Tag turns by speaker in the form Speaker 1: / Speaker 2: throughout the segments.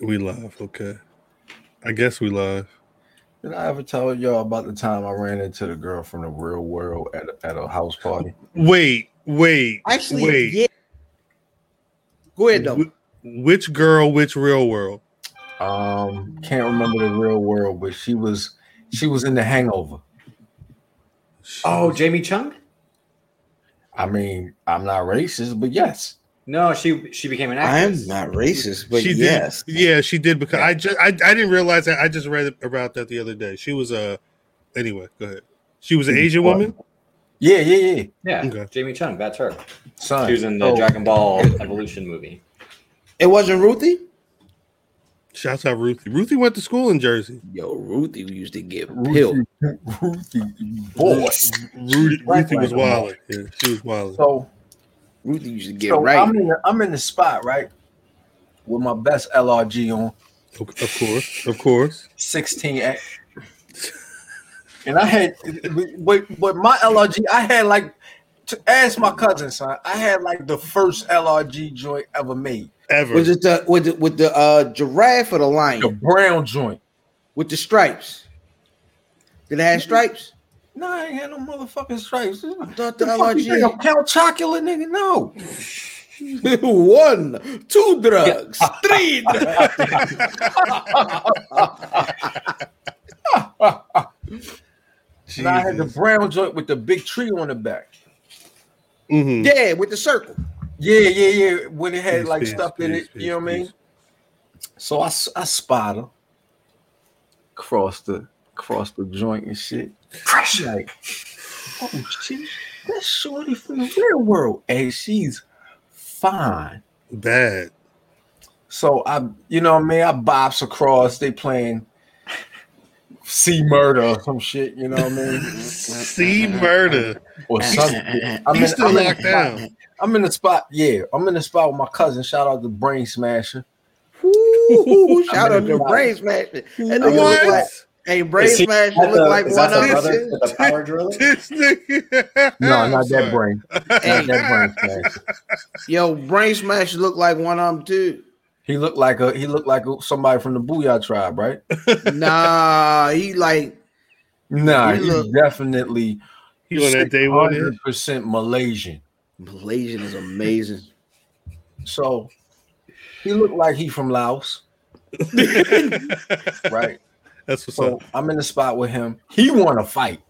Speaker 1: We live, okay. I guess we live.
Speaker 2: Did I ever tell y'all about the time I ran into the girl from the real world at a, at a house party?
Speaker 1: Wait, wait,
Speaker 3: Actually,
Speaker 1: wait.
Speaker 3: yeah. Go ahead though.
Speaker 1: Wh- Which girl? Which real world?
Speaker 2: Um, can't remember the real world, but she was she was in the Hangover.
Speaker 4: Oh, Jamie Chung?
Speaker 2: I mean, I'm not racist, but yes,
Speaker 4: No, she she became an
Speaker 3: I am
Speaker 4: actress.
Speaker 3: not racist, but
Speaker 1: she
Speaker 3: yes.
Speaker 1: did. Yeah, she did because I just I, I didn't realize that. I just read about that the other day. She was a. Anyway, go ahead. She was an Asian woman.
Speaker 2: yeah, yeah, yeah.
Speaker 4: Yeah,
Speaker 1: Okay.
Speaker 4: Jamie Chung. That's her.
Speaker 2: Son,
Speaker 4: She was in the
Speaker 2: so-
Speaker 4: Dragon Ball Evolution movie.
Speaker 3: It wasn't Ruthie?
Speaker 1: Shouts out Ruthie. Ruthie went to school in Jersey.
Speaker 3: Yo, Ruthie used to get
Speaker 2: Ruthie,
Speaker 3: pilled.
Speaker 2: Ruthie, boy.
Speaker 1: Rudy,
Speaker 2: Black
Speaker 1: Ruthie was
Speaker 2: woman.
Speaker 1: wild. Yeah, she was wild.
Speaker 2: So,
Speaker 3: Ruthie used to get
Speaker 2: so
Speaker 3: right.
Speaker 2: I'm in the, I'm in the spot right with my best LRG on.
Speaker 1: Of course, of course.
Speaker 2: 16 act. And I had, but, but my LRG, I had like, to ask my cousin, son, I had like the first LRG joint ever made.
Speaker 1: Ever.
Speaker 3: was it the with the, with the uh, giraffe or the lion
Speaker 2: The brown joint.
Speaker 3: with the stripes? Did it have stripes?
Speaker 2: No, I ain't had no motherfucking stripes.
Speaker 3: thought
Speaker 2: The
Speaker 3: the
Speaker 2: fuck you
Speaker 3: LRG
Speaker 2: think I'm Count Chocula, nigga? No.
Speaker 3: One, two drugs, three drugs.
Speaker 2: And I had the brown joint with the big tree on the back.
Speaker 1: Mhm.
Speaker 3: Yeah, with the circle.
Speaker 2: Yeah, yeah, yeah. When it had
Speaker 1: Peace,
Speaker 2: like
Speaker 1: peace,
Speaker 2: stuff in it,
Speaker 1: peace,
Speaker 2: you know what I
Speaker 1: peace,
Speaker 2: mean? So I, s- I spot her, cross the cross the joint and shit. Fresh like, oh shit, that's shorty from the real world, and she's fine.
Speaker 1: Bad.
Speaker 2: So I, you know what I mean? I bops across. They playing C murder or some shit. You know what I mean?
Speaker 1: C murder.
Speaker 2: Or something. I'm
Speaker 1: He's
Speaker 2: in,
Speaker 1: still
Speaker 2: I'm in
Speaker 1: locked
Speaker 2: the spot.
Speaker 1: down.
Speaker 2: I'm in the spot. Yeah, I'm in the spot with my cousin. Shout out to Brain Smasher.
Speaker 3: Ooh,
Speaker 2: I'm
Speaker 3: shout out
Speaker 2: in
Speaker 3: to
Speaker 2: the
Speaker 3: Brain Smash. That nigga look like,
Speaker 1: What?
Speaker 3: hey, Brain
Speaker 4: Is he-
Speaker 3: Smash
Speaker 4: Is that
Speaker 3: look
Speaker 4: the-
Speaker 3: like
Speaker 4: is that
Speaker 3: one
Speaker 4: the
Speaker 3: of
Speaker 1: other-
Speaker 4: brother
Speaker 3: them.
Speaker 4: with the power driller?
Speaker 1: This nigga.
Speaker 2: No,
Speaker 1: I'm
Speaker 2: not that
Speaker 1: sorry.
Speaker 2: brain. Not that brain Smasher.
Speaker 3: Yo, Brain Smash look like one of them too.
Speaker 2: He looked like a he looked like a- somebody from the Booyah tribe, right?
Speaker 3: Nah, he like
Speaker 2: Nah,
Speaker 3: He
Speaker 2: he's
Speaker 3: look-
Speaker 2: definitely
Speaker 1: He on that day one. hit?
Speaker 2: percent Malaysian.
Speaker 3: Malaysian is amazing.
Speaker 2: So he looked like he from Laos, right?
Speaker 1: That's what's
Speaker 2: so
Speaker 1: up.
Speaker 2: I'm in the spot with him. He want to fight.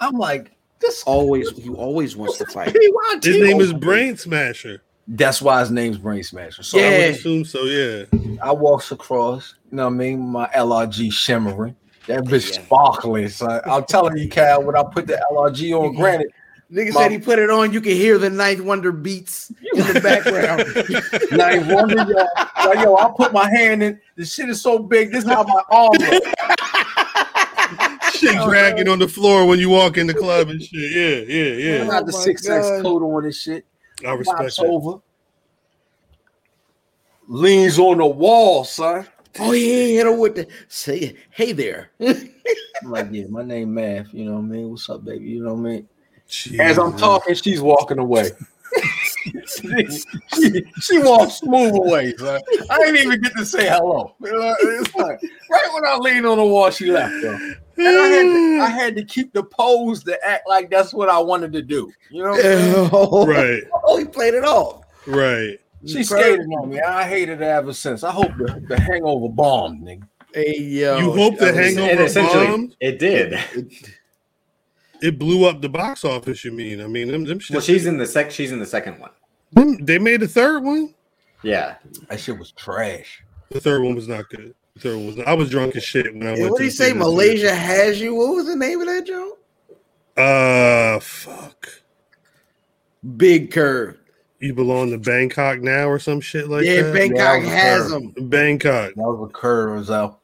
Speaker 2: I'm like, this
Speaker 3: Always, he always wants to fight.
Speaker 2: PYT.
Speaker 1: His name is Brain Smasher.
Speaker 2: That's why his name's Brain Smasher. So
Speaker 1: I
Speaker 3: Yeah.
Speaker 1: would assume so. Yeah.
Speaker 2: I walks across. You know what I mean? My LRG shimmering. That bitch
Speaker 3: Yeah.
Speaker 2: sparkling. Son. I'm telling you, Cal. When I put the LRG on, granted.
Speaker 3: Nigga
Speaker 2: My-
Speaker 3: said he put it on. You can hear the Ninth Wonder beats in the background.
Speaker 2: Like wonder, yo, like, yo, I put my hand in. The shit is so big. This is how my arm looks.
Speaker 1: Shit dragging on the floor when you walk in the club and shit. Yeah, yeah,
Speaker 2: I
Speaker 1: yeah.
Speaker 2: got the
Speaker 3: Oh my
Speaker 2: six X
Speaker 3: God.
Speaker 2: coat on and shit.
Speaker 1: I respect
Speaker 2: Pops
Speaker 1: that.
Speaker 2: over. Leans on the wall, son.
Speaker 3: oh, he hit her with the say, "Hey there."
Speaker 2: I'm like, yeah, my name Math. You know what I mean? What's up, baby? You know what I mean? As I'm
Speaker 1: Jesus.
Speaker 2: talking, she's walking away. she, she walks smooth away, son. I didn't even get to say hello. It's like, right when I leaned on the wall, she left. Though. And I had,
Speaker 3: Mm.
Speaker 2: to, I had to keep the pose to act like that's what I wanted to do. You know, what I'm saying?
Speaker 1: Right,
Speaker 3: Oh, he played it off.
Speaker 1: right.
Speaker 2: she skated on me. I hated it ever since. I hope the, the hangover bombed, nigga.
Speaker 3: Hey, yo,
Speaker 1: You hope the
Speaker 3: I was-
Speaker 1: hangover-
Speaker 4: It essentially,
Speaker 1: Overwhelmed?
Speaker 4: it did.
Speaker 1: It blew up the box office. You mean? I mean, them, them shit.
Speaker 4: Well, she's in the sec. She's in the second one.
Speaker 1: them- they made a third one.
Speaker 4: Yeah,
Speaker 2: That shit was trash.
Speaker 1: The third one was not good. The third one was. I was drunk as shit when I
Speaker 3: Hey,
Speaker 1: went.
Speaker 3: what
Speaker 1: to
Speaker 3: did he
Speaker 1: the
Speaker 3: say?
Speaker 1: theater.
Speaker 3: Malaysia has you. What was the name of that joke?
Speaker 1: Uh, fuck.
Speaker 3: Big curve.
Speaker 1: You belong to Bangkok now or some shit like
Speaker 3: yeah,
Speaker 1: that.
Speaker 3: Bangkok
Speaker 2: Yeah,
Speaker 3: has
Speaker 2: curve.
Speaker 3: him.
Speaker 1: Bangkok.
Speaker 2: That was a curve, though.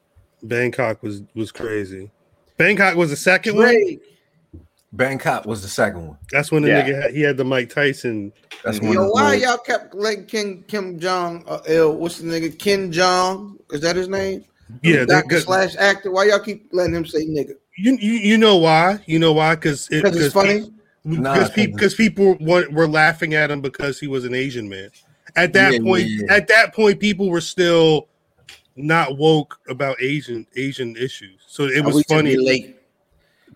Speaker 1: Bangkok was was crazy. Bangkok was the second one.
Speaker 3: Drake.
Speaker 2: Bangkok was the second one.
Speaker 1: That's when the
Speaker 4: Yeah.
Speaker 1: nigga had, he had the Mike Tyson.
Speaker 2: That's
Speaker 4: Mhm.
Speaker 2: when
Speaker 3: Yo,
Speaker 2: it
Speaker 3: why
Speaker 2: was-
Speaker 3: y'all kept letting Kim Kim Jong uh, L? What's the nigga? Kim Jong is that his name?
Speaker 1: Yeah, they-
Speaker 3: doctor slash actor. Why y'all keep letting him say nigga?
Speaker 1: you, you you know why? You know why? Because
Speaker 3: Because it's funny.
Speaker 2: Nah,
Speaker 1: because
Speaker 2: cause-
Speaker 1: people wa- were laughing at him because he was an Asian man. At that
Speaker 2: Yeah,
Speaker 1: point,
Speaker 2: yeah, yeah.
Speaker 1: at that point, people were still not woke about Asian Asian issues. So it
Speaker 3: I
Speaker 1: was
Speaker 3: wish I'd
Speaker 1: funny.
Speaker 3: be late.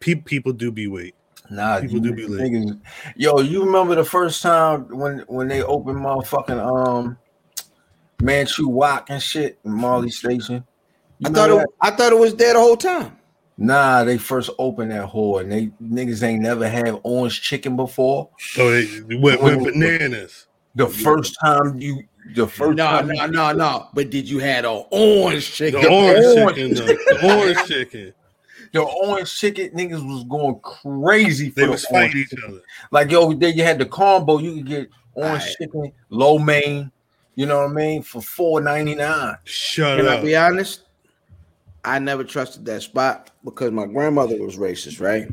Speaker 1: Pe- people do be weight.
Speaker 2: Nah,
Speaker 1: People
Speaker 2: you
Speaker 1: do be late.
Speaker 2: niggas- Yo, you remember the first time when when they opened motherfucking um Manchu Walk and shit in Marley Station? You
Speaker 3: I thought
Speaker 2: remember
Speaker 3: it, I thought it was there the whole time.
Speaker 2: that? nah, they first opened that whore and they niggas ain't never had orange chicken before.
Speaker 1: So it went, went bananas.
Speaker 2: The first time you, the first
Speaker 3: No,
Speaker 2: time
Speaker 3: no, no, no. But did you had an orange
Speaker 1: The
Speaker 3: chicken?
Speaker 1: orange,
Speaker 2: orange
Speaker 1: chicken, though. the orange chicken.
Speaker 2: the orange chicken niggas was going crazy for
Speaker 1: They
Speaker 2: the
Speaker 1: was
Speaker 2: orange
Speaker 1: fighting each
Speaker 2: chicken.
Speaker 1: other.
Speaker 2: Like yo, then you had the combo. You could get orange
Speaker 3: Aight.
Speaker 2: chicken, low main. You know what I mean for four ninety nine.
Speaker 1: Shut
Speaker 3: Can I
Speaker 1: up.
Speaker 3: be honest? I never trusted that spot because my grandmother was racist, right?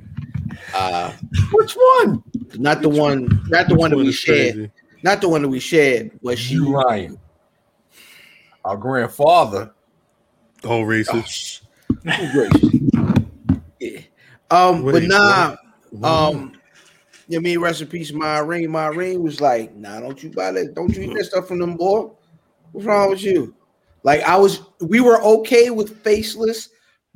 Speaker 4: Uh,
Speaker 2: Which one?
Speaker 3: Not the one, not the one that
Speaker 1: This
Speaker 3: we
Speaker 1: is
Speaker 3: shared,
Speaker 1: crazy.
Speaker 3: not the one that we shared, but she
Speaker 2: You lying? Our grandfather.
Speaker 1: The whole racist.
Speaker 3: Yeah. Um,
Speaker 1: Oh. What
Speaker 3: but
Speaker 1: is-
Speaker 3: nah, um, you mean rest in peace, Myrene. Myrene was like, nah, don't you buy that, don't you eat that stuff from them boy. What's wrong with you? Like, I was we were okay with faceless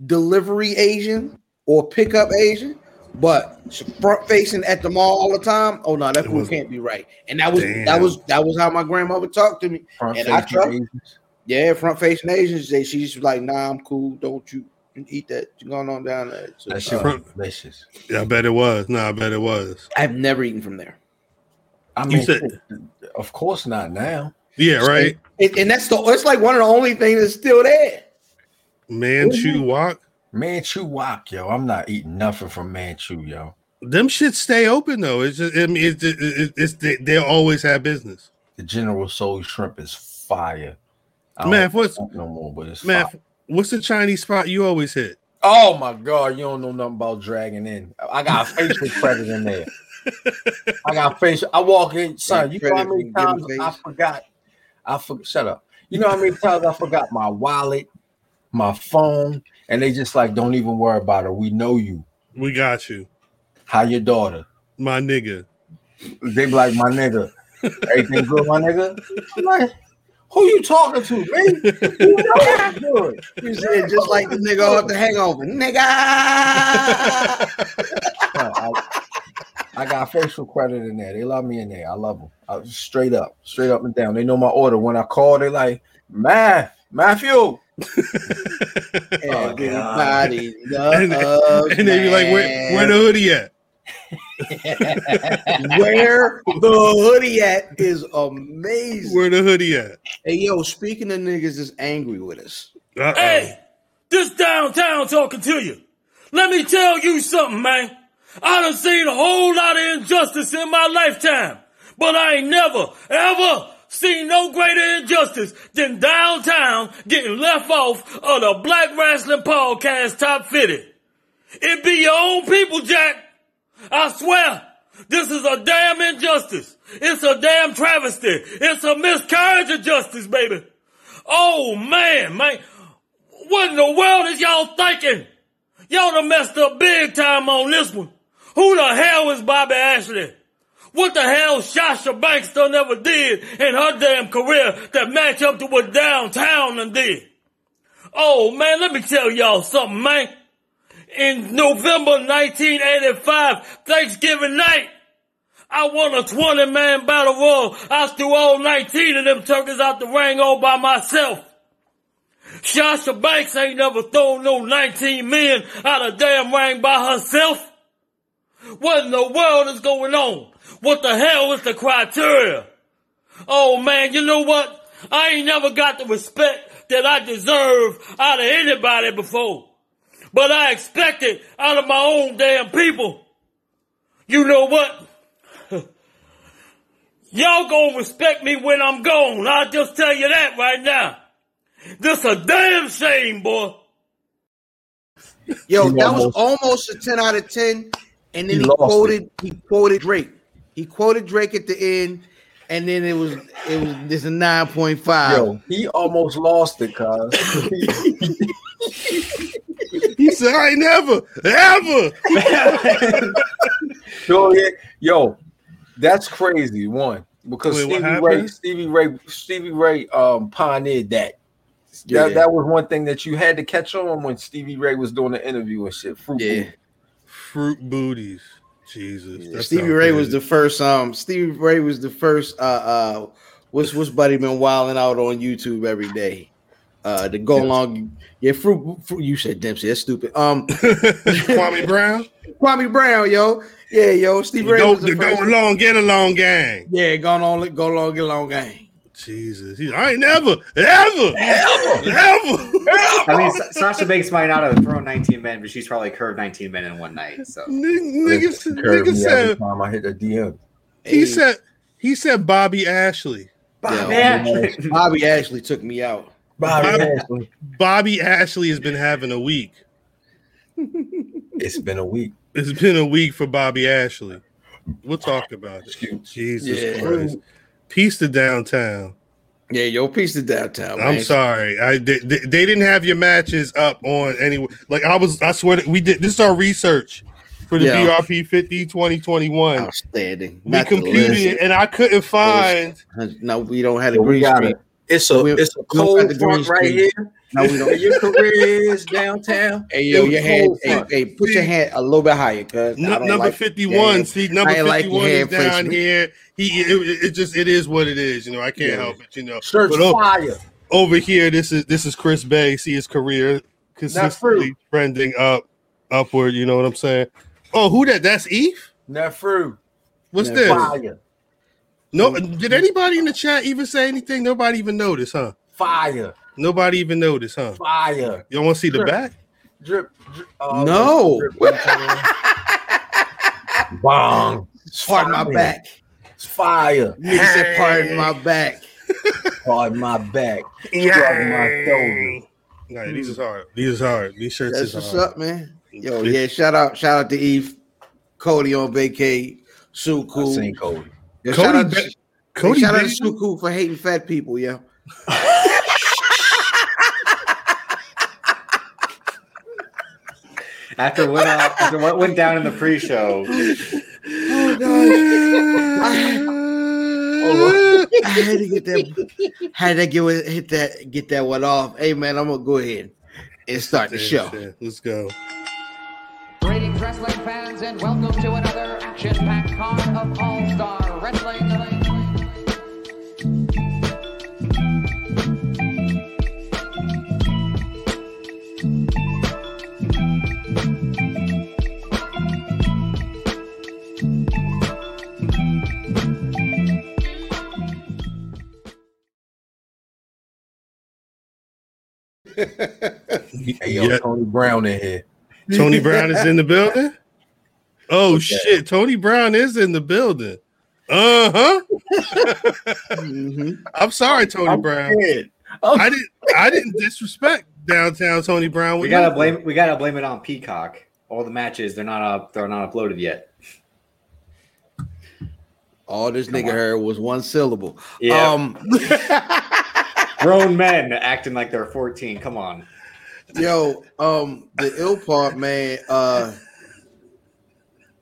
Speaker 3: delivery Asian or pickup Asian, but front facing at the mall all the time. Oh no, that
Speaker 1: It
Speaker 3: fool
Speaker 1: was-
Speaker 3: can't be right. And that was that
Speaker 1: Damn.
Speaker 3: was that was how my grandmother talked to me.
Speaker 2: Front
Speaker 3: And I
Speaker 2: facing
Speaker 3: trust-
Speaker 2: Asians.
Speaker 3: Yeah, front facing Asians. They she's like, nah, I'm cool. Don't you eat that? You going on down there? So,
Speaker 2: That
Speaker 3: uh,
Speaker 2: shit was delicious.
Speaker 1: Yeah, I bet it was. No, I bet it was.
Speaker 3: I've never eaten from there.
Speaker 2: I
Speaker 1: You
Speaker 2: mean,
Speaker 1: said-
Speaker 2: shit, of course not now.
Speaker 1: Yeah, right.
Speaker 3: And, and that's the it's like one of the only things that's still there.
Speaker 1: Manchu walk.
Speaker 2: Manchu Wok, yo. I'm not eating nothing from Manchu, yo.
Speaker 1: Them shits stay open though. It's just, I mean, it's, it- it- it's they, they always have business.
Speaker 2: The General Soul Shrimp is fire. I don't
Speaker 1: Math, what's
Speaker 2: want no more, but it's fire.
Speaker 1: Math? What's the Chinese spot you always hit?
Speaker 2: Oh my god, you don't know nothing about dragging in. I got facial credit in there. I got facial. I walk in, son. You know how many
Speaker 3: Credit for
Speaker 2: times
Speaker 3: giving
Speaker 2: I
Speaker 3: face.
Speaker 2: forgot? I for, shut up. You know how many times I forgot my wallet, my phone, and they just like don't even worry about it. We know you.
Speaker 1: We got you,
Speaker 2: How your daughter?
Speaker 1: my nigga.
Speaker 2: They be like my nigga. Everything good, my nigga. I'm like, who you talking to, man? You know it's good.
Speaker 3: You said just like the nigga off the hangover, nigga.
Speaker 2: Son, I, I got facial credit in there. They love me in there. I love them. I, straight up, straight up and down. They know my order. When I call, they like, Math, Matthew. Oh,
Speaker 3: Everybody
Speaker 1: And-
Speaker 3: loves
Speaker 1: And then you're like, where, where the hoodie at?
Speaker 3: Mac. Where the hoodie at is amazing.
Speaker 1: Where the hoodie at?
Speaker 3: hey yo, speaking of niggas that's angry with us.
Speaker 1: Uh-oh.
Speaker 5: Hey, this downtown talking to you. Let me tell you something, man. I done seen a whole lot of injustice in my lifetime, but I ain't never, ever seen no greater injustice than downtown getting left off of the Black Wrestling Podcast Top 50. It be your own people, Jack. I swear, this is a damn injustice. It's a damn travesty. It's a miscarriage of justice, baby. Oh man, man. What in the world is y'all thinking? Y'all done messed up big time on this one. Who the hell is Bobby Ashley? What the hell Sasha Banks done ever did in her damn career that match up to what downtown done did? Oh man, let me tell y'all something, man. In November 1985, Thanksgiving night, I won a 20 man battle royal. I threw all 19 of them turkeys out the ring all by myself. Shasha Banks ain't never thrown no 19 men out of damn ring by herself. What in the world is going on? What the hell is the criteria? Oh man, you know what? I ain't never got the respect that I deserve out of anybody before. But I expect it out of my own damn people. You know what? Y'all gonna respect me when I'm gone. I'll just tell you that right now. This a damn shame, boy.
Speaker 3: Yo,
Speaker 2: He
Speaker 3: that was almost a 10 out of 10. And
Speaker 2: He
Speaker 3: then he,
Speaker 2: lost
Speaker 3: quoted he quoted Drake. He quoted Drake at the end, and then it was it was this a 9.5.
Speaker 2: Yo, he almost lost it, cuz.
Speaker 1: He said, I ain't never, ever.
Speaker 2: yo, yeah, yo, that's crazy. One because
Speaker 1: Wait, what
Speaker 2: Stevie Ray,
Speaker 1: happened?
Speaker 2: Stevie Ray, Stevie Ray, um, pioneered that. That,
Speaker 3: Yeah.
Speaker 2: that was one thing that you had to catch on when Stevie Ray was doing the interview and shit. Fruit
Speaker 3: Yeah.
Speaker 2: food.
Speaker 1: Fruit booties. Jesus. that
Speaker 3: Stevie
Speaker 1: sounds
Speaker 3: Ray
Speaker 1: crazy.
Speaker 3: was the first. Um, Stevie Ray was the first. Uh, uh, what's what's buddy been wilding out on YouTube every day? Uh, to go along, yeah, fruit, fruit. You said Dempsey. That's stupid. Um,
Speaker 1: Kwame Brown.
Speaker 3: Kwame Brown, yo, yeah, yo, Stevie Ray
Speaker 1: Go,
Speaker 3: was
Speaker 1: the
Speaker 3: the
Speaker 1: go
Speaker 3: first.
Speaker 1: along, get along, gang.
Speaker 3: Yeah, gone on, go along, get along, gang.
Speaker 1: Jesus, He- I ain't never, ever, ever, ever.
Speaker 4: I mean, Sa- Sasha Banks might not have thrown 19 men, but she's probably curved 19 men in one night. So
Speaker 1: N- Nigga, s-
Speaker 2: Curved
Speaker 1: nigga
Speaker 2: me every
Speaker 1: said
Speaker 2: time I hit a DM.
Speaker 1: he
Speaker 3: Hey,
Speaker 1: said he said Bobby Ashley.
Speaker 3: Yeah.
Speaker 4: man,
Speaker 3: Bobby actually took me out.
Speaker 2: Bobby
Speaker 1: Bobby-
Speaker 2: Lashley.
Speaker 1: Bobby Ashley has been having a week.
Speaker 2: It's been a week.
Speaker 1: It's been a week for Bobby Ashley. We'll talk about it. Jesus
Speaker 3: Yeah.
Speaker 1: Christ. Peace to downtown.
Speaker 3: Yeah, yo, peace to downtown.
Speaker 1: I'm
Speaker 3: man.
Speaker 1: sorry. I they, they, they didn't have your matches up on anywhere. Like I was, I swear that we did. This is our research for the
Speaker 3: Yeah.
Speaker 1: BRP 50 2021.
Speaker 3: Outstanding.
Speaker 1: we
Speaker 3: Not the
Speaker 1: computed
Speaker 3: list.
Speaker 1: it and I couldn't find.
Speaker 3: No, we don't have the
Speaker 2: So we
Speaker 3: green
Speaker 2: got
Speaker 3: screen.
Speaker 2: it. It's a
Speaker 3: We-
Speaker 2: it's a
Speaker 3: we don't got the
Speaker 2: cold
Speaker 3: green
Speaker 2: front right
Speaker 3: screen.
Speaker 2: here.
Speaker 3: No, we don't.
Speaker 2: Your career is downtown.
Speaker 3: Hey, yo,
Speaker 2: It
Speaker 3: your
Speaker 2: was
Speaker 3: hand.
Speaker 2: cold
Speaker 3: Hey,
Speaker 2: front.
Speaker 3: hey, put your
Speaker 1: See?
Speaker 3: hand a little bit higher, cause
Speaker 1: N-
Speaker 3: I don't
Speaker 1: number
Speaker 3: like.
Speaker 1: 51.
Speaker 3: yeah.
Speaker 1: See, number
Speaker 3: I ain't like
Speaker 1: 51
Speaker 3: your
Speaker 1: is
Speaker 3: hand
Speaker 1: down
Speaker 3: placement.
Speaker 1: here. He it, it just it is what it is, you know. I can't
Speaker 3: Yeah.
Speaker 1: help it, you know.
Speaker 2: Search
Speaker 1: But o-
Speaker 2: fire.
Speaker 1: over here, this is this is Chris Bay. See his career consistently trending up upward, you know what I'm saying? Oh, who that? That's Eve?
Speaker 2: Not fruit.
Speaker 1: What's
Speaker 3: Yeah,
Speaker 1: this?
Speaker 2: Fire.
Speaker 1: No, did anybody in the chat even say anything? Nobody even noticed, huh?
Speaker 2: Fire.
Speaker 1: Nobody even noticed, huh?
Speaker 2: Fire.
Speaker 1: Y'all want to see the
Speaker 2: Sure.
Speaker 1: back?
Speaker 2: Drip. drip uh,
Speaker 3: No.
Speaker 2: Bong.
Speaker 3: Pardon my back.
Speaker 2: It's fire.
Speaker 3: Nigga said, "Pardon my back."
Speaker 2: Pardon my back. Pardon my shoulder.
Speaker 1: Nah,
Speaker 4: Hmm.
Speaker 1: these is hard. These is hard. These shirts
Speaker 3: That's
Speaker 1: is
Speaker 3: what's
Speaker 1: hard.
Speaker 3: up, man. Yo,
Speaker 1: This-
Speaker 3: yeah, shout out, shout out to Eve, Cody on vacay, Sue
Speaker 2: I
Speaker 3: Cool.
Speaker 2: seen Cody.
Speaker 3: Yeah,
Speaker 1: Cody
Speaker 3: shout out,
Speaker 1: ba-
Speaker 3: to,
Speaker 1: Cody
Speaker 3: shout out to
Speaker 1: Baker?
Speaker 3: Sue Cool for hating fat people. Yeah,
Speaker 4: after what uh, after what went down in the pre-show,
Speaker 3: I had to get that. Had to get with- hit that get that one off. Hey man, I'm gonna go ahead and start the
Speaker 1: Damn,
Speaker 3: show.
Speaker 1: shit. Let's go.
Speaker 6: Greetings, wrestling fans, and welcome to another action packed card of All Star Wrestling.
Speaker 2: Hey, yo,
Speaker 1: Yeah.
Speaker 2: Tony Brown in here.
Speaker 1: Tony Brown is in the building. Oh shit, Tony Brown is in the building. Uh huh.
Speaker 3: Mhm.
Speaker 1: I'm sorry, Tony Brown. I didn't. I didn't disrespect downtown Tony Brown.
Speaker 4: we gotta blame we gotta blame it on Peacock. All the matches they're not up, they're not uploaded yet.
Speaker 3: All this nigga heard was one syllable.
Speaker 4: Yeah,
Speaker 3: Um,
Speaker 4: grown men acting like they're 14. Come on,
Speaker 3: yo, um, the ill part, man. Uh,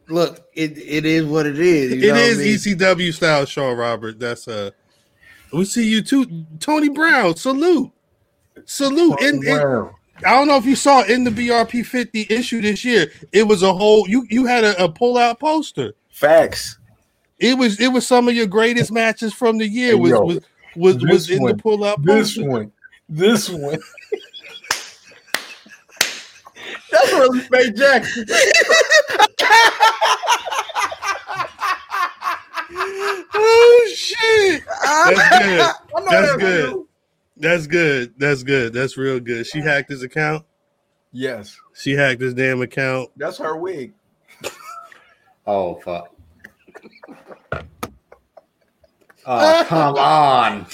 Speaker 3: look, it it is what it is.
Speaker 1: It
Speaker 3: you know what I
Speaker 1: is
Speaker 3: mean?
Speaker 1: ECW style, Sean Robert. That's uh We see you too, Tony Brown. Salute, salute.
Speaker 2: Tony
Speaker 1: And, and
Speaker 2: Brown.
Speaker 1: I don't know if you saw in the BRP 50 issue this year, it was a whole you you had a, a pull out poster.
Speaker 2: Facts.
Speaker 1: It was it was some of your greatest matches from the year was
Speaker 2: Yo,
Speaker 1: was was,
Speaker 2: this
Speaker 1: was in
Speaker 2: one-
Speaker 1: the pull out
Speaker 2: This
Speaker 1: poster.
Speaker 2: one. This one. That's really Faye Jackson.
Speaker 1: Oh shit. That's good.
Speaker 2: I know
Speaker 1: That's
Speaker 2: that
Speaker 1: good.
Speaker 2: real.
Speaker 1: That's good. That's good. That's real good. She hacked his account.
Speaker 2: Yes.
Speaker 1: She hacked his damn account.
Speaker 2: That's her wig.
Speaker 4: oh fuck. Oh come on!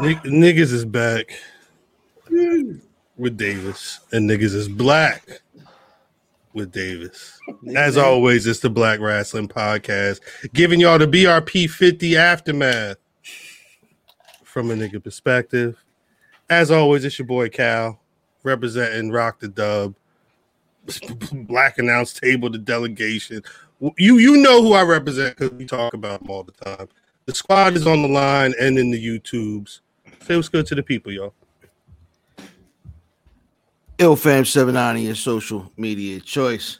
Speaker 1: Nick, niggas is back with Davis, and niggas is black with Davis. As always, it's the Black Wrestling Podcast, giving y'all the BRP 50 aftermath from a nigga perspective. As always, it's your boy Cal representing Rock the Dub, Black Announce Table, the delegation, you you know who I represent because we talk about them all the time. The squad is on the line and in the YouTubes. Say what's good to the people, y'all.
Speaker 3: IlFam79 your social media choice,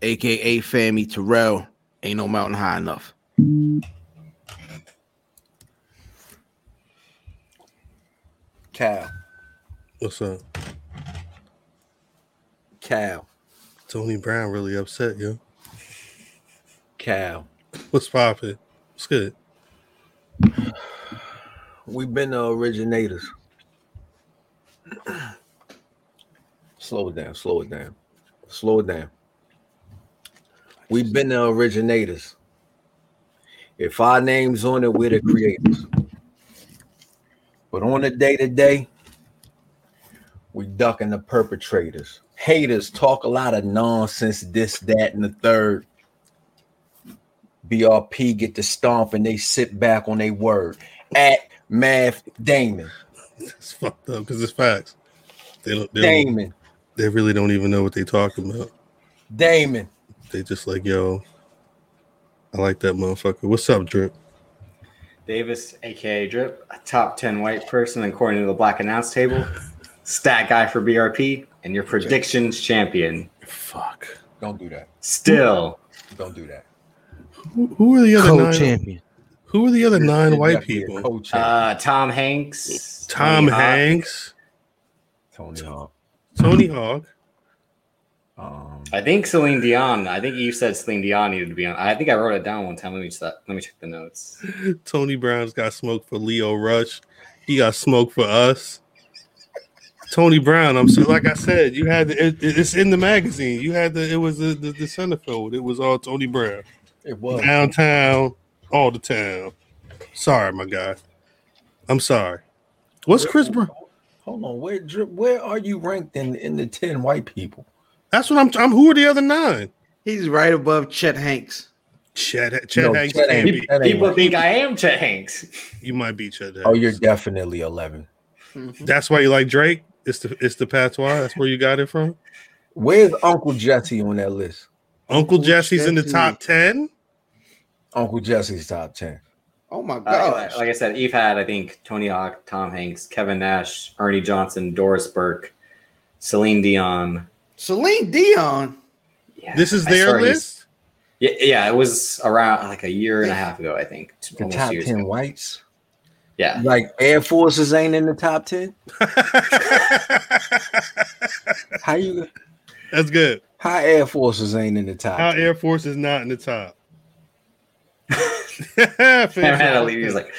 Speaker 3: aka Fammy Terrell. Ain't no mountain high enough.
Speaker 2: Cal.
Speaker 1: What's up?
Speaker 2: Cal.
Speaker 1: Tony Brown really upset, yo.
Speaker 2: Cal.
Speaker 1: What's poppin'? What's good?
Speaker 2: We've been the originators. slow it down, slow it down, slow it down. We've been the originators. If our name's on it, we're the creators. But on the day to day, we ducking the perpetrators. Haters talk a lot of nonsense, this, that, and the third. BRP get to stomp and they sit back on their word. At Math Damon.
Speaker 1: It's fucked up because it's facts. They don't. They, don't-
Speaker 2: Damon.
Speaker 1: they really don't even know what they talking about.
Speaker 2: Damon.
Speaker 1: They just like, yo, I like that motherfucker. What's up, drip?
Speaker 4: Davis, aka Drip, a top 10 white person according to the Black Announce Table, stat guy for BRP, and your predictions champion.
Speaker 1: Fuck.
Speaker 2: Don't do that.
Speaker 4: Still,
Speaker 2: Don't do that.
Speaker 1: Who, who are the other nine?
Speaker 3: Co-champion.
Speaker 1: Who are the other nine
Speaker 2: You're
Speaker 1: white
Speaker 2: definitely a
Speaker 1: people?
Speaker 2: co-champ,
Speaker 4: uh, Tom Hanks.
Speaker 1: Tom
Speaker 4: Tony Hawk,
Speaker 1: Hanks,
Speaker 2: Tony Hawk.
Speaker 1: Tony Hawk.
Speaker 2: Um,
Speaker 4: I think Celine Dion. I think you said Celine Dion needed to be on. I think I wrote it down one time. Let me just, let me check the notes.
Speaker 1: Tony Brown's got smoke for Leo Rush. He got smoke for us. Tony Brown. I'm so like I said, you had the, it, it's in the magazine. You had the it was the, the, the centerfold. It was all Tony Brown.
Speaker 2: it was.
Speaker 1: downtown, all the town. Sorry, my guy. I'm sorry. What's Chris Brown?
Speaker 2: Hold on. Where Drip- where are you ranked in, in the 10 white people?
Speaker 1: That's what I'm. I'm. Who are the other nine?
Speaker 3: He's right above Chet Hanks.
Speaker 1: Chad. Chad
Speaker 2: No,
Speaker 1: Hanks
Speaker 2: Chet
Speaker 1: can't
Speaker 2: ain't-
Speaker 1: be.
Speaker 2: Chet ain't
Speaker 4: People
Speaker 2: white.
Speaker 4: think I am Chet Hanks.
Speaker 1: You might be Chad.
Speaker 2: Oh,
Speaker 1: Hanks.
Speaker 2: you're definitely 11.
Speaker 3: Oh
Speaker 1: That's why you like Drake. It's the it's the patois. That's where you got it from.
Speaker 2: Where's Uncle Jesse on that list?
Speaker 1: Uncle Jesse's in the
Speaker 3: Jesse.
Speaker 1: top ten.
Speaker 2: Uncle Jesse's top 10.
Speaker 3: Oh my
Speaker 4: Uh,
Speaker 3: gosh.
Speaker 4: like I said, Eve had, I think, Tony Hawk, Tom Hanks, Kevin Nash, Ernie Johnson, Doris Burke, Celine Dion.
Speaker 3: Celine Dion.
Speaker 4: Yeah,
Speaker 1: This is
Speaker 4: I
Speaker 1: their
Speaker 4: swear he's-
Speaker 1: list.
Speaker 4: Yeah, yeah, it was around like a year and a half ago, I think. t-
Speaker 2: The
Speaker 4: almost
Speaker 2: top
Speaker 4: two
Speaker 2: 10
Speaker 4: years ago.
Speaker 2: whites?
Speaker 4: Yeah.
Speaker 2: Like Air Forces ain't in the top 10? How you
Speaker 1: That's good.
Speaker 2: how Air Forces ain't in the top
Speaker 1: How
Speaker 2: 10?
Speaker 1: Air Force is not in the top.
Speaker 4: And had a lead, he was like,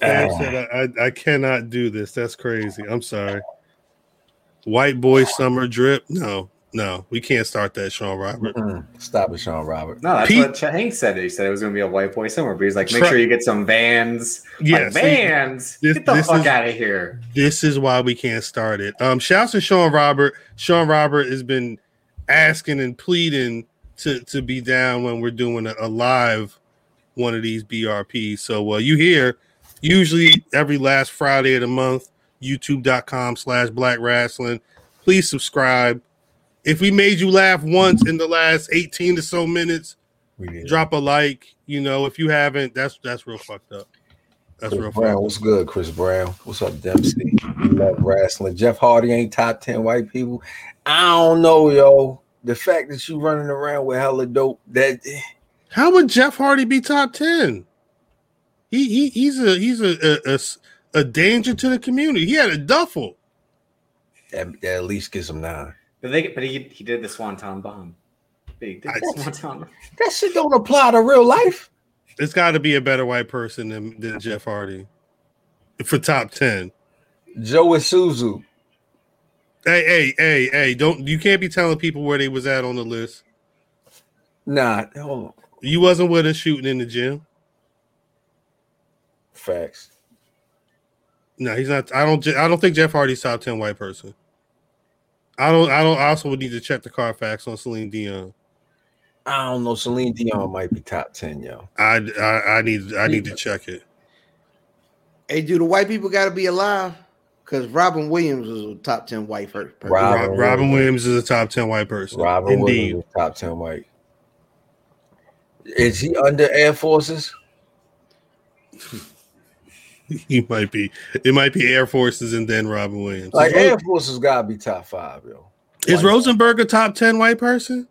Speaker 1: Fam
Speaker 2: Ah.
Speaker 1: said, I, I, I cannot do this. That's crazy. I'm sorry. White boy summer drip. No, no, we can't start that, Sean Robert.
Speaker 2: Mm-mm. Hmm. Stop it, Sean Robert.
Speaker 4: no, that's
Speaker 1: Pete-
Speaker 4: what Chet Hanks said. He said it was going to be a white boy somewhere, but he's like, make
Speaker 1: Tra-
Speaker 4: sure you get some vans.
Speaker 1: Yeah,
Speaker 4: like,
Speaker 1: so
Speaker 4: vans.
Speaker 1: this-
Speaker 4: get the
Speaker 1: this
Speaker 4: fuck
Speaker 1: is-
Speaker 4: out of here.
Speaker 1: this is why we can't start it. Um, shouts to Sean Robert. Sean Robert has been asking and pleading to to be down when we're doing a, a live one of these BRPs. So uh, you hear usually every last Friday of the month, youtube.com slash black wrestling. Please subscribe. If we made you laugh once in the last 18 to so minutes,
Speaker 2: We did.
Speaker 1: drop a like. You know, if you haven't, that's that's real fucked up. That's
Speaker 2: Chris
Speaker 1: real fucked
Speaker 2: Brown,
Speaker 1: up.
Speaker 2: what's good, Chris Brown? What's up, Dempsey? We love wrestling. Jeff Hardy ain't top 10 white people. I don't know, yo. The fact that you running around with hella dope, that
Speaker 1: How would Jeff Hardy be top ten? He he he's a he's a a, a s- a danger to the community. He had a duffel.
Speaker 2: that, that at least gives him nine.
Speaker 4: But, they, but he, he did the Swanton bomb. He did the
Speaker 1: I-
Speaker 4: Swanton
Speaker 2: That shit don't apply to real life.
Speaker 1: It's got to be a better white person than, than Jeff Hardy for top ten.
Speaker 2: Joe Isuzu.
Speaker 1: Hey hey hey hey! Don't you can't be telling people where they was at on the list.
Speaker 2: Nah, hold on.
Speaker 1: You wasn't with us shooting in the gym.
Speaker 2: Facts.
Speaker 1: No, he's not. I don't. I don't think Jeff Hardy's top ten white person. I don't. I don't. I also would need to check the Carfax on Celine Dion.
Speaker 2: I don't know. Celine Dion might be top 10, yo.
Speaker 1: I, I I need I need to check it.
Speaker 3: Hey, dude, the white people got to be alive because Robin Williams was a top 10 white first.
Speaker 2: Rob-
Speaker 1: Rob,
Speaker 2: Robin
Speaker 1: Robin Williams is a top ten white person.
Speaker 2: Robin
Speaker 1: Indeed.
Speaker 2: Williams is top 10 white. Is he under Air Forces?
Speaker 1: He might be. It might be Air Forces and then Robin Williams.
Speaker 2: Like
Speaker 1: Is, Ro-
Speaker 2: Air Forces gotta be top five, yo.
Speaker 1: is Rosenberg a top ten white person?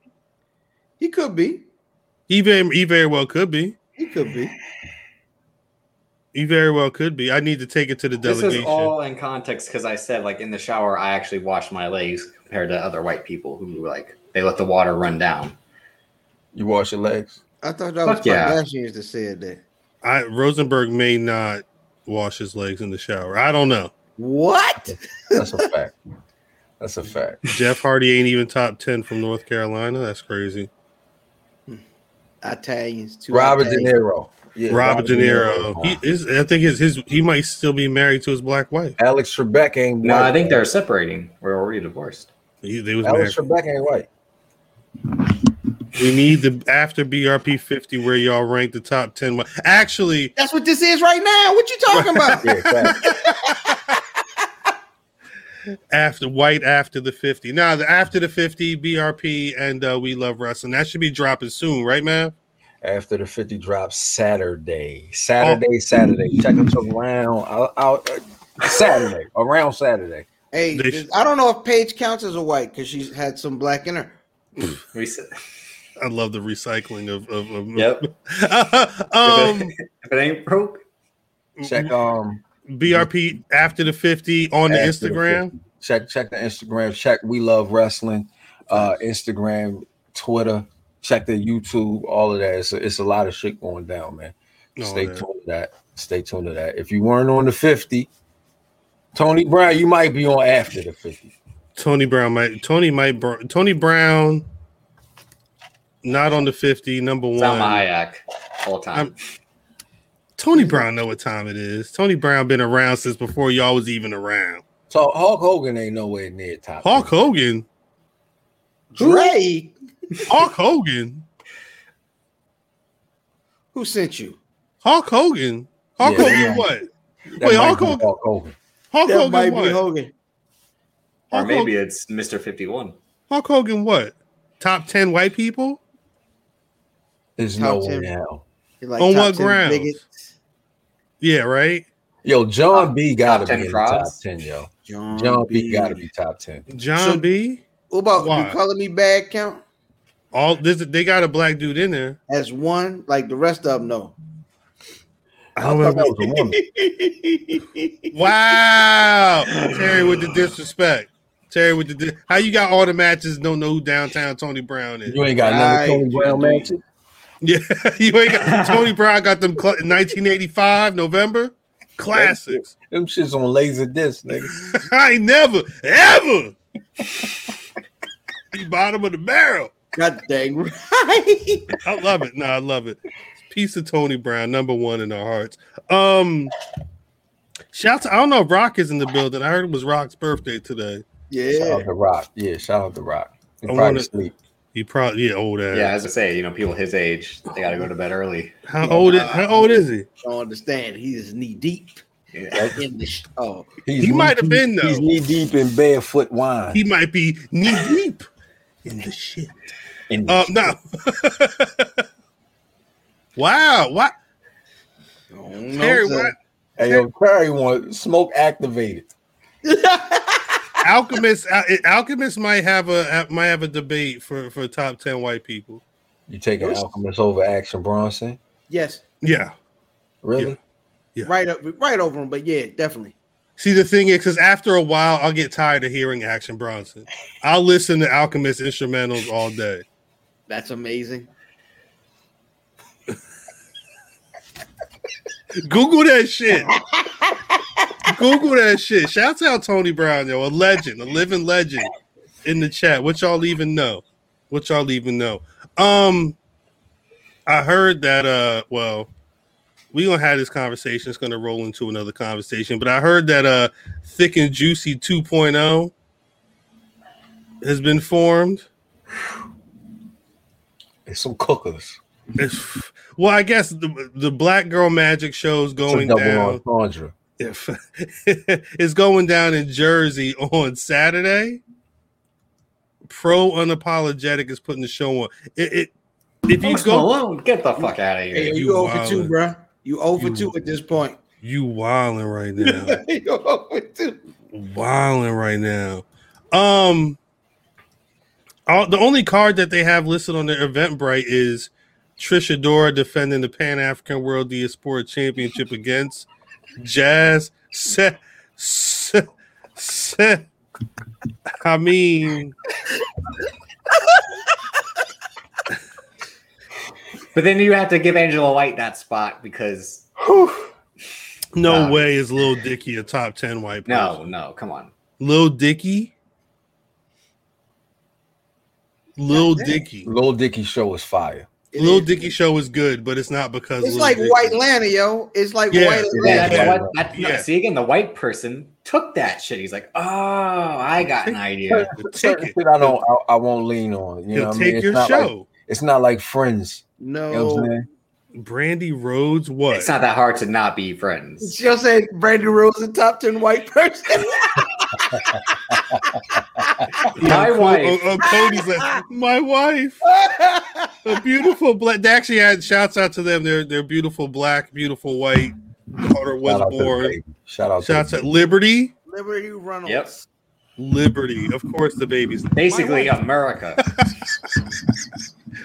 Speaker 3: He could be.
Speaker 1: He very, he very well could be.
Speaker 3: He could be.
Speaker 1: He very well could be. I need to take it to the
Speaker 4: This is
Speaker 1: delegation.
Speaker 4: all in context because I said, like, in the shower, I actually washed my legs compared to other white people who, like, they let the water run down.
Speaker 2: You wash your legs.
Speaker 3: I thought that
Speaker 4: Fuck
Speaker 3: was
Speaker 4: yeah.
Speaker 3: Kardashians that said that.
Speaker 1: I, Rosenberg may not wash his legs in the shower. I don't know.
Speaker 3: What?
Speaker 2: That's a fact. That's a fact.
Speaker 1: Jeff Hardy ain't even top ten from North Carolina. That's crazy.
Speaker 3: Italians too.
Speaker 2: Robert De Niro. Yeah,
Speaker 1: Robert De Niro. He is. I think his his he might still be married to his black wife.
Speaker 2: Alex Trebek ain't
Speaker 4: No,
Speaker 2: white.
Speaker 4: I think they're separating. We're already divorced.
Speaker 1: He, they was married.
Speaker 2: Alex Trebek ain't white.
Speaker 1: We need the after BRP fifty where y'all rank the top ten. wi- Actually,
Speaker 3: That's what this is right now. What you talking about?
Speaker 2: Yeah, fact.
Speaker 1: after white after the fifty. Now the after the fifty BRP and uh, we love wrestling. That should be dropping soon, right, man?
Speaker 2: After the 50 drops Saturday. Saturday,
Speaker 1: Oh.
Speaker 2: Saturday. Check us around out, out uh, Saturday. around Saturday.
Speaker 3: Hey,
Speaker 1: They
Speaker 3: this-
Speaker 1: sh-
Speaker 3: I don't know if Paige counts as a white because she's had some black in her.
Speaker 4: We said,
Speaker 1: I love the recycling of. of, of
Speaker 4: Yep.
Speaker 1: um,
Speaker 4: if it ain't broke,
Speaker 1: Mm-hmm.
Speaker 2: Check um
Speaker 1: BRP after the fifty on the
Speaker 2: After the
Speaker 1: Instagram.
Speaker 2: check check the Instagram. Check We Love Wrestling. Uh Instagram, Twitter, check the YouTube, all of that. It's a, it's a lot of shit going down, man.
Speaker 1: No,
Speaker 2: Stay
Speaker 1: man.
Speaker 2: tuned to that. Stay tuned to that. If you weren't on the 50, Tony Brown, you might be on after the 50.
Speaker 1: Tony Brown might. Tony might. br- Tony Brown. Not on the fifty. Number one.
Speaker 4: Salma Hayek, all time.
Speaker 1: I'm- Tony Brown know what time it is. Tony Brown been around since before y'all was even around.
Speaker 2: So Hulk Hogan ain't nowhere near top.
Speaker 1: Hulk Hogan.
Speaker 3: Dre,
Speaker 1: Hulk Hogan.
Speaker 3: who sent you?
Speaker 1: Hulk Hogan. Hulk
Speaker 2: Yeah,
Speaker 1: Hogan
Speaker 2: yeah.
Speaker 1: what?
Speaker 2: That
Speaker 1: Wait,
Speaker 2: might
Speaker 1: Hulk
Speaker 2: be
Speaker 1: Hogan-
Speaker 2: Hulk Hogan.
Speaker 1: Hulk
Speaker 3: that
Speaker 1: Hogan
Speaker 3: might
Speaker 1: what?
Speaker 3: be Hogan.
Speaker 4: or
Speaker 1: Hulk Hogan-
Speaker 4: maybe it's Mr. 51.
Speaker 1: Hulk Hogan what? Top ten white people?
Speaker 2: There's
Speaker 3: Top
Speaker 2: no way
Speaker 3: ten.
Speaker 2: now.
Speaker 3: He Like
Speaker 1: On
Speaker 3: top
Speaker 1: what
Speaker 3: 10
Speaker 1: grounds?
Speaker 3: bigots.
Speaker 1: Yeah, right.
Speaker 2: Yo, John B gotta
Speaker 4: top
Speaker 2: be
Speaker 4: 10
Speaker 2: in the
Speaker 4: frauds?
Speaker 2: top ten, yo.
Speaker 3: John,
Speaker 2: John B.
Speaker 3: B.
Speaker 2: gotta be top ten.
Speaker 1: John
Speaker 3: So-
Speaker 1: B.
Speaker 3: What about
Speaker 1: Why?
Speaker 3: do color me bad count
Speaker 1: All this they got a black dude in there.
Speaker 3: as one? Like the rest of them, no.
Speaker 2: I thought that was a woman.
Speaker 1: Wow, Terry with the disrespect. Terry with the dis- how you got all the matches? Don't know who downtown Tony Brown is.
Speaker 2: You ain't got none of
Speaker 3: Right.
Speaker 2: Tony Brown matches.
Speaker 1: Yeah, you ain't got Tony Brown got them cl- 1985 November classics.
Speaker 2: Them shits on laser disc, nigga.
Speaker 1: I ain't never ever be bottom of the barrel.
Speaker 3: God dang right.
Speaker 1: I love it. No, I love it. Piece of Tony Brown, number one in our hearts. Um, shout to I don't know if Rock is in the building. I heard it was Rock's birthday today.
Speaker 2: Shout
Speaker 3: Yeah.
Speaker 2: out to Rock. Yeah, shout out to Rock. He
Speaker 1: I
Speaker 2: probably
Speaker 1: wanna-
Speaker 2: sleep.
Speaker 1: He probably yeah old ass.
Speaker 4: Yeah, as I say, you know, people his age, they got to go to bed early.
Speaker 1: How old is how old is he?
Speaker 3: I don't understand. He is knee deep
Speaker 4: Yeah.
Speaker 3: in the sh- oh.
Speaker 2: He's
Speaker 1: He might have
Speaker 2: knee-
Speaker 1: been, though.
Speaker 2: He's knee deep in barefoot wine.
Speaker 1: He might be knee deep in the shit.
Speaker 2: And
Speaker 1: Uh, no. wow. What?
Speaker 3: I don't know,
Speaker 1: Terry,
Speaker 3: son.
Speaker 1: what?
Speaker 2: hey, yo, Curry want smoke activated.
Speaker 1: Alchemist, Al- Alchemist might have a might have a debate for for top ten white people.
Speaker 2: You taking Alchemist over Action Bronson?
Speaker 3: Yes,
Speaker 1: Yeah.
Speaker 2: Really?
Speaker 1: Yeah.
Speaker 3: right up, right over him. But yeah, definitely.
Speaker 1: See, the thing is, because after a while, I'll get tired of hearing Action Bronson. I'll listen to Alchemist instrumentals all day.
Speaker 3: That's amazing.
Speaker 1: Google that shit. Google that shit. Shout out Tony Brown, yo, a legend, a living legend in the chat. What y'all even know? What y'all even know? Um, I heard that uh well, we gonna have this conversation. It's gonna roll into another conversation, but I heard that uh Thick and Juicy 2.0 has been formed.
Speaker 2: It's some cookers.
Speaker 1: It's, well, I guess the the Black Girl Magic show is
Speaker 2: It's a
Speaker 1: going
Speaker 2: double
Speaker 1: down.
Speaker 2: entendre.
Speaker 1: if it's going down in Jersey on Saturday. Pro Unapologetic is putting the show on. It it, If you
Speaker 4: Post
Speaker 1: go,
Speaker 4: Malone, get the fuck out of here.
Speaker 3: Hey, you,
Speaker 1: you
Speaker 3: over two,
Speaker 1: wildin'.
Speaker 3: bro. You over
Speaker 1: You-
Speaker 3: two at this point.
Speaker 1: you wilding right now.
Speaker 3: you over two.
Speaker 1: wilding right now. Um, all, the only card that they have listed on their Eventbrite is Trisha Dora defending the Pan African World Diaspora Championship against Jazz. Se, se, se, I mean,
Speaker 4: But then you have to give Angela White that spot because
Speaker 1: no
Speaker 4: Nah.
Speaker 1: way is Lil Dicky a top ten white
Speaker 4: no, no, come on.
Speaker 1: Lil Dicky. Lil Dicky.
Speaker 2: Lil Dicky show was fire.
Speaker 3: It
Speaker 1: Lil
Speaker 3: is.
Speaker 1: Dicky show is good, but it's not because
Speaker 3: It's
Speaker 1: Lil
Speaker 3: like
Speaker 1: Dicky.
Speaker 3: White Lana, yo. It's like
Speaker 1: Yeah.
Speaker 3: White
Speaker 4: See,
Speaker 1: Yeah.
Speaker 3: Lana.
Speaker 4: that's
Speaker 1: Yeah.
Speaker 4: what- that's not-
Speaker 1: Yeah.
Speaker 4: see again, the white person took that shit. He's like, oh, I got an idea.
Speaker 1: The
Speaker 2: Certain
Speaker 1: ticket.
Speaker 2: shit I don't. I, I won't lean on. You know,
Speaker 1: He'll
Speaker 2: what I mean?
Speaker 1: take
Speaker 2: It's
Speaker 1: your
Speaker 2: not Like,
Speaker 1: show.
Speaker 2: it's not like Friends. You know what I'm
Speaker 3: No.
Speaker 2: saying?
Speaker 1: Brandy Rhodes, what?
Speaker 4: It's not that hard to not be friends.
Speaker 3: She'll say Brandon Rose, a top 10 white person.
Speaker 4: My
Speaker 1: Oh,
Speaker 4: wife,
Speaker 1: oh, oh, Cody's like, my wife, a beautiful black. They actually had shouts out to them. They're they're beautiful black, beautiful white. Daughter was
Speaker 2: Shout out to the
Speaker 1: born.
Speaker 2: baby. Shout out to
Speaker 1: Shouts
Speaker 2: the
Speaker 1: at Liberty,
Speaker 3: Liberty Reynolds.
Speaker 4: Yep.
Speaker 1: Liberty. Of course, the babies.
Speaker 4: basically America.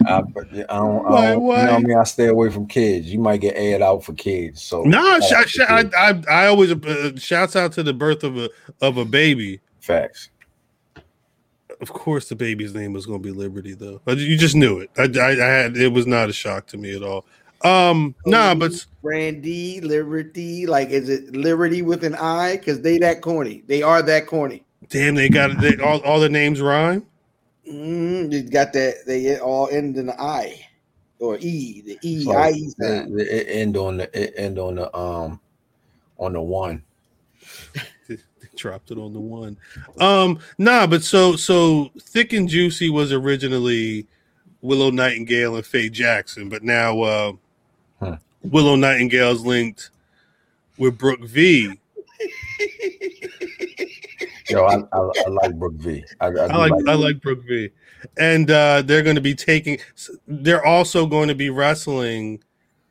Speaker 2: I, but yeah, I don't,
Speaker 1: Why,
Speaker 2: I don't,
Speaker 1: why?
Speaker 2: You know what I mean? I stay away from kids. You might get aired out for kids. So
Speaker 1: No,
Speaker 2: shout out
Speaker 1: sh-
Speaker 2: to
Speaker 1: sh- I,
Speaker 2: kids.
Speaker 1: I I always uh, shouts out to the birth of a of a baby.
Speaker 2: facts.
Speaker 1: Of course, the baby's name was going to be Liberty, though. But You just knew it. I, I, I had it was not a shock to me at all. Um, nah, but
Speaker 3: Brandy, Liberty, like is it Liberty with an I? Because they that corny. They are that corny.
Speaker 1: damn, they got they, all all the names rhyme.
Speaker 3: Mm, they got that. They all end in the I or E. The E I E
Speaker 2: So,
Speaker 3: sound.
Speaker 2: It, it end on the it end on the um on the one.
Speaker 1: dropped it on the one. Um, nah, but so so thick and juicy was originally Willow Nightingale and Faye Jackson, but now uh,
Speaker 2: Huh.
Speaker 1: Willow Nightingale's linked with Brooke V.
Speaker 2: Yo, I, I, I like Brooke V. I, I, do
Speaker 1: I like I like Brooke V, and uh, they're going to be taking. They're also going to be wrestling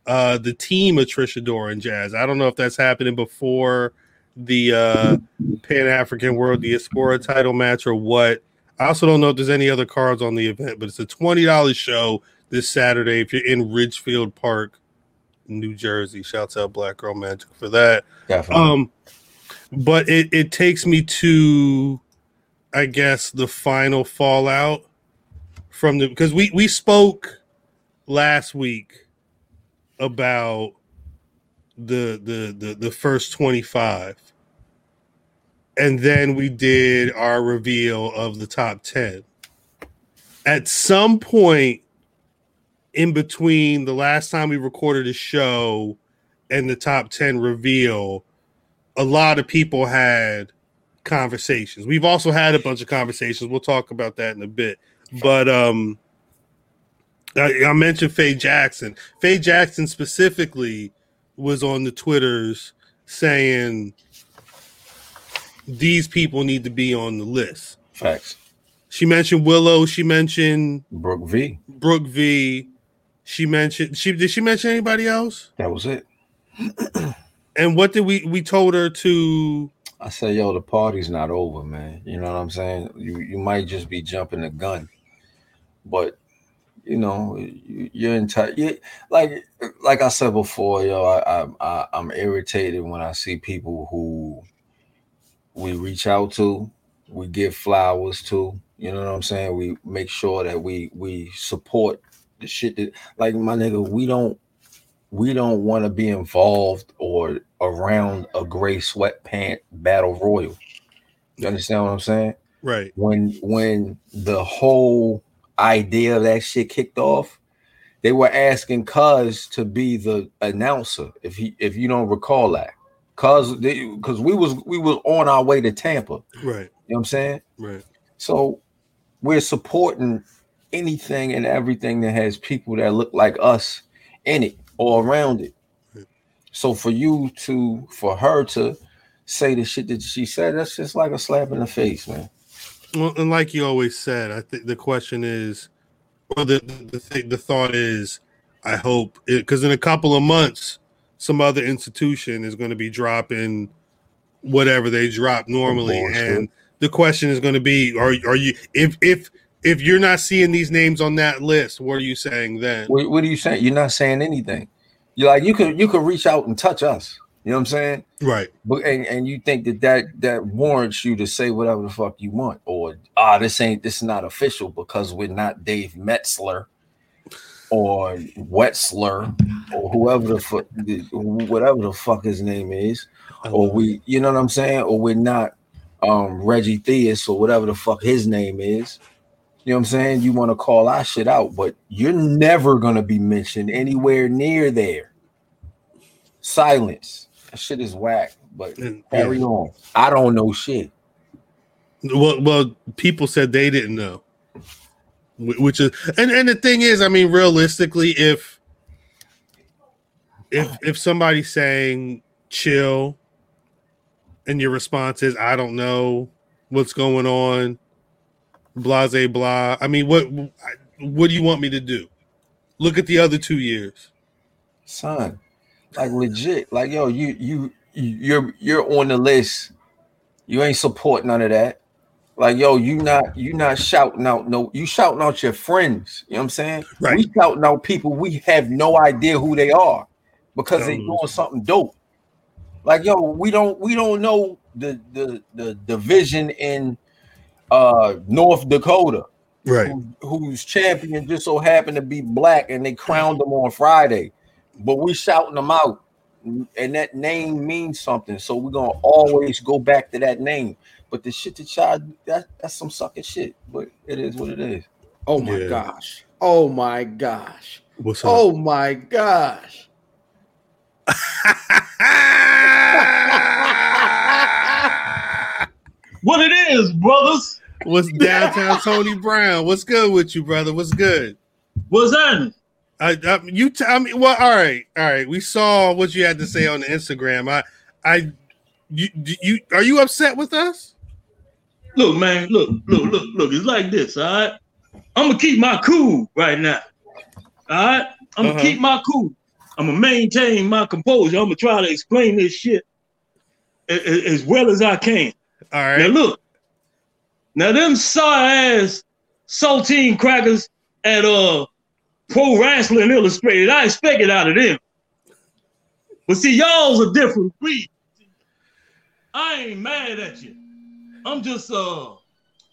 Speaker 1: uh, the team of Trisha Dora and Jazz. I don't know if that's happening before the uh, Pan African World Diaspora title match or what. I also don't know if there's any other cards on the event, but it's a twenty dollars show this Saturday if you're in Ridgefield Park, New Jersey. Shouts out Black Girl Magic for that.
Speaker 2: definitely.
Speaker 1: Um, but it it takes me to, I guess, the final fallout from the because we we spoke last week about the the the the first twenty five, and then we did our reveal of the top ten. At some point in between the last time we recorded a show and the top 10 reveal, a lot of people had conversations. We've also had a bunch of conversations. We'll talk about that in a bit. But um I, I mentioned Faye Jackson. Faye Jackson specifically was on the Twitters saying these people need to be on the list.
Speaker 2: facts.
Speaker 1: She mentioned Willow, she mentioned
Speaker 2: Brooke V.
Speaker 1: Brooke V. She mentioned she did she mention anybody else?
Speaker 2: That was it.
Speaker 1: And what did we we told her to
Speaker 2: I say, yo, the party's not over, man. You know what I'm saying? You you might just be jumping the gun, but you know you, you're entitled. You, like like I said before, yo, I, I, I I'm irritated when I see people who we reach out to, we give flowers to. You know what I'm saying? We make sure that we we support the shit that like my nigga. We don't we don't want to be involved or around a gray sweatpant battle royal. You understand what I'm saying?
Speaker 1: right?
Speaker 2: When when the whole idea of that shit kicked off, they were asking Cuz to be the announcer. If he if you don't recall that, Cuz because we was we was on our way to Tampa.
Speaker 1: Right,
Speaker 2: You know what I'm saying?
Speaker 1: right.
Speaker 2: So we're supporting anything and everything that has people that look like us in it or around it. So for you to, for her to say the shit that she said, that's just like a slap in the face, man.
Speaker 1: Well, and like you always said, I think the question is, Well, the the thing, the thought is, I hope because in a couple of months, some other institution is going to be dropping whatever they drop normally,
Speaker 2: Bullshit.
Speaker 1: and the question is going to be: Are are you if if if you're not seeing these names on that list, what are you saying then?
Speaker 2: What, what are you saying? You're not saying anything. You're like you could you could reach out and touch us. You know what I'm saying?
Speaker 1: Right.
Speaker 2: But and, and you think that, that that warrants you to say whatever the fuck you want, or ah, this ain't this is not official because we're not Dave Metzler or Wetzler or whoever the fuck whatever the fuck his name is, or we you know what I'm saying, or we're not um Reggie Theus or whatever the fuck his name is. You know what I'm saying? You want to call our shit out, but you're never gonna be mentioned anywhere near there. Silence. That shit is whack, but
Speaker 1: And-
Speaker 2: carry on. I don't know shit.
Speaker 1: Well, well, people said they didn't know, Wh- which is and and the thing is, I mean, realistically, if if if somebody's saying chill, and your response is I don't know what's going on, blase blah. I mean, what what do you want me to do? Look at the other two years.
Speaker 2: Son, like legit. Like, yo, you you you're you're on the list. You ain't support none of that. Like, yo, you not you not shouting out no you shouting out your friends. You know what I'm saying?
Speaker 1: Right.
Speaker 2: We shouting out people we have no idea who they are because they
Speaker 1: Totally.
Speaker 2: doing something dope. Like, yo, we don't we don't know the the the division in uh North Dakota
Speaker 1: Right.
Speaker 2: who- whose champion just so happened to be black and they crowned them on Friday. But we shouting them out, and that name means something. So we're gonna always go back to that name. But the shit that y'all that, that's some sucking shit. But it is what it is.
Speaker 3: Oh my
Speaker 1: Yeah.
Speaker 3: gosh. Oh my gosh.
Speaker 1: What's up?
Speaker 3: Oh my gosh.
Speaker 5: What it is, brothers?
Speaker 1: What's downtown Tony Brown? What's good with you, brother? What's good?
Speaker 5: What's happening?
Speaker 1: I, I you t- I mean, well, all right, all right. We saw what you had to say on the Instagram. I, I, you, do you are you upset with us?
Speaker 5: Look, man, look, look, look, look. It's like this, all right? I'm gonna keep my cool right now. All right? I'm gonna
Speaker 1: Uh-huh.
Speaker 5: keep my cool. I'm gonna maintain my composure. I'm gonna try to explain this shit a- a- as well as I can.
Speaker 1: All
Speaker 5: Now
Speaker 1: right,
Speaker 5: look, now them sour ass saltine crackers at uh Pro Wrestling Illustrated, I expect it out of them. But see, y'all's a different breed. I ain't mad at you. I'm just uh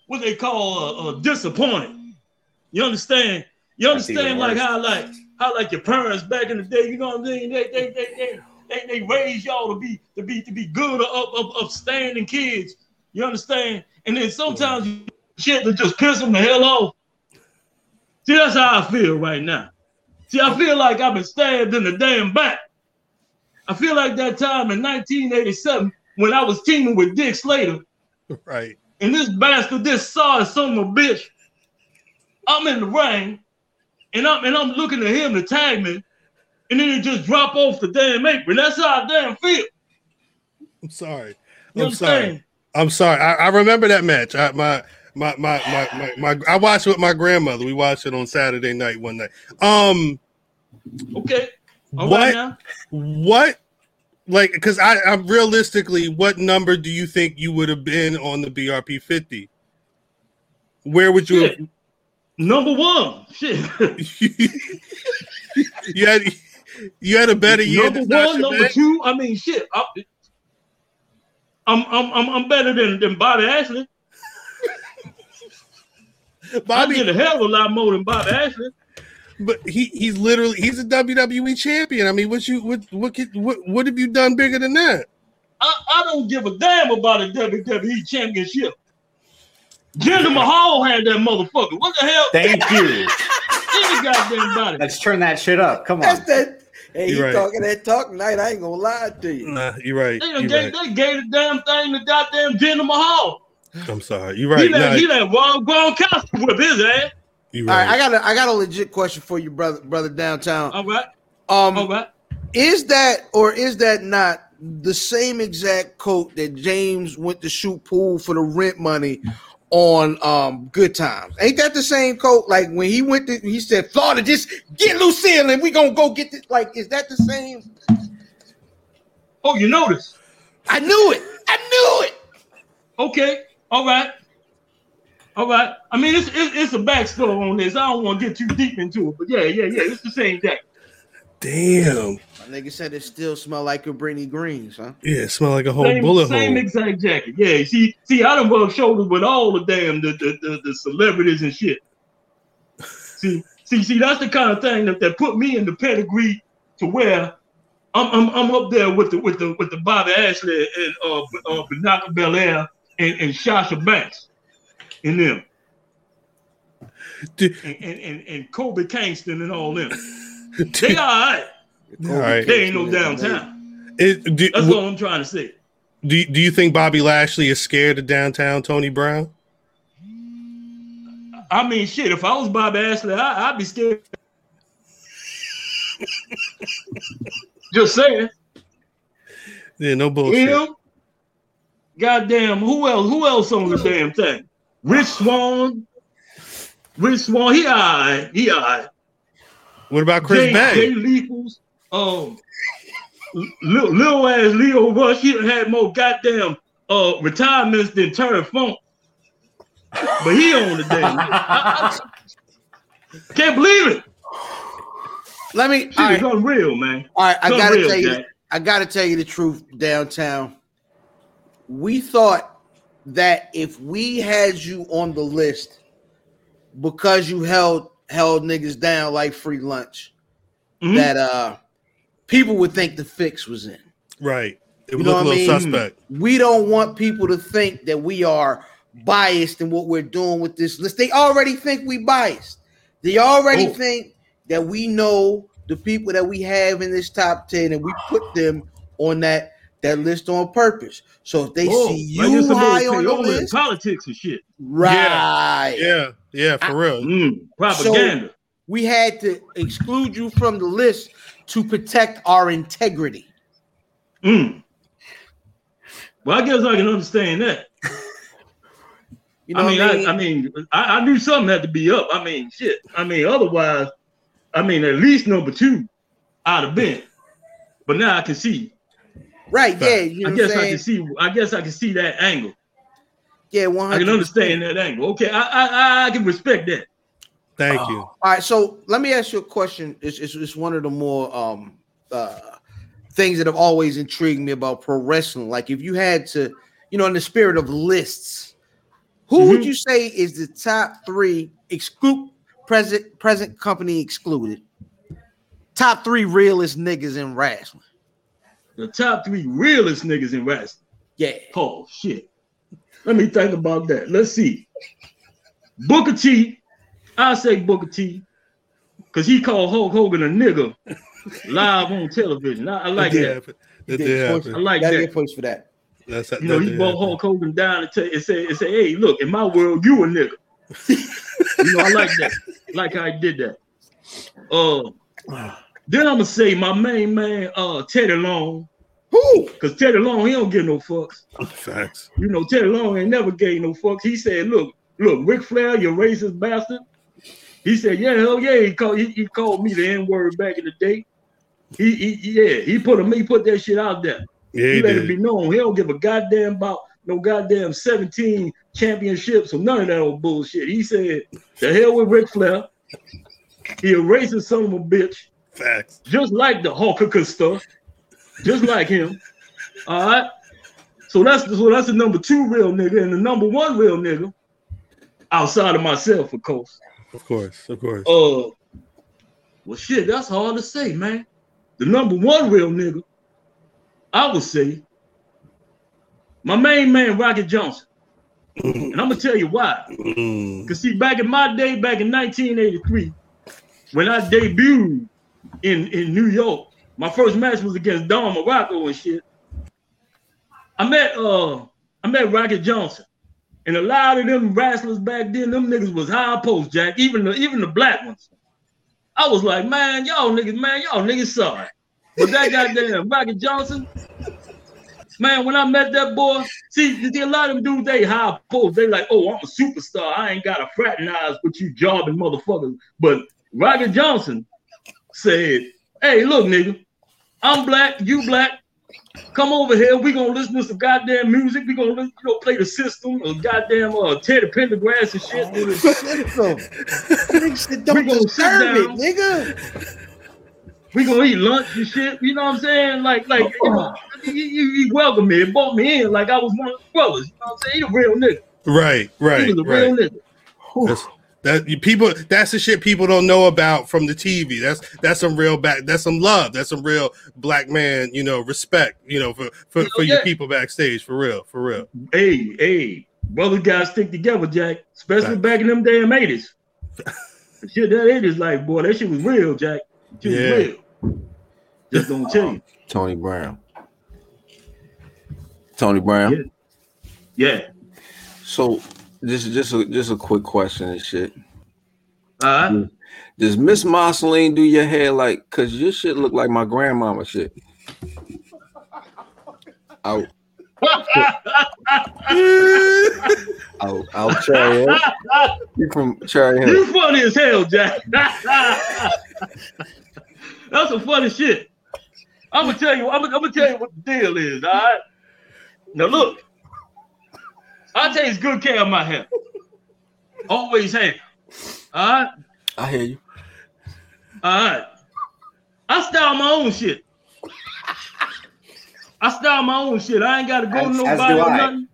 Speaker 5: what they call uh, uh disappointed. You understand? You
Speaker 4: That's even
Speaker 5: understand like
Speaker 4: worse.
Speaker 5: how like how like your parents back in the day, you know what I'm saying? They they they they they, they raised y'all to be to be to be good or up, up upstanding kids. You understand? And then sometimes you shit to just piss them the hell off. See, that's how I feel right now. See, I feel like I've been stabbed in the damn back. I feel like that time in 1987 when I was teaming with Dick Slater
Speaker 1: right.
Speaker 5: and this bastard, this sorry son of a bitch, I'm in the ring, and I'm and I'm looking at him to tag me, and then he just drop off the damn apron. That's how I damn feel.
Speaker 1: I'm sorry.
Speaker 5: You
Speaker 1: I'm
Speaker 5: know what I'm saying?
Speaker 1: sorry. I'm sorry. I, I remember that match. I, my, my, my, my, my, my. I watched it with my grandmother. We watched it on Saturday night one night. Um,
Speaker 5: Okay. All right
Speaker 1: What?
Speaker 5: now.
Speaker 1: what, like, because I, I'm realistically, what number do you think you would have been on the BRP fifty? Where would you? have
Speaker 5: Shit. Number one. Shit.
Speaker 1: you had you had a better year.
Speaker 5: number
Speaker 1: than Sasha
Speaker 5: one, number
Speaker 1: Banks?
Speaker 5: two. I mean, shit. I, I'm, I'm, I'm, I'm better than, than Bobby Ashley. I
Speaker 1: Bobby,
Speaker 5: did a hell of a lot more than Bobby Ashley.
Speaker 1: but he he's literally he's a WWE champion. I mean, what you what what could- what, what have you done bigger than that?
Speaker 5: I, I don't give a damn about a WWE championship. Jinder Mahal had that motherfucker. What the hell?
Speaker 4: Thank you.
Speaker 5: Any goddamn body.
Speaker 4: Let's turn that shit up. Come
Speaker 3: That's
Speaker 4: on.
Speaker 3: that. Hey,
Speaker 1: You
Speaker 3: you
Speaker 1: right. Mm,
Speaker 3: talking that talk tonight? I ain't gonna lie to you.
Speaker 1: Nah, you're right.
Speaker 5: They, done
Speaker 1: You're
Speaker 5: gave,
Speaker 1: right.
Speaker 5: they gave the damn thing to goddamn Jinder Mahal.
Speaker 1: I'm sorry. You're right.
Speaker 5: he let
Speaker 1: Nah,
Speaker 5: he let Ron Gronkowski whip his ass.
Speaker 1: you're
Speaker 3: All right, I
Speaker 1: right.
Speaker 3: got a I got a legit question for you, brother, brother downtown.
Speaker 5: All right,
Speaker 3: Um,
Speaker 5: all right.
Speaker 3: is that or is that not the same exact coat that James went to shoot pool for the rent money on um Good Times. Ain't that the same coach? Like when he went to he said, Florida, just get Lucille and we gonna go get this. Like, is that the same?
Speaker 5: Oh, you notice?
Speaker 3: I knew it. I knew it.
Speaker 5: Okay, all right, all right. I mean, it's it's, it's a backstory on this. I don't want to get too deep into it, but yeah, yeah, yeah. It's the same thing.
Speaker 1: Damn.
Speaker 3: My nigga said it still smell like a Brittany Greens, huh?
Speaker 1: Yeah, it smell like a whole
Speaker 5: same,
Speaker 1: bullet
Speaker 5: same
Speaker 1: hole.
Speaker 5: exact jacket. Yeah, see, see, I done rubbed shoulders with all the damn the the, the, the celebrities and shit. See, see, see, that's the kind of thing that, that put me in the pedigree to where I'm, I'm I'm up there with the with the with the Bobby Ashley and uh, uh Bianca Belair and, and Shasha Banks and them.
Speaker 1: Dude.
Speaker 5: And, and, and, and Kobe Kingston and all them. They all right.
Speaker 1: All right.
Speaker 5: They ain't no downtown.
Speaker 1: It- do,
Speaker 5: That's
Speaker 1: w-
Speaker 5: all I'm trying to say.
Speaker 1: do, do you think Bobby Lashley is scared of downtown Tony Brown?
Speaker 5: I mean, shit, if I was Bob Ashley, I, I'd be scared. Just saying.
Speaker 1: Yeah, no bullshit.
Speaker 5: Him. Goddamn, who else? Who else on the damn thing? Rich Swan. Rich Swan, he all right. He all right.
Speaker 1: What about Chris
Speaker 5: Jay,
Speaker 1: Bay?
Speaker 5: Jay Lethals, um, little, little ass Leo Rush, he done had more goddamn uh, retirements than Terry Funk. But he on the damn. I- I- Can't believe it.
Speaker 3: Let me
Speaker 5: Shit
Speaker 3: all
Speaker 5: is
Speaker 3: right,
Speaker 5: unreal, man.
Speaker 3: all right, I
Speaker 5: It's
Speaker 3: gotta
Speaker 5: unreal,
Speaker 3: tell you
Speaker 5: Jack.
Speaker 3: I gotta tell you the truth, downtown. We thought that if we had you on the list because you held held niggas down like free lunch,
Speaker 5: Mhm.
Speaker 3: that uh people would think the fix was in.
Speaker 1: Right. It
Speaker 3: You
Speaker 1: would
Speaker 3: know
Speaker 1: look a
Speaker 3: what I
Speaker 1: little
Speaker 3: mean?
Speaker 1: suspect.
Speaker 3: We don't want people to think that we are biased in what we're doing with this list. They already think we biased. They already
Speaker 1: Oh.
Speaker 3: think that we know the people that we have in this top 10 and we put them on that that list on purpose. So if they
Speaker 5: Whoa,
Speaker 3: see
Speaker 5: like
Speaker 3: you
Speaker 5: it's a little
Speaker 3: high on the
Speaker 5: payola in
Speaker 3: list,
Speaker 5: politics and shit.
Speaker 3: right.
Speaker 1: Yeah, yeah, for real.
Speaker 5: Mm, propaganda.
Speaker 3: We had to exclude you from the list to protect our integrity.
Speaker 5: Mm. Well, I guess I can understand that.
Speaker 3: You know
Speaker 5: I mean,
Speaker 3: what I mean?
Speaker 5: I, I mean, I, I knew something had to be up. I mean, shit. I mean, otherwise, I mean, at least number two, I'd have been. But now I can see.
Speaker 3: right, yeah, you know what
Speaker 5: I
Speaker 3: I'm
Speaker 5: guess I
Speaker 3: saying?
Speaker 5: can see. I guess I can see that angle.
Speaker 3: yeah, 100
Speaker 5: I can understand that angle. Okay, I I, I- I can respect that.
Speaker 1: Thank you.
Speaker 3: All right, so let me ask you a question. It's, it's, it's one of the more um, uh, things that have always intrigued me about pro wrestling. Like, if you had to, you know, in the spirit of lists, who would
Speaker 1: Mm-hmm.
Speaker 5: Mhm.
Speaker 3: you say is the top three exclude present present company excluded? Top three realest niggas in wrestling.
Speaker 5: The top three realest niggas in wrestling.
Speaker 3: Yeah,
Speaker 5: Oh shit. Let me think about that. Let's see. Booker T. I say Booker T. Cause he called Hulk Hogan a nigga live on television. I, I like
Speaker 1: did
Speaker 5: that.
Speaker 1: happen. That did
Speaker 5: I
Speaker 1: happen.
Speaker 5: like
Speaker 3: gotta
Speaker 5: that.
Speaker 3: get points for that.
Speaker 1: That's that.
Speaker 5: You know,
Speaker 1: that
Speaker 5: he
Speaker 1: did
Speaker 5: brought Hulk Hogan down and, tell, and say, and say, "Hey, look, in my world, you a nigga." you know, I like that. Like how he did that. Uh, then I'm gonna say my main man, uh, Teddy Long,
Speaker 3: Who?
Speaker 5: cause Teddy Long, he don't give no fucks.
Speaker 1: happen. Facts.
Speaker 5: You know, Teddy Long ain't never gave no fucks. He said, "Look, look, Ric Flair, you racist bastard." He said, "Yeah, hell yeah." He called he, he called me the N word back in the day. He, he yeah, he put him he put that shit out there.
Speaker 1: Yeah,
Speaker 5: He,
Speaker 1: he
Speaker 5: let it be
Speaker 1: did.
Speaker 5: known he don't give a goddamn about no goddamn seventeen championships or none of that old bullshit. He said, "The hell with Ric Flair." He a racist son of a bitch
Speaker 1: Facts.
Speaker 5: just like the Hawker stuff, just like him. All right. So that's so that's the number two real nigga, and the number one real nigga, outside of myself, of course.
Speaker 1: Of course, of course.
Speaker 5: Uh, well, shit, that's hard to say, man. The number one real nigga, I would say, my main man, Rocket Johnson. And I'm gonna tell you why.
Speaker 1: Mm.
Speaker 5: Cause see, back in my day, back in 1983, when I debuted in in New York, my first match was against Don Morocco and shit. I met uh I met Rocket Johnson, and a lot of them wrestlers back then, them niggas was high post jack, even the even the black ones. I was like, man, y'all niggas, man, y'all niggas sorry. But that goddamn Rocket Johnson, man, when I met that boy, See, see, a lot of them dudes, they high post. They like, oh, I'm a superstar. I ain't got to fraternize with you jobbing motherfuckers. But Roger Johnson said, hey, look, nigga, I'm black, you black. Come over here. We gonna listen to some goddamn music. We gonna you know play the system or goddamn uh, Teddy Pendergrass and shit.
Speaker 3: System. Nigga, shit
Speaker 5: We
Speaker 3: don't
Speaker 5: gonna sit
Speaker 3: deserve it,
Speaker 5: down.
Speaker 3: nigga.
Speaker 5: We gonna eat lunch and shit. You know what I'm saying? Like, like you, know, he, he- he welcomed me and brought me in like I was one of the brothers. You know what I'm saying? He a real nigga.
Speaker 1: Right,
Speaker 5: He
Speaker 1: right,
Speaker 5: was a
Speaker 1: right.
Speaker 5: real nigga.
Speaker 1: That's, that you people that's the shit people don't know about from the TV. That's that's some real back that's some love. That's some real black man, you know, respect, you know, for for, for your
Speaker 5: yeah.
Speaker 1: people backstage for real, for real.
Speaker 5: Hey, hey, brothers gotta stick together, Jack. Especially back in them damn eighties. shit, that eighties like boy, that shit was real, Jack. Shit
Speaker 1: Yeah.
Speaker 5: was real. Just gonna tell you.
Speaker 2: Tony Brown. Tony Brown.
Speaker 5: Yeah. Yeah.
Speaker 2: So just just a, just a quick question and shit.
Speaker 5: All right.
Speaker 2: Does Miss Marceline do your hair like? Cause your shit look like my grandmama shit. I'll, I'll, I'll Cherry Hill. You from Cherry Hill?
Speaker 5: You funny as hell, Jack. That's some funny shit. I'm gonna tell you. I'm gonna, I'm gonna tell you what the deal is. All right. Now look, I take good care of my hair. Always have. All right.
Speaker 2: I hear you.
Speaker 5: All right. I style my own shit. I style my own shit. I ain't gotta go to
Speaker 4: As- as
Speaker 5: nobody
Speaker 4: do
Speaker 5: or
Speaker 4: I.
Speaker 5: nothing.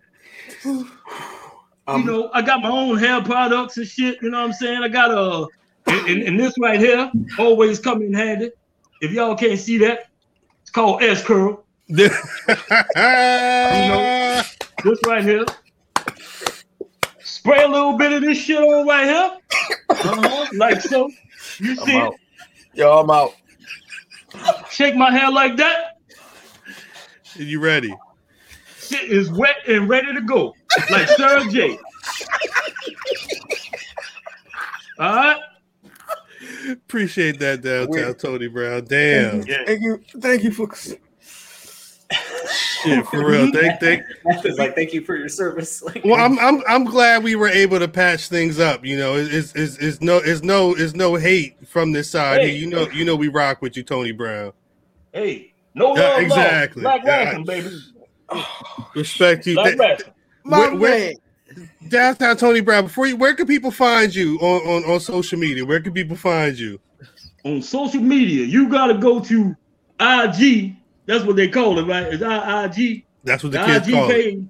Speaker 2: Um,
Speaker 5: you know, I got my own hair products and shit. You know what I'm saying? I got a and, and- and this right here always come in handy. If y'all can't see that, it's called S curl. This right here. Spray a little bit of this shit on right here, uh-huh, like so. You see
Speaker 2: I'm
Speaker 5: it?
Speaker 2: out. Yo, I'm out.
Speaker 5: Shake my hair like that.
Speaker 1: you ready?
Speaker 5: Shit is wet and ready to go, like Sarah J. All right.
Speaker 1: Appreciate that downtown
Speaker 2: Wait.
Speaker 1: Tony Brown. Damn.
Speaker 2: Thank you. Thank you for.
Speaker 1: Shit, for real. Thank thank
Speaker 4: It's like, thank you for your service. Like,
Speaker 1: Well, I'm I'm I'm glad we were able to patch things up. You know, it's it's, it's no it's no it's no hate from this side.
Speaker 5: Hey.
Speaker 1: You know you know we rock with you, Tony Brown.
Speaker 5: Hey, no
Speaker 1: Yeah,
Speaker 5: love
Speaker 1: exactly.
Speaker 5: lost.
Speaker 1: Yeah,
Speaker 5: Black Ransom, baby.
Speaker 1: Respect you.
Speaker 5: Black
Speaker 1: Th-
Speaker 5: Ransom.
Speaker 3: My
Speaker 1: Where- where-
Speaker 3: man.
Speaker 1: Downtown Tony Brown. Before you, where can people find you on, on on social media? Where can people find you?
Speaker 5: On social media, you gotta go to IG. That's what they call it, right? It's I- IG.
Speaker 1: That's what the
Speaker 5: The
Speaker 1: kids
Speaker 5: IG
Speaker 1: call it.
Speaker 5: page. Ah,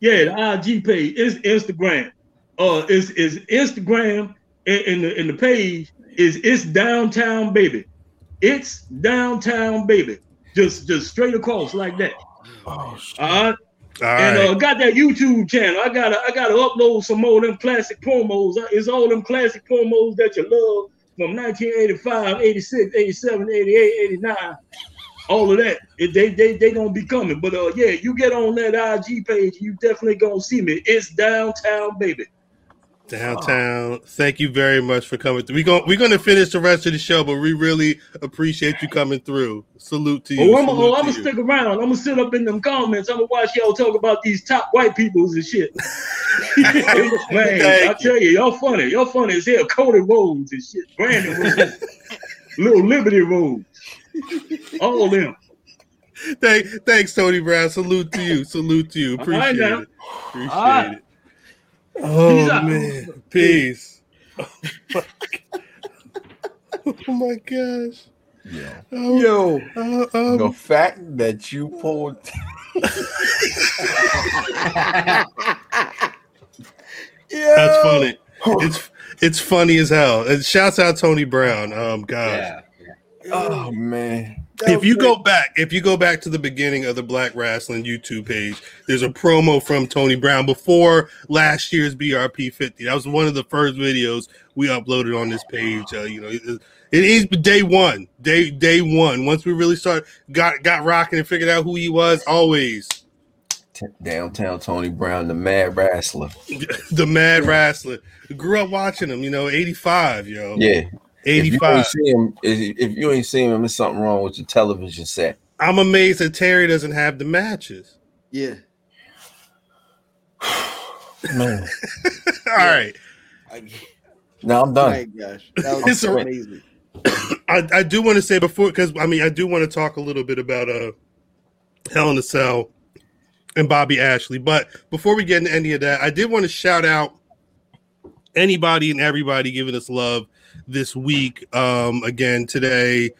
Speaker 5: Yeah, ah, the IG page is Instagram. Uh, is is Instagram and, and the and the page is it's downtown baby. It's downtown baby. Just just straight across like that. Ah,
Speaker 2: Oh, shit.
Speaker 5: All right.
Speaker 1: All
Speaker 5: and
Speaker 1: right.
Speaker 5: uh, got that YouTube channel. I gotta I gotta upload some more of them classic promos. Uh, It's all them classic promos that you love from 1985, 86, 87, 88, 89. All of that. It, they they they gonna be coming. But uh yeah, you get on that IG page, you definitely gonna see me. It's downtown baby.
Speaker 1: Downtown. Thank you very much for coming through. We going we're gonna finish the rest of the show, but we really appreciate you coming through. Salute to you.
Speaker 5: Oh, I'm,
Speaker 1: Salute
Speaker 5: oh, I'm
Speaker 1: to
Speaker 5: gonna
Speaker 1: you.
Speaker 5: stick around. I'm gonna sit up in them comments. I'm gonna watch y'all talk about these top white peoples and shit. Man, I
Speaker 1: Thank
Speaker 5: tell you, y'all funny. Y'all funny as hell. Cody Rhodes and shit. Brandon Rhodes, Little Liberty Rhodes, all them.
Speaker 1: Thank, thanks, Tony Brown. Salute to you. Salute to you.
Speaker 5: All right,
Speaker 1: Appreciate
Speaker 5: now.
Speaker 1: it. Appreciate
Speaker 5: All right.
Speaker 1: it. Oh
Speaker 5: Peace out.
Speaker 1: man, peace. Oh my gosh.
Speaker 2: Yeah.
Speaker 1: Oh,
Speaker 2: Yo,
Speaker 1: oh, oh.
Speaker 2: the fact that you pulled. Yo.
Speaker 1: That's funny. It's it's funny as hell. And shouts out Tony Brown. Um, gosh.
Speaker 4: yeah.
Speaker 2: Oh man.
Speaker 1: if you go back, if you go back to the beginning of the Black Wrestling YouTube page, there's a promo from Tony Brown before last year's BRP 50. That was one of the first videos we uploaded on this page. Uh, you know, it, it is day one, day day one. Once we really start got got rocking and figured out who he was, always
Speaker 2: T- downtown Tony Brown, the Mad Wrestler.
Speaker 1: the Mad Wrestler. Grew up watching him. You know, 85, yo,
Speaker 2: Yeah. If you
Speaker 1: 85.
Speaker 2: ain't seen him, if if you ain't seen him, there's something wrong with your television set.
Speaker 1: I'm amazed that Terry doesn't have the matches.
Speaker 3: Yeah.
Speaker 2: Man.
Speaker 1: All right.
Speaker 3: I,
Speaker 2: Now I'm done.
Speaker 3: my gosh, that was
Speaker 1: It's a-
Speaker 3: amazing.
Speaker 1: I, I do want to say before because I mean I do want to talk a little bit about uh Hell in a Cell and Bobby Ashley, but before we get into any of that, I did want to shout out anybody and everybody giving us love this week. Um, again today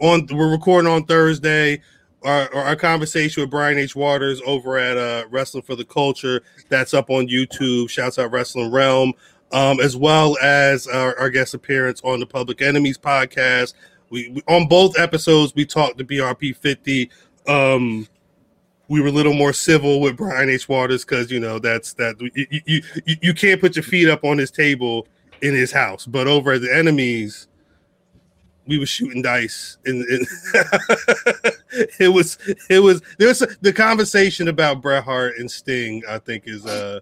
Speaker 1: on we're recording on Thursday. Our, our our conversation with Brian H. Waters over at uh, Wrestling for the Culture that's up on YouTube. Shouts out Wrestling Realm, um, as well as our, our guest appearance on the Public Enemies podcast. We, we- on both episodes we talked to BRP fifty. Um, we were a little more civil with Brian H. Waters because you know that's that you, you you you can't put your feet up on his table in his house. But over at the enemies, we were shooting dice, and, and it was it was there's the conversation about Bret Hart and Sting. I think is uh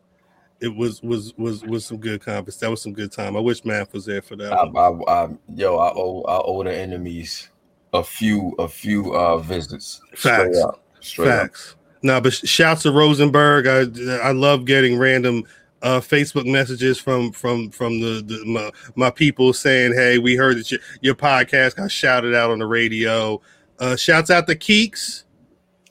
Speaker 1: it was was was was some good conference. That was some good time. I wish Math was there for that.
Speaker 2: I,
Speaker 1: one.
Speaker 2: I, I, yo, I owe I owe the enemies a few a few uh visits.
Speaker 1: Facts.
Speaker 2: Straight up. Straight up.
Speaker 1: Facts. No, but sh- shouts to Rosenberg. I I love getting random uh, Facebook messages from from from the, the my, my people saying, "Hey, we heard that your, your podcast got shouted out on the radio." Uh, shouts out to Keeks.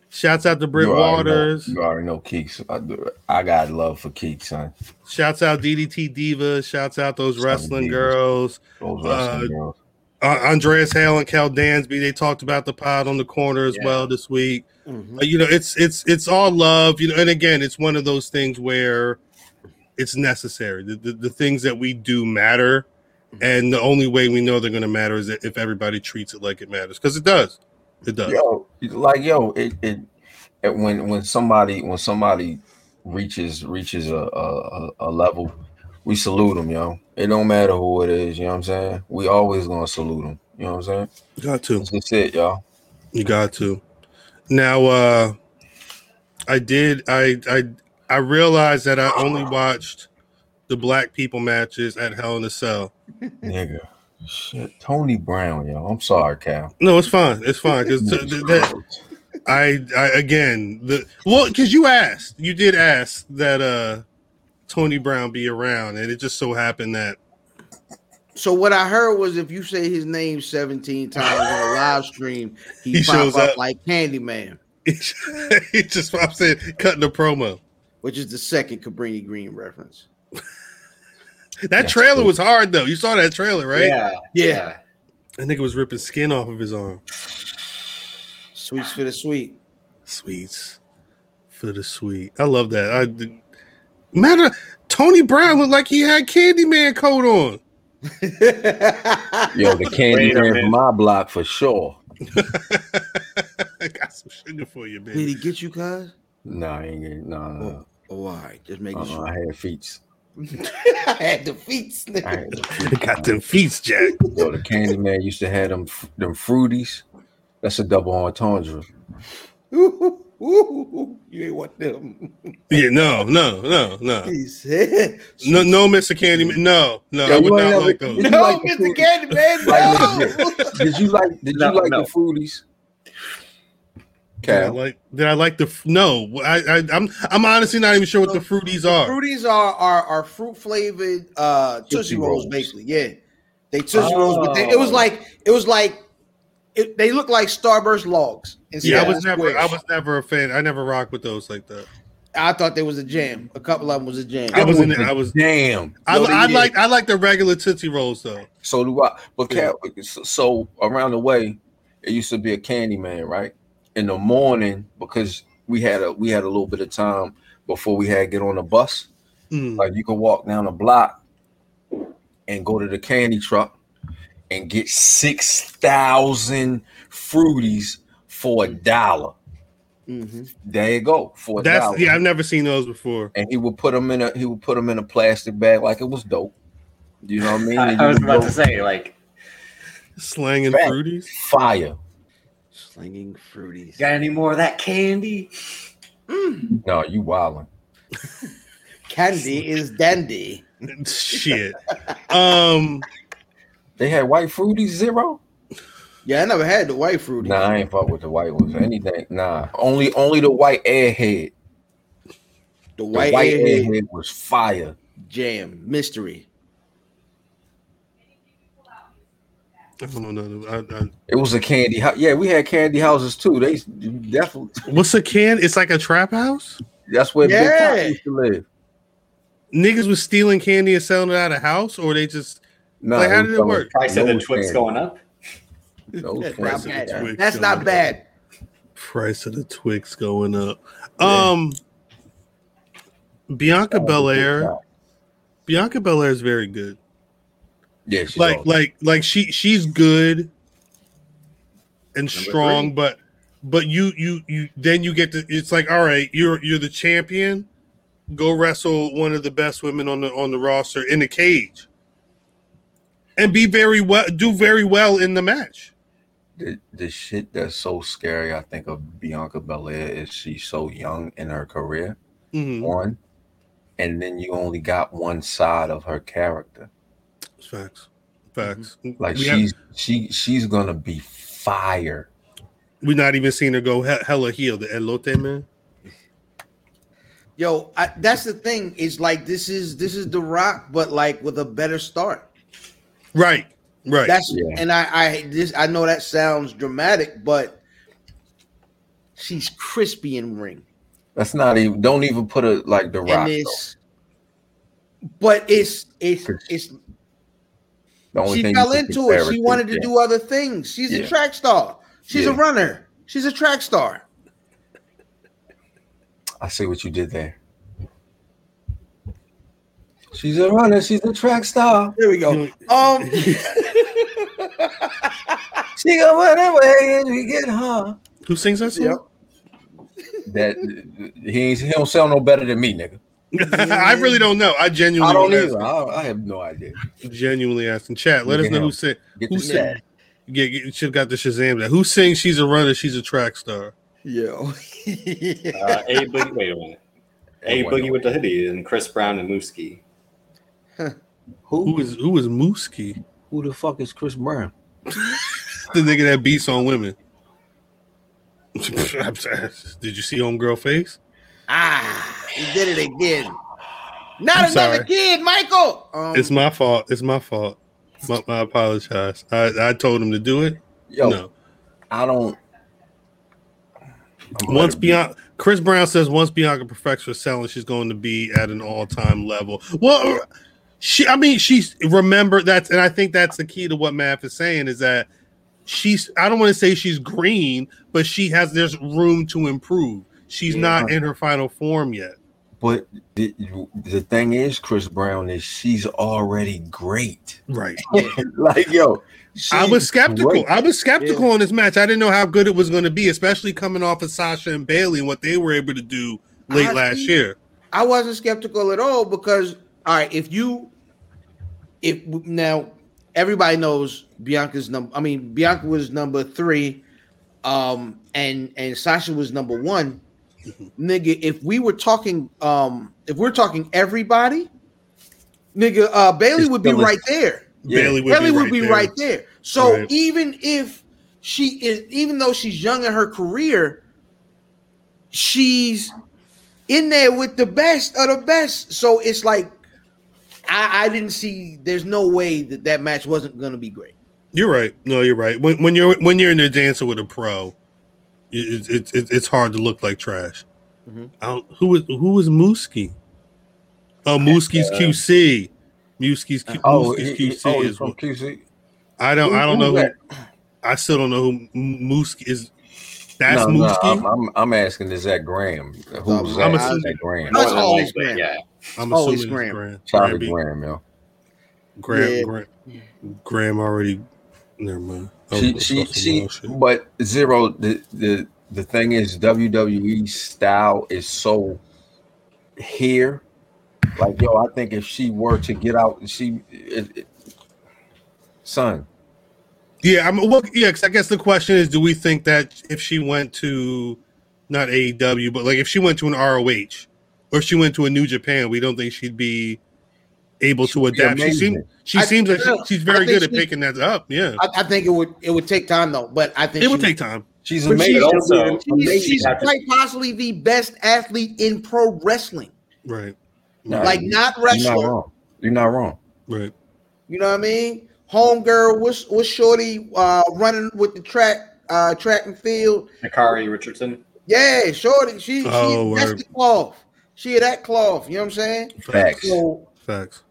Speaker 1: Shouts out to Britt
Speaker 2: You already know-
Speaker 1: Waters.
Speaker 2: you already know Keeks. I, do- I got love for Keeks, son.
Speaker 1: Shouts out DDT Diva. Shouts out those
Speaker 2: Some
Speaker 1: wrestling
Speaker 2: divas.
Speaker 1: girls.
Speaker 2: Those
Speaker 1: Uh,
Speaker 2: wrestling girls.
Speaker 1: Uh, Andreas Hale and Cal Dansby. They talked about the pod on the corner as
Speaker 4: Yeah.
Speaker 1: well this week.
Speaker 3: Mhm.
Speaker 1: Uh, you know it's it's it's all love you know and again it's one of those things where it's necessary the, the, the things that we do matter and the only way we know they're going to matter is if everybody treats it like it matters because it does it does
Speaker 2: Yo, like yo, it, it it when when somebody when somebody reaches reaches a a, a- a level, we salute them, yo. It don't matter who it is, you know what I'm saying? We always gonna salute them, you know what I'm saying?
Speaker 1: you got to
Speaker 2: That's just it, y'all.
Speaker 1: you got to now uh i did i i i realized that i only watched the black people matches at hell in a cell
Speaker 2: Nigga. Shit, Tony Brown, yo. I'm sorry, Cal.
Speaker 1: no it's fine it's fine because that I, I again the well because you asked you did ask that uh Tony Brown be around and it just so happened that
Speaker 3: So what I heard was if you say his name 17 times on a live stream, he,
Speaker 1: He
Speaker 3: pop
Speaker 1: shows
Speaker 3: up,
Speaker 1: up.
Speaker 3: like Candyman,
Speaker 1: it just I'm saying cutting the promo
Speaker 3: which is the second Cabrini Green reference.
Speaker 1: that
Speaker 2: That's
Speaker 1: trailer
Speaker 2: cool.
Speaker 1: was hard though you saw that trailer right
Speaker 4: Yeah.
Speaker 3: Yeah.
Speaker 1: I think it was ripping skin off of his arm
Speaker 3: Sweets for the sweet.
Speaker 1: sweets for the sweet I love that I did- matter Tony Brown looked like he had Candyman coat on
Speaker 2: Yo, the candy
Speaker 4: Wait a
Speaker 2: man
Speaker 4: minute.
Speaker 2: from my block for sure.
Speaker 1: I got some sugar for you
Speaker 3: Did he
Speaker 1: baby
Speaker 3: get you, cuz?
Speaker 2: No, I ain't getting no, no, no.
Speaker 3: Oh, all right. Just making
Speaker 2: Uh-uh,
Speaker 3: sure.
Speaker 2: I had feet.
Speaker 3: I had the feet
Speaker 2: I
Speaker 3: snicker.
Speaker 2: had
Speaker 1: got them feet Jack
Speaker 2: Yo, the candy man used to have them them fruities. That's a double entendre.
Speaker 3: Ooh, ooh, ooh, you ain't want them.
Speaker 1: yeah no no no no
Speaker 3: He said,
Speaker 1: No, no, Mr. Candyman. No, no,
Speaker 2: Yo,
Speaker 1: I
Speaker 2: you
Speaker 1: would
Speaker 2: ain't
Speaker 1: not
Speaker 2: never-
Speaker 1: like those.
Speaker 2: you
Speaker 3: No,
Speaker 2: like the
Speaker 3: Mr.
Speaker 2: fruit-
Speaker 3: Candyman,
Speaker 2: Like,
Speaker 3: no.
Speaker 2: Did you like? Did
Speaker 4: No,
Speaker 2: you like
Speaker 4: no.
Speaker 2: the fruities?
Speaker 1: Did I
Speaker 2: Cal,
Speaker 1: like? Did I like the? f- No, I, I, I'm, I'm honestly not even sure what the fruities are.
Speaker 3: Fruities are are, are fruit flavored uh tootsie,
Speaker 2: Tootsie
Speaker 3: rolls,
Speaker 2: Rolls.
Speaker 3: basically. Yeah, they tootsie rolls, but they, it was
Speaker 4: Oh.
Speaker 3: like it was like it, they look like starburst logs. instead
Speaker 1: Yeah, I
Speaker 3: of
Speaker 1: was never, I
Speaker 3: squares.
Speaker 1: was never a fan. I never rocked with those like that.
Speaker 3: I thought they was a jam. A couple of them was a jam.
Speaker 1: I was in
Speaker 2: was
Speaker 1: it. I was.
Speaker 2: damn.
Speaker 1: I,
Speaker 3: Yo,
Speaker 1: I
Speaker 3: they-
Speaker 1: like, I like the regular tootsie rolls though.
Speaker 2: So do I. But
Speaker 1: Yeah.
Speaker 2: Cal, so- so around the way, it used to be a candy man, right? In the morning, because we had a we had a little bit of time before we had to get on the bus.
Speaker 1: Mm.
Speaker 2: Like you could walk down the block and go to the candy truck and get six thousand fruities for a dollar.
Speaker 3: Mhm.
Speaker 2: There you go. For a dollar.
Speaker 1: That's yeah. I've never seen those before.
Speaker 2: and he would put them in a he would put them in a plastic bag like it was dope. You know what I mean?
Speaker 4: I,
Speaker 2: And
Speaker 4: I
Speaker 2: you
Speaker 4: was
Speaker 2: would
Speaker 4: about
Speaker 2: go
Speaker 4: to say, like,
Speaker 1: Slang and
Speaker 2: Right.
Speaker 1: fruities.
Speaker 2: fire.
Speaker 3: Slinging fruities.
Speaker 4: got any more of that candy?
Speaker 2: No, you wildin'.
Speaker 3: Candy is dandy.
Speaker 1: Shit. Um.
Speaker 2: They had white fruity zero.
Speaker 3: Yeah, I never had the white fruity.
Speaker 2: Nah, I ain't fuck with the white ones. Anything. Nah, only only the white airhead.
Speaker 3: The
Speaker 2: The
Speaker 3: white,
Speaker 2: white
Speaker 3: Airhead
Speaker 2: airhead was fire.
Speaker 3: jam mystery.
Speaker 1: I don't know. I- I-
Speaker 2: It was a candy house. Yeah, we had candy houses too. They definitely
Speaker 1: What's a can? It's like a trap house.
Speaker 2: that's where Big
Speaker 3: Yeah.
Speaker 2: Top used to live.
Speaker 1: Niggas was stealing candy and selling it out of house, or they just
Speaker 2: No,
Speaker 1: Like, how
Speaker 2: we
Speaker 1: did it
Speaker 2: selling
Speaker 1: work?
Speaker 4: Price of the
Speaker 2: those
Speaker 4: Twix
Speaker 2: candies.
Speaker 4: going up.
Speaker 2: Those
Speaker 3: That's
Speaker 2: candies.
Speaker 3: not
Speaker 1: Price of the
Speaker 3: bad.
Speaker 1: Twix
Speaker 3: That's not
Speaker 1: going
Speaker 3: bad.
Speaker 1: price of the Twix going up.
Speaker 2: Yeah.
Speaker 1: Um, Bianca
Speaker 2: Oh, Big
Speaker 1: Belair.
Speaker 2: Top.
Speaker 1: Bianca Belair is very good.
Speaker 2: Yeah, she's
Speaker 1: like
Speaker 2: awesome.
Speaker 1: like like she she's good and strong but but you you you then you get to it's like all right you're you're the champion go wrestle one of the best women on the on the roster in the cage and be very well do very well in the match
Speaker 2: the, the shit that's so scary, I think, of Bianca Belair is she's so young in her career,
Speaker 3: Mm-hmm.
Speaker 1: Mhm.
Speaker 2: one, and then you only got one side of her character.
Speaker 1: facts facts
Speaker 2: Mm-hmm. Like
Speaker 1: we
Speaker 2: she's she she's gonna be fire.
Speaker 1: we're not even seeing her go he- hella heel the elote man
Speaker 3: Yo, I, that's the thing. Is like this is this is the rock, but like with a better start.
Speaker 1: right right
Speaker 3: That's
Speaker 2: Yeah.
Speaker 3: and I I this I know that sounds dramatic, but she's crispy in ring.
Speaker 2: That's not even. Don't even put a like the rock.
Speaker 3: and it's but it's it's
Speaker 2: Cause
Speaker 3: it's
Speaker 2: though. The only
Speaker 3: she
Speaker 2: thing
Speaker 3: fell
Speaker 2: you can
Speaker 3: into
Speaker 2: compare
Speaker 3: it. She wanted to
Speaker 2: yeah.
Speaker 3: do other things. She's
Speaker 2: Yeah.
Speaker 3: a track star. She's a
Speaker 2: Yeah.
Speaker 3: runner. She's a track star.
Speaker 2: I see what you did there. She's a runner. She's a track star.
Speaker 3: There we go. Um
Speaker 2: She gonna run away and we get her.
Speaker 1: who sings that song?
Speaker 3: yep.
Speaker 2: That he ain't, he don't sound no better than me, nigga.
Speaker 1: I really don't know. I genuinely
Speaker 2: I don't
Speaker 1: was
Speaker 2: either. I, I have no idea.
Speaker 1: asking- genuinely asking. Chat, let us
Speaker 2: You can
Speaker 1: know who
Speaker 2: help.
Speaker 1: sent
Speaker 2: Get
Speaker 1: Who
Speaker 2: the
Speaker 1: said-
Speaker 2: sack.
Speaker 1: Yeah, you should got the Shazam. That who sings? She's a runner. She's a track star.
Speaker 3: Yo.
Speaker 4: Uh, a boogie. Wait a
Speaker 1: Oh,
Speaker 4: minute. A
Speaker 2: Everyone
Speaker 4: boogie with the hoodie and Chris Brown and Mooski.
Speaker 1: Who
Speaker 2: Who,
Speaker 1: is who is Mooski?
Speaker 2: who the fuck is Chris Brown?
Speaker 1: The nigga that beats on women. Did you see homegirl face?
Speaker 3: ah, he did it again. Not
Speaker 1: I'm
Speaker 3: another
Speaker 1: sorry.
Speaker 3: kid, Michael. Um,
Speaker 1: It's my fault. It's my fault. My, I apologize. I, I told him to do it.
Speaker 2: Yo,
Speaker 1: no.
Speaker 2: I don't. I'm
Speaker 1: Once
Speaker 2: gonna-
Speaker 1: Bianca, Chris Brown says once Bianca perfects her selling, she's going to be at an all time level. Well, uh, she, I mean, she's remember that's, and I think that's the key to what Math is saying is that she's, I don't want to say she's green, but she has, there's room to improve. She's not in her final form yet.
Speaker 2: But the, the thing is, Chris Brown is she's already great.
Speaker 1: Right.
Speaker 2: like yo,
Speaker 1: I
Speaker 2: she's
Speaker 1: was skeptical.
Speaker 2: great.
Speaker 1: I was skeptical on this match. I didn't know how good it was going to be, especially coming off of Sasha and Bailey and what they were able to do late
Speaker 3: Honestly,
Speaker 1: last year.
Speaker 3: I wasn't skeptical at all because all right, if you if now everybody knows Bianca's number I mean Bianca was number 3 um and and Sasha was number 1. nigga, if we were talking um if we're talking everybody, nigga, uh Bailey
Speaker 2: It's
Speaker 3: would be
Speaker 2: still a-
Speaker 3: right there.
Speaker 2: Yeah.
Speaker 1: Bailey would
Speaker 3: Bailey
Speaker 1: be,
Speaker 3: would
Speaker 1: right,
Speaker 3: be
Speaker 1: there.
Speaker 3: right there. So
Speaker 1: Right.
Speaker 3: even if she is, even though she's young in her career, she's in there with the best of the best. So it's like I, I didn't see. There's no way that that match wasn't going to be great.
Speaker 1: You're right. No, you're right. When, when you're when you're in there dancing with a pro, it, it, it, it's hard to look like trash.
Speaker 2: Mm-hmm.
Speaker 3: Mhm.
Speaker 1: I don't, who is who is Mooski? Oh, Mooski's QC. Mooski's Q,
Speaker 2: uh, Oh,
Speaker 1: Mooski's
Speaker 2: he- he-
Speaker 1: QC
Speaker 2: oh, he's
Speaker 1: is.
Speaker 2: from
Speaker 1: What,
Speaker 2: QC.
Speaker 1: I don't. I don't
Speaker 2: Who-
Speaker 1: know.
Speaker 2: who's
Speaker 1: Who,
Speaker 2: that?
Speaker 1: I still don't know who M- Mooski is. That's
Speaker 2: no, no,
Speaker 1: Mooski.
Speaker 2: I'm, I'm, I'm asking is that Graham?
Speaker 3: Um,
Speaker 2: Who's that?
Speaker 1: I'm
Speaker 2: Is
Speaker 1: assuming-
Speaker 2: that Graham?
Speaker 3: No,
Speaker 4: More
Speaker 3: it's
Speaker 4: than
Speaker 3: always
Speaker 4: likely,
Speaker 3: Graham.
Speaker 4: Yeah.
Speaker 1: I'm
Speaker 3: Oh,
Speaker 1: assuming
Speaker 3: it's
Speaker 1: it's
Speaker 3: Graham.
Speaker 1: Graham. Graham,
Speaker 2: Charlie Graham, yo.
Speaker 1: Graham,
Speaker 3: Yeah.
Speaker 1: Graham, Graham already. Never mind. I
Speaker 2: She,
Speaker 1: was
Speaker 2: she,
Speaker 1: talking
Speaker 2: she.
Speaker 1: about shit.
Speaker 2: But zero. The, the the thing is, WWE style is so here. Like yo, I think if she were to get out, she, it, it, son,
Speaker 1: Yeah, I'm well, yeah, 'cause I guess the question is do we think that if she went to not AEW, but like if she went to an ROH or if she went to a New Japan, we don't think she'd be able to
Speaker 2: She'd be
Speaker 1: adapt. She
Speaker 2: amazing.
Speaker 1: seems she
Speaker 3: I-
Speaker 1: seems like she-
Speaker 3: yeah,
Speaker 1: she's
Speaker 3: I
Speaker 1: very
Speaker 3: think
Speaker 1: good at
Speaker 3: she-
Speaker 1: picking that up. Yeah.
Speaker 3: I, I think it would it would take time though, but I think
Speaker 1: it would
Speaker 3: she-
Speaker 1: take time.
Speaker 2: she's
Speaker 4: But
Speaker 2: amazing.
Speaker 4: she's also-
Speaker 3: She's, she's
Speaker 4: Amazing.
Speaker 3: quite possibly the best athlete in pro wrestling.
Speaker 1: Right.
Speaker 2: Nah,
Speaker 3: Like
Speaker 2: you-
Speaker 3: not
Speaker 2: You're not
Speaker 3: wrestler.
Speaker 2: wrong. You're not wrong.
Speaker 1: Right.
Speaker 3: You know what I mean? Homegirl, what's what's Shorty uh, running with the track uh, track and field?
Speaker 4: Nakari Richardson.
Speaker 3: Yeah, Shorty, she,
Speaker 1: Oh,
Speaker 3: she that's
Speaker 1: word.
Speaker 3: the cloth. She of that cloth. You know what I'm saying?
Speaker 1: Facts.
Speaker 2: Facts.
Speaker 3: So
Speaker 1: Facts.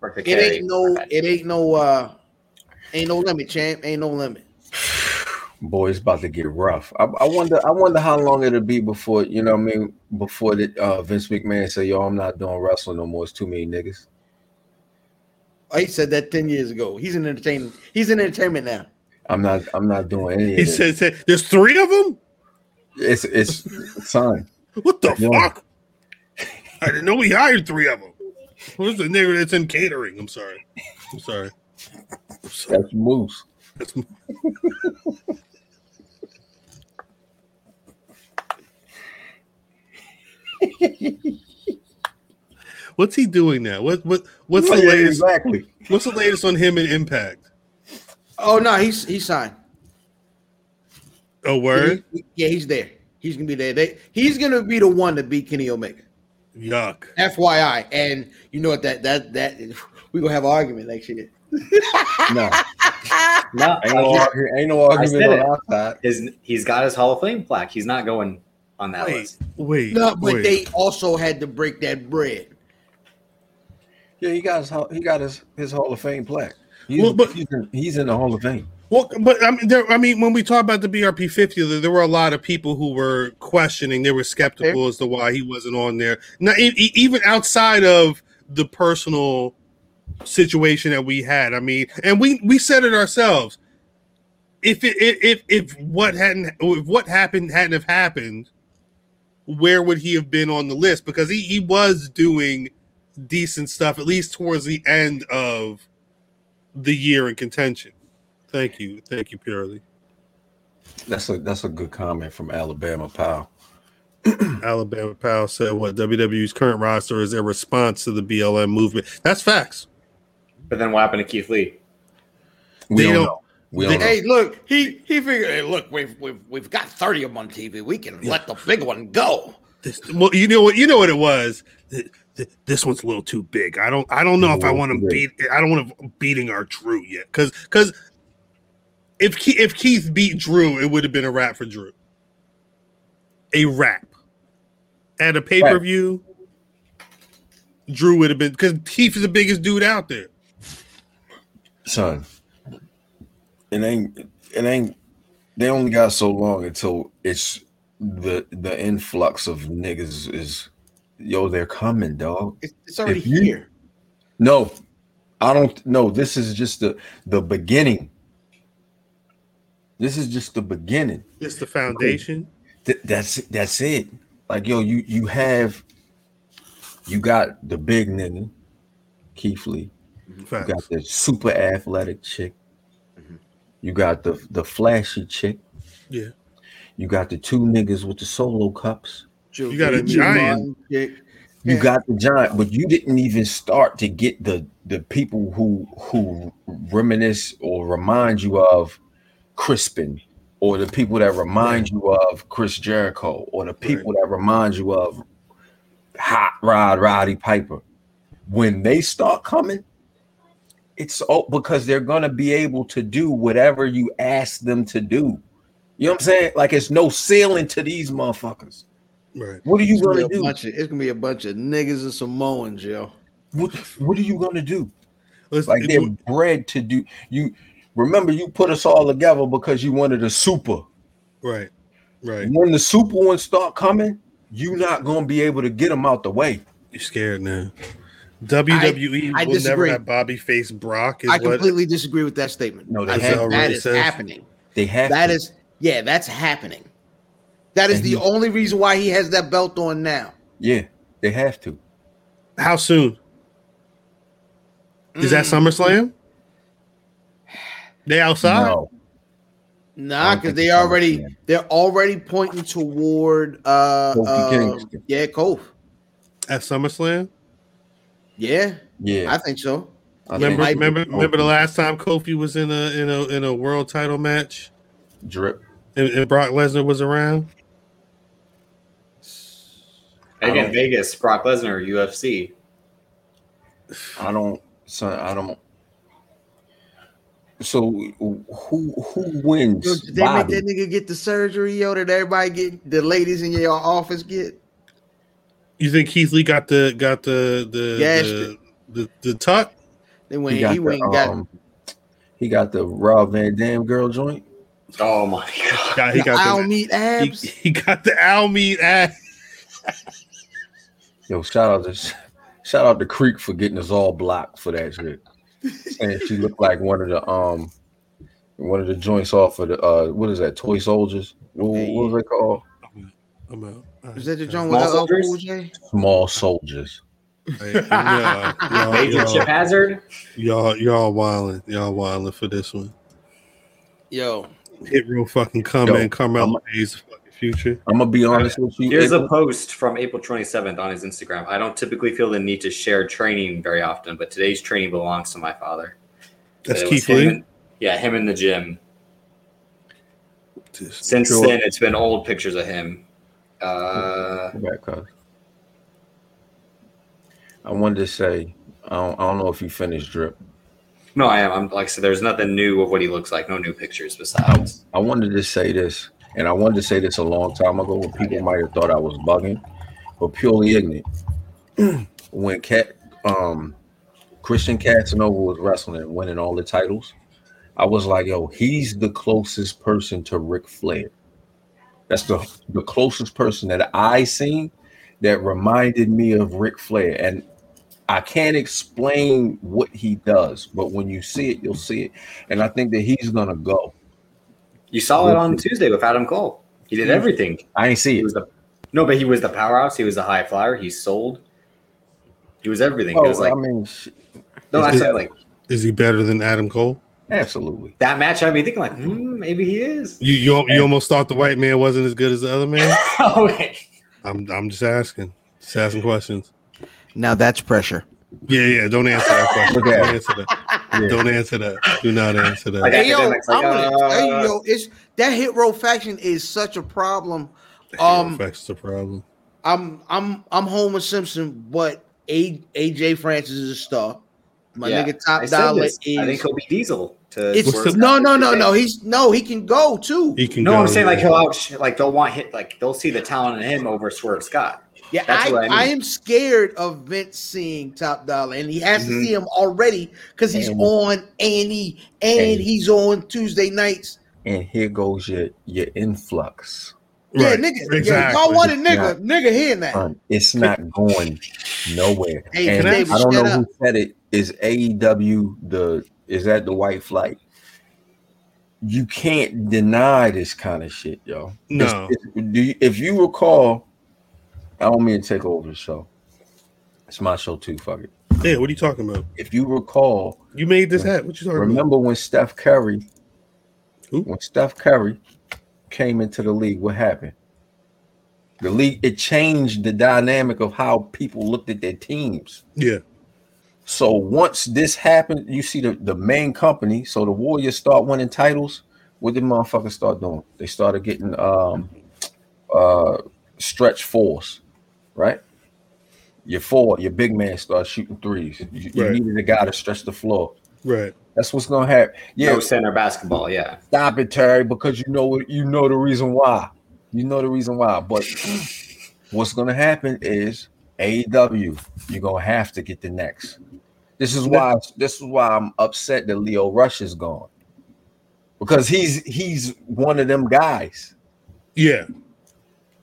Speaker 4: Work the
Speaker 3: it
Speaker 4: carry.
Speaker 3: ain't no, it ain't no, uh, ain't no limit, champ. Ain't no limit.
Speaker 2: Boy, it's about to get rough. I, I wonder. I wonder how long it'll be before you know. what I mean, before the, uh, Vince McMahon say, "Yo, I'm not doing wrestling no more. It's too many niggas."
Speaker 3: Oh, he said that ten years ago. He's in entertainment. He's in entertainment now.
Speaker 2: I'm not. I'm not doing any. Of
Speaker 1: He
Speaker 2: this.
Speaker 1: said, said, "There's three of them.
Speaker 2: "It's it's son.
Speaker 1: What the
Speaker 2: Yeah.
Speaker 1: fuck? I didn't know we hired three of them. Who's the nigga that's in catering? I'm sorry. I'm sorry.
Speaker 2: That's Moose.
Speaker 1: That's, what's he doing now? What what what's the
Speaker 2: Yeah,
Speaker 1: latest?
Speaker 2: Exactly.
Speaker 1: What's the latest on him and Impact?
Speaker 3: Oh no, he's he signed.
Speaker 1: A word?
Speaker 3: He- yeah, he's there. He's gonna be there. They, he's gonna be the one to beat Kenny Omega.
Speaker 1: Yuck.
Speaker 3: FYI, and you know what? That that that we gonna have an argument next year.
Speaker 2: No,
Speaker 4: No,
Speaker 2: ain't no, argu- ain't no argument
Speaker 4: said
Speaker 2: on
Speaker 4: it.
Speaker 2: our side.
Speaker 4: his, he's got his Hall of Fame plaque. He's not going on that
Speaker 1: Wait,
Speaker 4: list.
Speaker 1: wait.
Speaker 3: No, but
Speaker 1: wait.
Speaker 3: they also had to break that bread.
Speaker 2: Yeah, he got his hall- he got his, his Hall of Fame plaque. He's,
Speaker 1: Well, but-
Speaker 2: he's, in, he's in the Hall of Fame.
Speaker 1: Well, but I mean, there, I mean, when we talk about the BRP fifty, there, there were a lot of people who were questioning. They were skeptical as to why he wasn't on there. Now, e- e- even outside of the personal situation that we had, I mean, and we we said it ourselves. If it, i- if if what hadn't if what happened hadn't have happened, where would he have been on the list? Because he he was doing decent stuff at least towards the end of the year in contention. Thank you, thank you, purely
Speaker 2: That's a that's a good comment from Alabama Powell.
Speaker 1: Alabama Powell said what WWE's current roster is their response to the BLM movement. That's facts.
Speaker 4: But then what happened to Keith Lee?
Speaker 2: We
Speaker 1: They don't-
Speaker 2: don't, know. We
Speaker 1: they-
Speaker 2: don't know.
Speaker 3: Hey, look, he he figured, hey, look, we've we've we've got thirty of them on TV. We can let the big one go.
Speaker 1: This, well, you know what you know what it was. Th- th- This one's a little too big. I don't I don't know if I want him beat. I don't want him beating our Drew yet because because if Ke- if Keith beat Drew, it would have been a wrap for Drew. A wrap at a pay per view. Drew would have been because Keith is the biggest dude out there.
Speaker 2: son. It ain't it ain't they only got so long until it's the the influx of niggas is yo, they're coming, dog.
Speaker 3: It's, it's already
Speaker 2: If you-
Speaker 3: here.
Speaker 2: No, I don't no, this is just the the beginning. This is just the beginning.
Speaker 1: Just the foundation.
Speaker 2: Th- that's that's it. Like yo, you you have you got the big nigga, Keith Lee. You
Speaker 1: Facts.
Speaker 2: got the super athletic chick. You got the the flashy chick.
Speaker 1: Yeah.
Speaker 2: You got the two niggas with the solo cups.
Speaker 1: You got a giant.
Speaker 2: You
Speaker 3: Yeah.
Speaker 2: got the giant, but you didn't even start to get the the people who who reminisce or remind you of Crispin, or the people that remind you of Chris Jericho, or the people that remind you of Hot Rod Roddy Piper. When they start coming, it's all because they're gonna be able to do whatever you ask them to do. You know what I'm saying? Like it's no ceiling to these motherfuckers.
Speaker 1: Right.
Speaker 2: What are you
Speaker 3: It's gonna,
Speaker 2: gonna
Speaker 3: be a
Speaker 2: do?
Speaker 3: bunch of, it's gonna be a bunch of niggas and Samoans, yo.
Speaker 2: What, what are you gonna do?
Speaker 1: Let's,
Speaker 2: Like they're bred to do. You remember you put us all together because you wanted a super.
Speaker 1: right. Right.
Speaker 2: When the super ones start coming, you're not gonna be able to get them out the way.
Speaker 1: You're scared now. WWE
Speaker 3: I
Speaker 1: will never
Speaker 3: disagree.
Speaker 1: have Bobby face Brock is
Speaker 3: I
Speaker 1: what
Speaker 3: completely disagree with that statement.
Speaker 2: No, they
Speaker 3: I
Speaker 2: have
Speaker 3: think that
Speaker 1: already
Speaker 3: is
Speaker 1: said-
Speaker 3: happening.
Speaker 2: They have
Speaker 3: That
Speaker 2: to.
Speaker 3: is, yeah, that's happening. That is
Speaker 2: And
Speaker 3: the
Speaker 2: he-
Speaker 3: only reason why he has that belt on now.
Speaker 2: yeah, they have to.
Speaker 1: how soon? Is that
Speaker 3: Mm.
Speaker 1: SummerSlam? They outside?
Speaker 2: No, I
Speaker 3: Nah,
Speaker 2: don't
Speaker 3: because
Speaker 2: think
Speaker 3: they
Speaker 2: so,
Speaker 3: already
Speaker 2: man.
Speaker 3: they're already pointing toward uh,
Speaker 2: Kofi
Speaker 3: uh,
Speaker 2: Kingston.
Speaker 3: yeah, Cove.
Speaker 1: At SummerSlam?
Speaker 3: Yeah,
Speaker 2: yeah.
Speaker 3: I think so.
Speaker 2: I
Speaker 1: Remember
Speaker 2: think-
Speaker 1: remember remember the last time Kofi was in a in a in a world title match
Speaker 2: drip.
Speaker 1: and, and Brock Lesnar was around?
Speaker 4: Again, Vegas, Brock Lesnar, UFC.
Speaker 2: I don't. So I don't. So who who wins?
Speaker 3: Yo, did they
Speaker 2: Bobby?
Speaker 3: make that nigga get the surgery, yo, that everybody get the ladies in your office get?
Speaker 1: You think Keith Lee got the got the
Speaker 3: Gashed
Speaker 1: the
Speaker 3: it.
Speaker 1: the, the, the tuck?
Speaker 3: They
Speaker 2: he
Speaker 3: went
Speaker 2: got
Speaker 3: he went
Speaker 2: the,
Speaker 3: and got
Speaker 2: um, he got the Rob Van Dam girl joint.
Speaker 4: Oh my god.
Speaker 1: Yeah, he
Speaker 3: the I
Speaker 1: got
Speaker 3: don't need
Speaker 1: the, he,
Speaker 3: abs.
Speaker 1: he got the owl meat ass.
Speaker 2: Yo, shout out to shout out to Creek for getting us all blocked for that shit. And she looked like one of the um one of the joints off of the uh what is that toy soldiers? What, what was it called?
Speaker 1: I'm out. All
Speaker 3: Is
Speaker 1: right.
Speaker 3: that the joint with
Speaker 4: Small
Speaker 3: LL
Speaker 4: soldiers?
Speaker 3: Cool J?
Speaker 2: Small soldiers.
Speaker 1: Hey, y'all- y'all,
Speaker 4: Major
Speaker 1: y'all,
Speaker 4: Chip Hazard.
Speaker 1: y'all, y'all wilding, y'all wilding for this one.
Speaker 3: Yo,
Speaker 1: Hit real fucking comment,
Speaker 2: Yo,
Speaker 1: Carmelo Hayes, the fucking future.
Speaker 2: I'm gonna be honest with you.
Speaker 4: Here's
Speaker 2: April.
Speaker 4: a post from April 27th on his Instagram. I don't typically feel the need to share training very often, but today's training belongs to my father.
Speaker 1: That's
Speaker 4: It was
Speaker 1: Keith
Speaker 4: him
Speaker 1: Lee.
Speaker 4: and- yeah, him in the gym.
Speaker 1: Just-
Speaker 4: Since
Speaker 2: Sure.
Speaker 4: then, it's been old pictures of him. Uh,
Speaker 2: Go back, cuz. I wanted to say, I don't, I don't know if you finished drip.
Speaker 4: no, I am. I'm like I said, there's nothing new of what he looks like. No new pictures besides.
Speaker 2: I wanted to say this, and I wanted to say this a long time ago when people might have thought I was bugging, but purely ignorant. when Cat um Christian Casanova was wrestling and winning all the titles, I was like, yo, he's the closest person to Ric Flair. That's the, the closest person that I seen that reminded me of Ric Flair. And I can't explain what he does, but when you see it, you'll see it. And I think that he's gonna go.
Speaker 4: You saw it on Tuesday with Adam Cole. He did everything.
Speaker 2: I ain't see
Speaker 4: He
Speaker 2: it.
Speaker 4: was the no, but he was the powerhouse. He was the high flyer. He sold. He was everything.
Speaker 2: Oh,
Speaker 4: it was like
Speaker 2: I mean, sh-
Speaker 4: no, I
Speaker 1: it's-
Speaker 4: said like
Speaker 1: Is he better than Adam Cole?
Speaker 2: absolutely.
Speaker 4: that match. I mean, thinking like hmm, maybe he is.
Speaker 1: You you you almost thought the white man wasn't as good as the other man.
Speaker 7: Oh,
Speaker 4: okay.
Speaker 1: I'm I'm just asking, just asking questions.
Speaker 3: now that's pressure.
Speaker 1: Yeah, yeah. Don't answer that question.
Speaker 2: Okay.
Speaker 1: Don't answer that. Don't answer that. Do not answer that.
Speaker 4: Like
Speaker 3: Hey, yo,
Speaker 4: academics, like,
Speaker 3: I'm gonna tell you,
Speaker 4: uh,
Speaker 3: yo, it's that hit row faction is such a problem.
Speaker 1: Um,
Speaker 3: Um,
Speaker 1: affects the problem.
Speaker 3: I'm I'm I'm Homer Simpson, but A, AJ Francis is a star. My
Speaker 4: Yeah,
Speaker 3: nigga
Speaker 4: I
Speaker 3: top
Speaker 4: said
Speaker 3: dollar
Speaker 4: this.
Speaker 3: is
Speaker 4: I think he'll be Diesel. To
Speaker 3: it's
Speaker 1: What's the-
Speaker 3: no no no no. He's no he can go too.
Speaker 1: He can.
Speaker 4: no,
Speaker 1: go,
Speaker 4: I'm saying like
Speaker 1: yeah.
Speaker 4: he'll out like they'll want hit like they'll see the talent in him over Swerve Scott.
Speaker 3: Yeah,
Speaker 4: That's
Speaker 3: I,
Speaker 4: what I
Speaker 3: I,
Speaker 4: mean.
Speaker 3: am scared of Vince seeing Top Dollar, and he has
Speaker 4: Mhm.
Speaker 3: to see him already because he's
Speaker 2: And-
Speaker 3: on Annie and
Speaker 1: E.
Speaker 2: And-
Speaker 3: he's on Tuesday nights.
Speaker 2: And here goes your your influx.
Speaker 3: Yeah,
Speaker 1: Right,
Speaker 3: nigga. Yeah,
Speaker 1: Exactly.
Speaker 3: y'all want a nigga, nigga here now.
Speaker 2: Um, it's not going nowhere.
Speaker 3: Hey,
Speaker 2: and
Speaker 1: Davis,
Speaker 2: I don't know
Speaker 3: shut up.
Speaker 2: who said it. Is AEW the is that the white flight? You can't deny this kind of shit, yo.
Speaker 1: No.
Speaker 2: It's- it's- do you, if you recall, I don't mean to take over the show. It's my show too. Fuck it.
Speaker 1: Yeah. What are you talking about?
Speaker 2: If you recall,
Speaker 1: You made this hat. What you talking about?
Speaker 2: Remember when Steph Curry,
Speaker 1: Who?
Speaker 2: when Steph Curry came into the league, what happened? The league it changed the dynamic of how people looked at their teams.
Speaker 1: Yeah.
Speaker 2: So once this happened, you see the, the main company. So the Warriors start winning titles. What did motherfuckers start doing? They started getting um uh stretch fours, right? Your four, your big man starts shooting threes. You, you
Speaker 1: Right.
Speaker 2: needed a guy to stretch the floor.
Speaker 1: Right.
Speaker 2: That's what's gonna happen. Yeah,
Speaker 4: No center basketball. Yeah.
Speaker 2: stop it, Terry, because you know you know the reason why. You know the reason why. But what's gonna happen is AEW, you're gonna have to get the next. This is why this is why I'm upset that Leo Rush is gone. Because he's he's one of them guys.
Speaker 1: Yeah.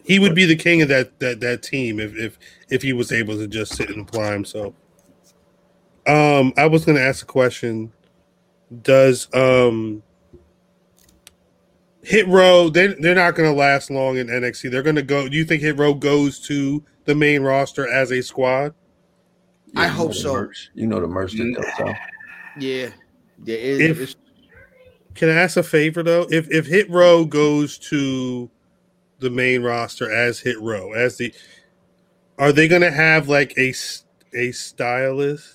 Speaker 1: He would be the king of that that that team if if if he was able to just sit and apply himself. Um, I was going to ask a question. Does um Hit Row they they're not going to last long in NXT. They're going to go. Do you think Hit Row goes to the main roster as a squad?
Speaker 3: I
Speaker 2: you know
Speaker 3: hope
Speaker 2: the
Speaker 3: so.
Speaker 2: merch- you know the merch that they'll sell.
Speaker 3: Yeah, yeah. It,
Speaker 1: If-
Speaker 3: it's-
Speaker 1: Can I ask a favor though? If if Hit Row goes to the main roster as Hit Row, as the are they going to have like a s- a stylist?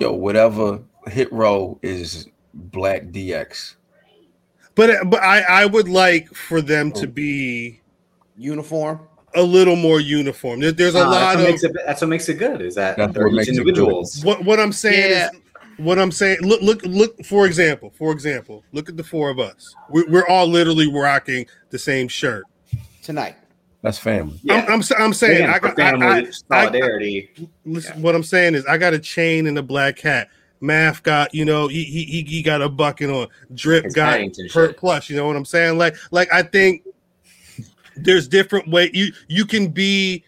Speaker 2: Yo, whatever hit row is black DX.
Speaker 4: Oh.
Speaker 1: But but I I would like for them to be
Speaker 3: uniform.
Speaker 1: a little more uniform. There- there's a
Speaker 4: No, that's,
Speaker 1: lot
Speaker 4: what
Speaker 1: of
Speaker 4: makes it, that's what makes it good. Is that
Speaker 7: That's
Speaker 4: they're
Speaker 7: what
Speaker 4: each
Speaker 7: makes it good.
Speaker 4: individuals?
Speaker 1: What what I'm saying is what I'm saying. Look look look. For example, for example, look at the four of us. We're, we're all literally rocking the same shirt.
Speaker 3: tonight.
Speaker 7: That's family.
Speaker 1: I'm, I'm s- I'm saying
Speaker 4: Again,
Speaker 1: I
Speaker 4: for
Speaker 1: got
Speaker 4: family
Speaker 1: I, I,
Speaker 4: solidarity.
Speaker 1: listen, what I'm saying is I got a chain and a black hat. Math got you know he he he, he got a bucket on. Drip
Speaker 4: His
Speaker 1: got
Speaker 4: Paddington
Speaker 1: per
Speaker 4: shit.
Speaker 1: plus. You know what I'm saying? Like like I think there's different way you you can be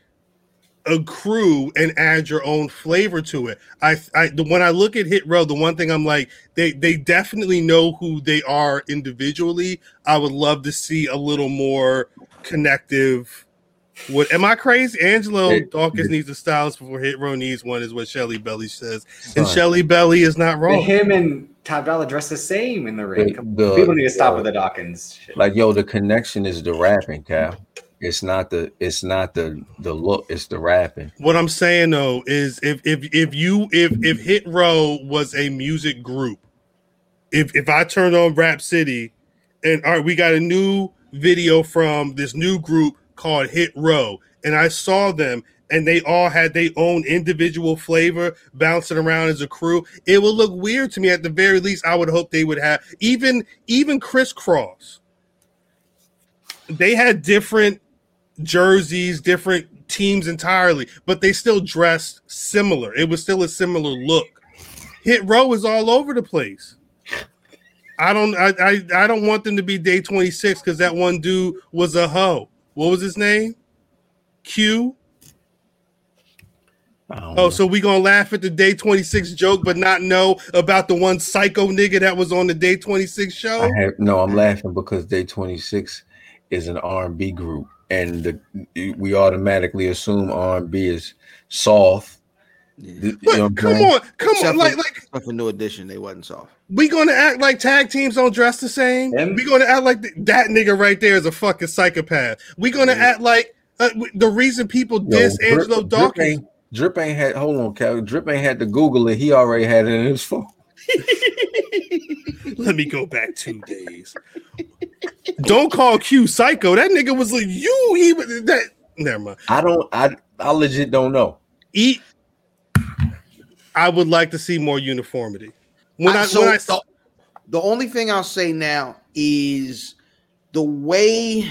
Speaker 1: a crew and add your own flavor to it. I, I the, when I look at Hit Row, the one thing I'm like, they they definitely know who they are individually. I would love to see a little more connective. What am I crazy? Angelo
Speaker 7: It-
Speaker 1: Dawkins
Speaker 7: it-
Speaker 1: needs a stylist before Hit Row needs one, is what Shelly Belly says. And
Speaker 7: Son.
Speaker 1: Shelly Belly is not
Speaker 4: But
Speaker 1: wrong.
Speaker 4: him and Top Dollar dress the same in the ring.
Speaker 7: The-
Speaker 4: Come on.
Speaker 7: the-
Speaker 4: People need to stop
Speaker 2: uh,
Speaker 7: the-
Speaker 4: with the Dawkins. Shit.
Speaker 7: Like yo, the connection is the rapping, Cal. It's not the it's not the the look, it's the rapping.
Speaker 1: What I'm saying though is if if if you if if Hit Row was a music group, if if I turned on Rap City and all right, we got a new video from this new group called Hit Row, and I saw them and they all had their own individual flavor bouncing around as a crew. It would look weird to me at the very least. I would hope they would have even even crisscross. They had different jerseys, different teams entirely, but they still dressed similar. It was still a similar look. Hit Row is all over the place. I don't I I, I don't want them to be day 26 because that one dude was a hoe. What was his name? Q.
Speaker 7: I don't know.
Speaker 1: Oh, so we gonna laugh at the day 26 joke, but not know about the one psycho nigga that was on the day 26 show?
Speaker 7: I have no. I'm laughing because Day 26 is an R&B group, and the, we automatically assume R&B is soft. Th- you know what I'm
Speaker 1: But come
Speaker 7: saying?
Speaker 1: on, come on,
Speaker 3: Except
Speaker 1: like
Speaker 3: for-
Speaker 1: like
Speaker 3: Except for New Edition, they wasn't soft.
Speaker 1: We gonna act like tag teams don't dress the same.
Speaker 4: Them-
Speaker 1: We gonna act like th- that nigga right there is a fucking psychopath. We gonna act like uh, w- the reason people
Speaker 7: Yo,
Speaker 1: diss
Speaker 7: Drip-
Speaker 1: Angelo
Speaker 7: Drip
Speaker 1: Dawkins.
Speaker 7: ain't- Drip ain't had. Hold on, Cal. Drip ain't had to Google it. He already had it in his phone.
Speaker 1: Let me go back two days. don't call Q psycho. That nigga was like you. He was that. Never mind.
Speaker 7: I don't. I I legit don't know.
Speaker 1: Eat. I would like to see more uniformity. When I,
Speaker 3: I- so
Speaker 1: when I s-
Speaker 3: the, the only thing I'll say now is the way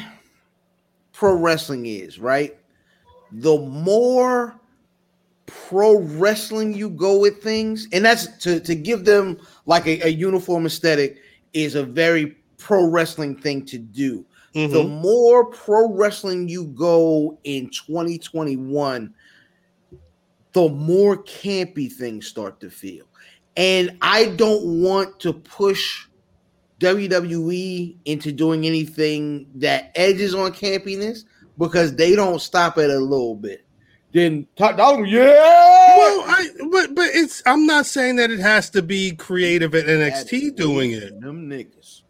Speaker 3: pro wrestling is, right? The more pro wrestling you go with things, and that's to, to give them like a, a uniform aesthetic is a very pro wrestling thing to do
Speaker 1: Mhm.
Speaker 3: the more pro wrestling you go in 2021, the more campy things start to feel. And I don't want to push WWE into doing anything that edges on campiness because they don't stop it a little bit. Then top dollar, yeah.
Speaker 1: Well, I but but it's I'm not saying that it has to be creative at NXT doing it.
Speaker 3: Them niggas.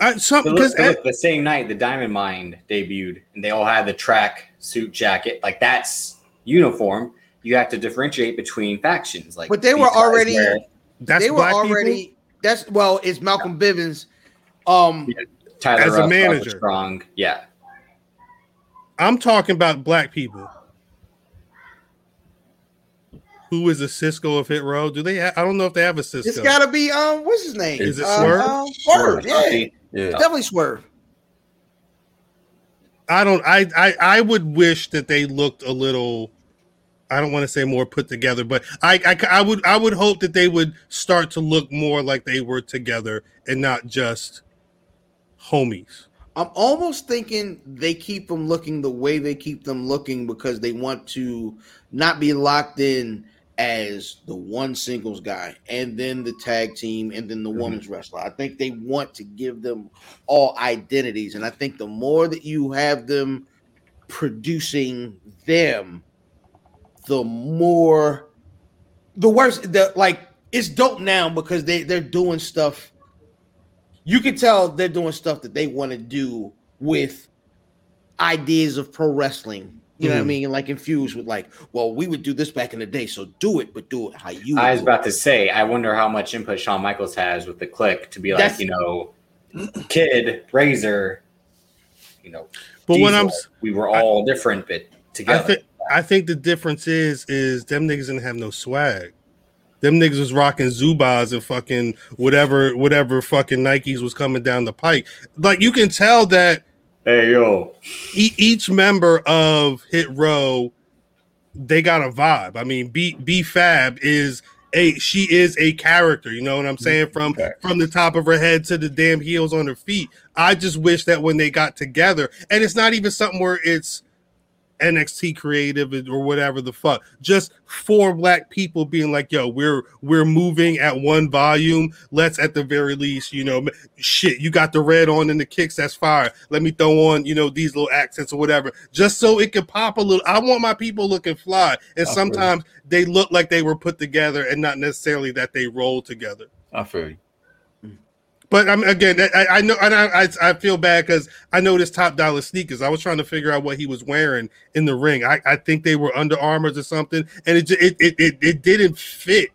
Speaker 1: I, some,
Speaker 4: But look,
Speaker 1: because
Speaker 4: but look, the same night the Diamond Mind debuted, and they all had the track suit jacket. Like that's uniform. You have to differentiate between factions. Like,
Speaker 3: But they were
Speaker 4: these guys
Speaker 3: already-
Speaker 4: wear-
Speaker 1: That's
Speaker 3: they were
Speaker 1: black
Speaker 3: already.
Speaker 1: people?
Speaker 3: That's well, it's Malcolm Bivens. Um,
Speaker 4: Tyler
Speaker 1: as a
Speaker 4: Ruff, Robert
Speaker 1: manager.
Speaker 4: Strong. Yeah,
Speaker 1: I'm talking about black people. Who is the Cisco of Hit Row? Do they? Ha- I don't know if they have a Cisco.
Speaker 3: It's gotta be um, what's his name?
Speaker 1: Is it
Speaker 3: Uh,
Speaker 1: Swerve?
Speaker 3: um, Swerve, yeah,
Speaker 7: Yeah.
Speaker 3: definitely Swerve.
Speaker 1: I don't. I, I I would wish that they looked a little. I don't want to say more put together, but I, I I would I would hope that they would start to look more like they were together and not just homies.
Speaker 3: I'm almost thinking they keep them looking the way they keep them looking because they want to not be locked in as the one singles guy and then the tag team and then the
Speaker 1: Mm-hmm.
Speaker 3: women's wrestler. I think they want to give them all identities. And I think the more that you have them producing them, the more the worst the like it's dope now because they they're doing stuff you can tell they're doing stuff that they want to do with ideas of pro wrestling. You know what
Speaker 4: Mm-hmm.
Speaker 3: I
Speaker 1: Mhm.
Speaker 3: mean? Like infused with like, well, we would do this back in the day, so do it, but do it how you.
Speaker 4: I was
Speaker 3: would do it.
Speaker 4: about to say. I wonder how much input Shawn Michaels has with the click to be like,
Speaker 3: That's-
Speaker 4: you know, kid razor. you know,
Speaker 1: But when
Speaker 4: Diesel,
Speaker 1: I'm
Speaker 4: we were all different, but
Speaker 1: I
Speaker 4: together.
Speaker 1: think I think the difference is is them niggas didn't have no swag. Them niggas was rocking Zubas and fucking whatever whatever fucking Nikes was coming down the pike. Like you can tell that
Speaker 4: hey yo,
Speaker 1: e- each member of Hit Row, they got a vibe. I mean, B B Fab is a she is a character. You know what I'm saying? From from the top of her head to the damn heels on her feet. I just wish that when they got together, and it's not even something where it's NXT creative or whatever the fuck. Just four black people being like, "Yo, we're we're moving at one volume. Let's at the very least, you know, m- shit. You got the red on and the kicks. That's fire. Let me throw on, you know, these little accents or whatever, just so it could pop a little. I want my people looking fly,
Speaker 7: I feel
Speaker 1: and
Speaker 7: you.
Speaker 1: sometimes they look like they were put together and not necessarily that they roll together.
Speaker 7: I feel you.
Speaker 1: But I'm again. I, I know, and I, I I feel bad because I know this top dollar sneakers. I was trying to figure out what he was wearing in the ring. I, I think they were Under Armours or something, and it ju- it it it, it didn't fit.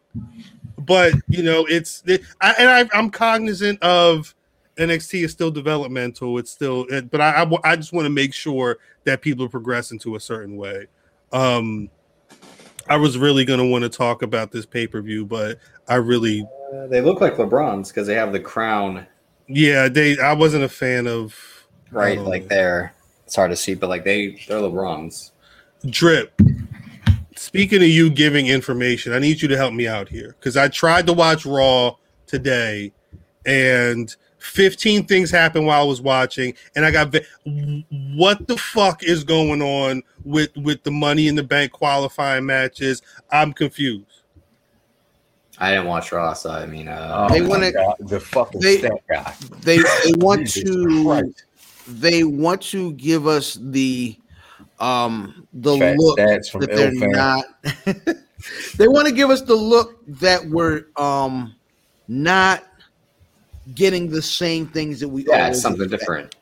Speaker 1: But you know, it's it, I, and I, I'm cognizant of NXT is still developmental. It's still, it, but I I wa- I just want to make sure that people are progressing to a certain way. Um, I was really gonna want to talk about this pay per view, but I really
Speaker 4: Uh, they look like LeBrons because they have the crown
Speaker 1: Yeah, they. I wasn't a fan of
Speaker 4: right
Speaker 1: Oh.
Speaker 4: like there. It's hard to see, but like they they're LeBrons.
Speaker 1: drip. Speaking of you giving information, I need you to help me out here because I tried to watch Raw today, and 15 things happened while I was watching, and I got ve- what the fuck is going on with with the Money in the Bank qualifying matches? I'm confused.
Speaker 4: I didn't watch Raw, so I mean, uh,
Speaker 7: Oh,
Speaker 3: They
Speaker 7: my
Speaker 3: wanna-
Speaker 7: God, the fucking
Speaker 3: they-
Speaker 7: stat guy.
Speaker 3: They they want
Speaker 7: Jesus
Speaker 3: to
Speaker 7: Christ.
Speaker 3: they want to give us the um the
Speaker 7: Fat
Speaker 3: look
Speaker 7: stats from
Speaker 3: that they're
Speaker 7: L-Fan.
Speaker 3: not they want to give us the look that we're um not getting the same things that we
Speaker 4: yeah,
Speaker 3: always
Speaker 4: it's something
Speaker 3: expect.
Speaker 4: different.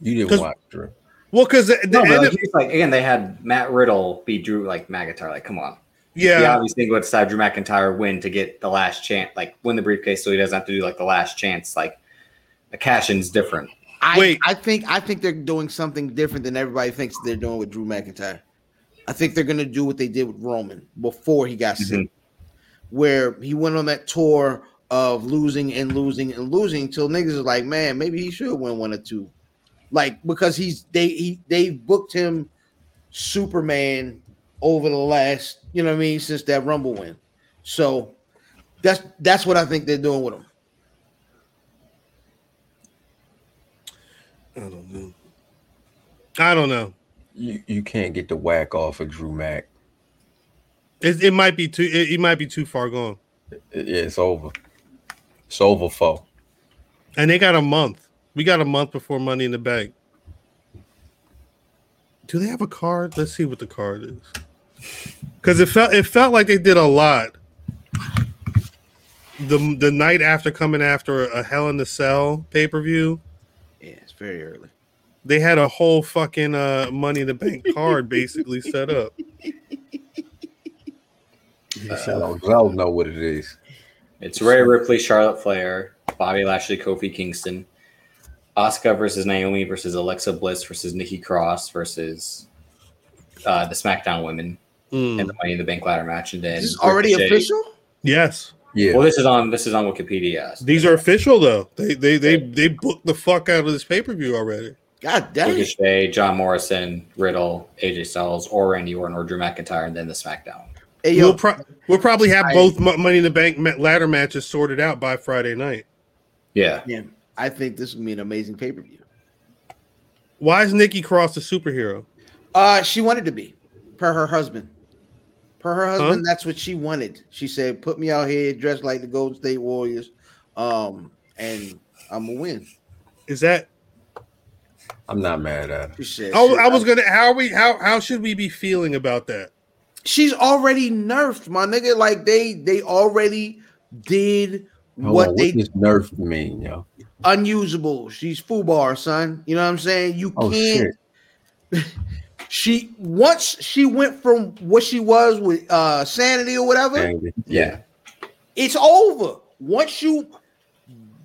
Speaker 7: You
Speaker 1: 'Cause-
Speaker 7: didn't watch Drew.
Speaker 1: Well, because the, the
Speaker 4: No,
Speaker 1: end
Speaker 4: but
Speaker 1: of-
Speaker 4: like, like again, they had Matt Riddle beat Drew like McIntyre. Like, come on.
Speaker 1: yeah,
Speaker 4: He obviously would side Drew McIntyre win to get the last chance, like win the briefcase, so he doesn't have to do like the last chance. Like the cash in's different.
Speaker 3: I,
Speaker 1: Wait.
Speaker 3: I think I think they're doing something different than everybody thinks they're doing with Drew McIntyre. I think they're gonna do what they did with Roman before he got sick, where he went on that tour of losing and losing and losing until niggas is like, man, maybe he should win one or two, like because he's they he, they booked him Superman over the last you know what I mean since that Rumble win, so that's that's what I think they're doing with him.
Speaker 1: I don't know. I don't know.
Speaker 7: You you can't get the whack off of Drew Mac.
Speaker 1: It, it might be too. It, it might be too far gone.
Speaker 7: It- it's over. It's over, foe.
Speaker 1: And they got a month. We got a month before Money in the Bank. Do they have a card? Let's see what the card is. Because it felt it felt like they did a lot. The the night after coming after a Hell in the Cell pay per view,
Speaker 3: Yeah, it's very early.
Speaker 1: they had a whole fucking uh, Money in the Bank card basically set up.
Speaker 7: I don't, I don't know what it is.
Speaker 4: It's Ray Ripley, Charlotte Flair, Bobby Lashley, Kofi Kingston, Oscar versus Naomi versus Alexa Bliss versus Nikki Cross versus uh, the SmackDown women
Speaker 1: Mm.
Speaker 4: and the Money in the Bank ladder match. And then
Speaker 3: Is this already
Speaker 4: Ricochet-
Speaker 3: official?
Speaker 1: Yes,
Speaker 7: Yeah,
Speaker 4: Well, this is on this is on Wikipedia.
Speaker 1: these are official though. They they they they booked the fuck out of this pay per view already.
Speaker 3: God damn.
Speaker 4: Ricochet, John Morrison, Riddle, AJ Styles, or Randy Orton, or Drew McIntyre, and then the SmackDown.
Speaker 3: Hey,
Speaker 1: We'll,
Speaker 3: yo,
Speaker 1: pro- we'll probably have
Speaker 3: I-
Speaker 1: both Mo- Money in the Bank ma- ladder matches sorted out by Friday night.
Speaker 4: Yeah,
Speaker 3: I think this would be an amazing pay per view.
Speaker 1: Why is Nikki Cross a superhero?
Speaker 3: Uh, she wanted to be, per her husband. Per her husband, that's what she wanted. She said, "Put me out here dressed like the Golden State Warriors, um, and I'm gonna win."
Speaker 1: Is that?
Speaker 7: I'm not mad at it.
Speaker 3: She said,
Speaker 1: Oh,
Speaker 3: she-
Speaker 1: I was gonna. How are we? How how should we be feeling about that?
Speaker 3: She's already nerfed, my nigga. Like they, they already did
Speaker 2: Oh,
Speaker 7: Hold
Speaker 3: what
Speaker 7: on,
Speaker 3: they
Speaker 7: what does nerf mean, yo?
Speaker 3: unusable. She's foobar, son. You know what I'm saying? You
Speaker 7: Oh
Speaker 3: can't.
Speaker 7: shit!
Speaker 3: She once she went from what she was with uh sanity or whatever.
Speaker 7: Dang it. Yeah,
Speaker 3: It's over. Once you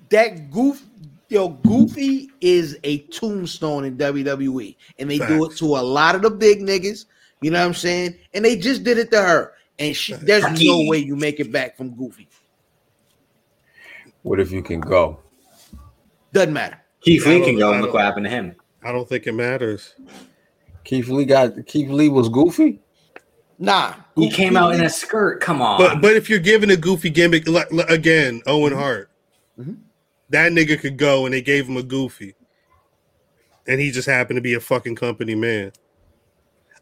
Speaker 3: that goof Yo, Goofy is a tombstone in WWE, and they do it to a lot of the big niggas. You know what I'm saying? And they just did it to her, and she, there's no way you make it back from Goofy.
Speaker 2: What if you can go?
Speaker 3: Doesn't matter.
Speaker 4: Keith Lee
Speaker 1: I don't-
Speaker 4: can go
Speaker 1: I
Speaker 4: and look
Speaker 1: don't-
Speaker 4: what happened to him.
Speaker 1: I don't think it matters.
Speaker 2: Keith Lee got Keith Lee was goofy.
Speaker 3: Nah,
Speaker 4: He
Speaker 3: Goofy-
Speaker 4: came out in a skirt. Come on.
Speaker 1: But but if you're giving a goofy gimmick like, like, again, Owen Hart,
Speaker 3: Mhm.
Speaker 1: that nigga could go, and they gave him a goofy, and he just happened to be a fucking company man.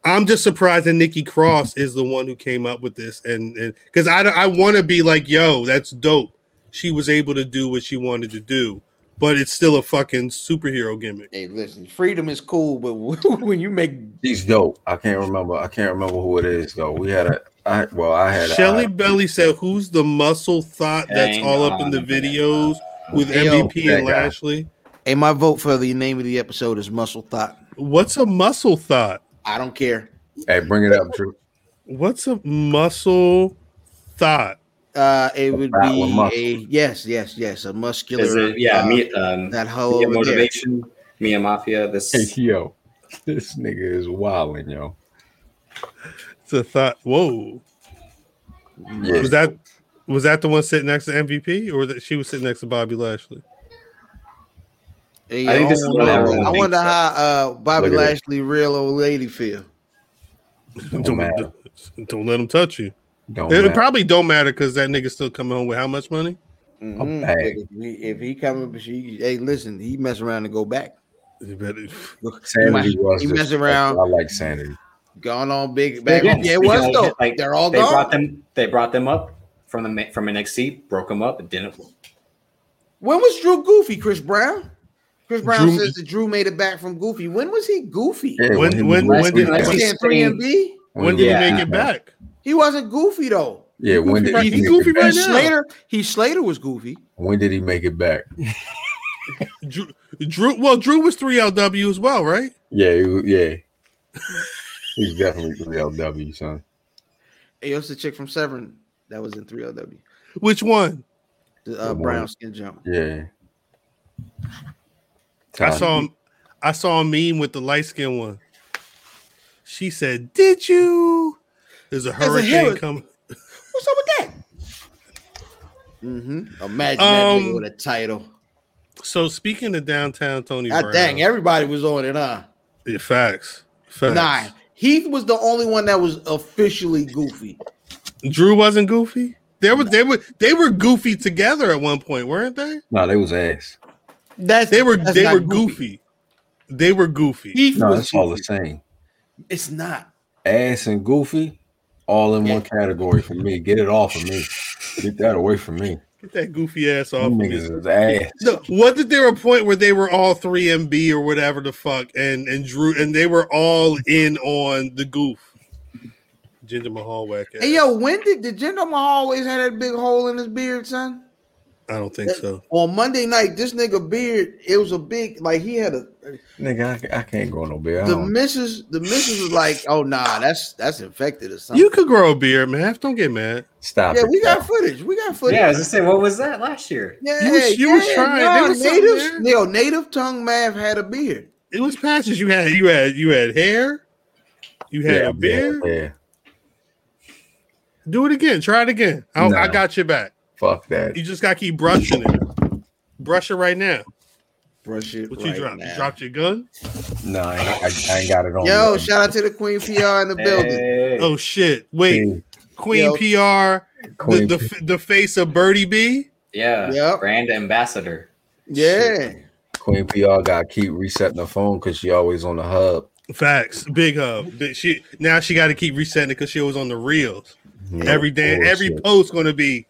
Speaker 1: I'm just surprised that Nikki Cross is the one who came up with this, and because I don't- I want to be like, yo, that's dope. She was able to do what she wanted to do, but it's still a fucking superhero gimmick.
Speaker 3: Hey, listen, freedom is cool, but when you make
Speaker 2: He's dope. I can't remember. I can't remember who it is though. We had a. I well, I had. a-
Speaker 1: Shelly Belly said, "Who's the muscle thought that's
Speaker 4: Hang
Speaker 1: all up in
Speaker 4: on
Speaker 1: the
Speaker 4: a minute.
Speaker 1: videos with
Speaker 3: Hey, yo,
Speaker 1: MVP and
Speaker 2: that guy.
Speaker 1: Lashley?"
Speaker 3: hey, my vote for the name of the episode is Muscle Thought.
Speaker 1: What's a muscle thought?
Speaker 3: I don't care.
Speaker 2: Hey, bring it up, Drew.
Speaker 1: What's a muscle thought?
Speaker 3: Uh, it would
Speaker 2: thought with
Speaker 3: be
Speaker 2: muscle.
Speaker 3: a yes, yes, yes, a muscular.
Speaker 4: Is it, yeah,
Speaker 3: uh,
Speaker 4: me, um,
Speaker 3: that hoe
Speaker 4: Mia
Speaker 3: over there.
Speaker 4: Motivation, Mia Mafia.
Speaker 2: Hey,
Speaker 4: This
Speaker 2: yo, this nigga is wilding, yo.
Speaker 1: It's a thought. Whoa,
Speaker 2: Yeah.
Speaker 1: was that was that the one sitting next to MVP, or that she was sitting next to Bobby Lashley?
Speaker 3: Hey,
Speaker 4: I think this is
Speaker 3: wonder-
Speaker 4: what
Speaker 3: I
Speaker 2: everyone
Speaker 3: wonder,
Speaker 4: thinks of.
Speaker 3: how uh, Bobby
Speaker 2: Look at it.
Speaker 3: Lashley, real old lady, feel.
Speaker 1: Don't,
Speaker 2: matter.
Speaker 1: don't let him touch you.
Speaker 2: Don't
Speaker 1: it
Speaker 2: matter.
Speaker 1: probably don't matter because that nigga still coming home with how much money?
Speaker 4: Oh,
Speaker 3: Mhm.
Speaker 2: bag.
Speaker 3: If he, if he coming, she, hey, listen, he mess around and go back.
Speaker 1: You better-
Speaker 2: Sanity was
Speaker 3: he
Speaker 2: this-
Speaker 3: mess around.
Speaker 2: I like sanity.
Speaker 3: Gone on big back.
Speaker 4: Again,
Speaker 3: on- yeah, it was
Speaker 4: because,
Speaker 3: though.
Speaker 4: like,
Speaker 3: They're all
Speaker 4: they
Speaker 3: gone.
Speaker 4: brought them. They brought them up from the ma- from NXT. Broke them up. It didn't.
Speaker 3: when was Drew goofy? Chris Brown. Chris Brown
Speaker 1: Drew-
Speaker 3: says that Drew made it back from goofy. When was he goofy?
Speaker 2: Yeah,
Speaker 1: When-
Speaker 2: he
Speaker 1: when-
Speaker 2: was
Speaker 1: when
Speaker 2: with
Speaker 1: did-
Speaker 2: us,
Speaker 4: when-
Speaker 3: He
Speaker 2: yeah.
Speaker 3: had three and B.
Speaker 2: Oh,
Speaker 1: When did
Speaker 4: Yeah.
Speaker 1: he make it back?
Speaker 3: He wasn't goofy though.
Speaker 2: Yeah, when
Speaker 1: Goofy
Speaker 2: did
Speaker 1: right-
Speaker 2: he
Speaker 1: he's
Speaker 2: make
Speaker 1: goofy
Speaker 2: it back?
Speaker 1: right now.
Speaker 3: Slater, he Slater was goofy.
Speaker 2: When did he make it back?
Speaker 1: Drew, Drew, well, Drew was three LW as well, right?
Speaker 2: Yeah, he, was- yeah. He's definitely the LW son.
Speaker 3: Hey, it's the chick from Severn that was in 3LW.
Speaker 1: Which one?
Speaker 3: The uh,
Speaker 2: Good
Speaker 3: brown
Speaker 2: morning.
Speaker 3: skin jump.
Speaker 2: Yeah.
Speaker 1: I saw him. I saw a meme with the light skinned one. She said, "Did you?" There's a
Speaker 3: a
Speaker 1: hurricane
Speaker 3: hurricane.
Speaker 1: coming.
Speaker 3: What's up with that? Mm-hmm. Imagine that
Speaker 1: Um,
Speaker 3: nigga with a title.
Speaker 1: So speaking of downtown Tony
Speaker 3: God
Speaker 1: Brown,
Speaker 3: dang, everybody was on it, huh?
Speaker 1: yeah, facts, facts.
Speaker 3: Nah, he was the only one that was officially goofy.
Speaker 1: Drew wasn't goofy. They were they were they were goofy together at one point, weren't they?
Speaker 2: No, they was ass.
Speaker 3: That's
Speaker 1: They were
Speaker 3: that's
Speaker 1: they
Speaker 3: not
Speaker 1: were goofy. They were goofy.
Speaker 3: Heath
Speaker 2: No,
Speaker 3: was
Speaker 2: it's all the
Speaker 3: goofy.
Speaker 2: same.
Speaker 3: It's not.
Speaker 2: Ass and goofy, all in
Speaker 3: Yeah.
Speaker 2: one category for me. Get it off of me. Get that away from me.
Speaker 1: Get that goofy ass off
Speaker 2: Them
Speaker 1: of me.
Speaker 2: niggas is ass.
Speaker 1: No, wasn't there a point where they were all three MB or whatever the fuck, and and Drew and they were all in on the goof? Ginger Mahal whack ass.
Speaker 3: Hey yo, when did did Jinder Mahal always had that big hole in his beard, son?
Speaker 1: I don't think so.
Speaker 3: On Monday night, this nigga beard, it was a big like he had a
Speaker 2: Nigga, I, I can't go no beer. I
Speaker 3: the
Speaker 1: Um,
Speaker 2: don't-
Speaker 3: missus the missus was like, oh nah, that's that's infected or something.
Speaker 1: You could grow a beard, man. Don't get mad.
Speaker 2: Stop
Speaker 3: yeah,
Speaker 2: it.
Speaker 3: we got footage. We got footage.
Speaker 4: Yeah, I was just saying, what was that last year?
Speaker 3: Yeah,
Speaker 1: You was- you was trying. There was something
Speaker 3: native,
Speaker 1: there.
Speaker 3: yo, native tongue math had a beard.
Speaker 1: It was patches. You had you had you had hair. You had
Speaker 2: yeah,
Speaker 1: a beard.
Speaker 2: Yeah, yeah.
Speaker 1: Do it again. Try it again. I, I
Speaker 2: No.
Speaker 1: got your back.
Speaker 2: Fuck that.
Speaker 1: You just gotta keep brushing it. Brush it right now.
Speaker 3: Brush it.
Speaker 1: What
Speaker 3: right
Speaker 1: you dropped? You
Speaker 3: now.
Speaker 1: dropped your gun?
Speaker 2: No, I, ain't- I, I ain't got it on.
Speaker 3: Yo,
Speaker 2: me.
Speaker 3: shout out to the Queen PR in the building.
Speaker 4: Hey.
Speaker 1: Oh shit! Wait,
Speaker 2: Queen-
Speaker 1: Queen
Speaker 3: Yo.
Speaker 1: PR,
Speaker 2: Queen-
Speaker 1: the the, the face of Birdie B.
Speaker 4: Yeah,
Speaker 3: Yep.
Speaker 4: brand ambassador.
Speaker 3: Yeah.
Speaker 2: Queen PR got to keep resetting the phone because she always on the hub.
Speaker 1: Facts, big hub. Big- She now she got to keep resetting it because she was on the reels.
Speaker 2: You know,
Speaker 1: every day,
Speaker 2: bullshit.
Speaker 1: every post gonna be.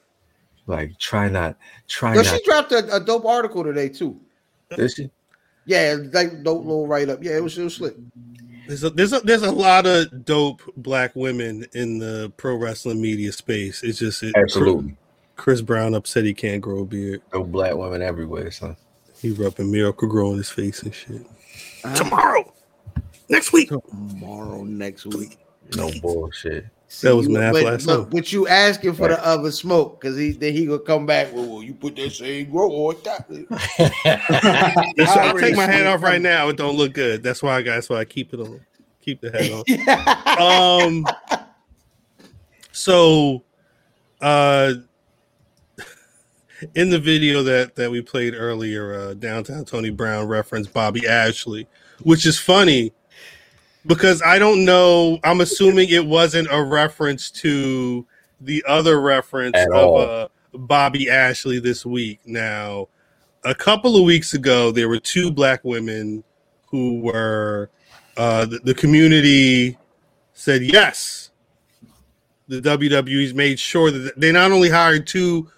Speaker 2: like try not, try
Speaker 3: Yo,
Speaker 2: not.
Speaker 3: she dropped a, a dope article today too.
Speaker 2: Did she?
Speaker 3: Yeah, like dope little write up. Yeah, it was, it was slick.
Speaker 1: There's a, there's a there's a lot of dope black women in the pro wrestling media space. It's just it,
Speaker 2: Absolutely.
Speaker 1: Chris Brown upset he can't grow a beard.
Speaker 2: No black women everywhere, son.
Speaker 1: He rubbing miracle growing his face and shit. Tomorrow, next week.
Speaker 3: Tomorrow, next week.
Speaker 7: No bullshit.
Speaker 1: That was Math
Speaker 3: but,
Speaker 1: last
Speaker 3: but-
Speaker 1: night.
Speaker 3: but you asking for
Speaker 7: Right.
Speaker 3: the other smoke because he then he gonna come back. Well, well, you put that same grow or that.
Speaker 1: That's why I
Speaker 3: already
Speaker 1: take my hat
Speaker 3: smoked
Speaker 1: off right
Speaker 3: them.
Speaker 1: now. It don't look good. That's why I guys why I keep it on. Keep the hat on. um so uh in the video that that we played earlier, uh downtown Tony Brown referenced Bobby Ashley, which is funny because I don't know. I'm assuming it wasn't a reference to the other reference
Speaker 7: At
Speaker 1: of
Speaker 7: all.
Speaker 1: uh, Bobby Ashley this week. Now, a couple of weeks ago, there were two black women who were uh, the, the community said yes. The WWE's made sure that they not only hired two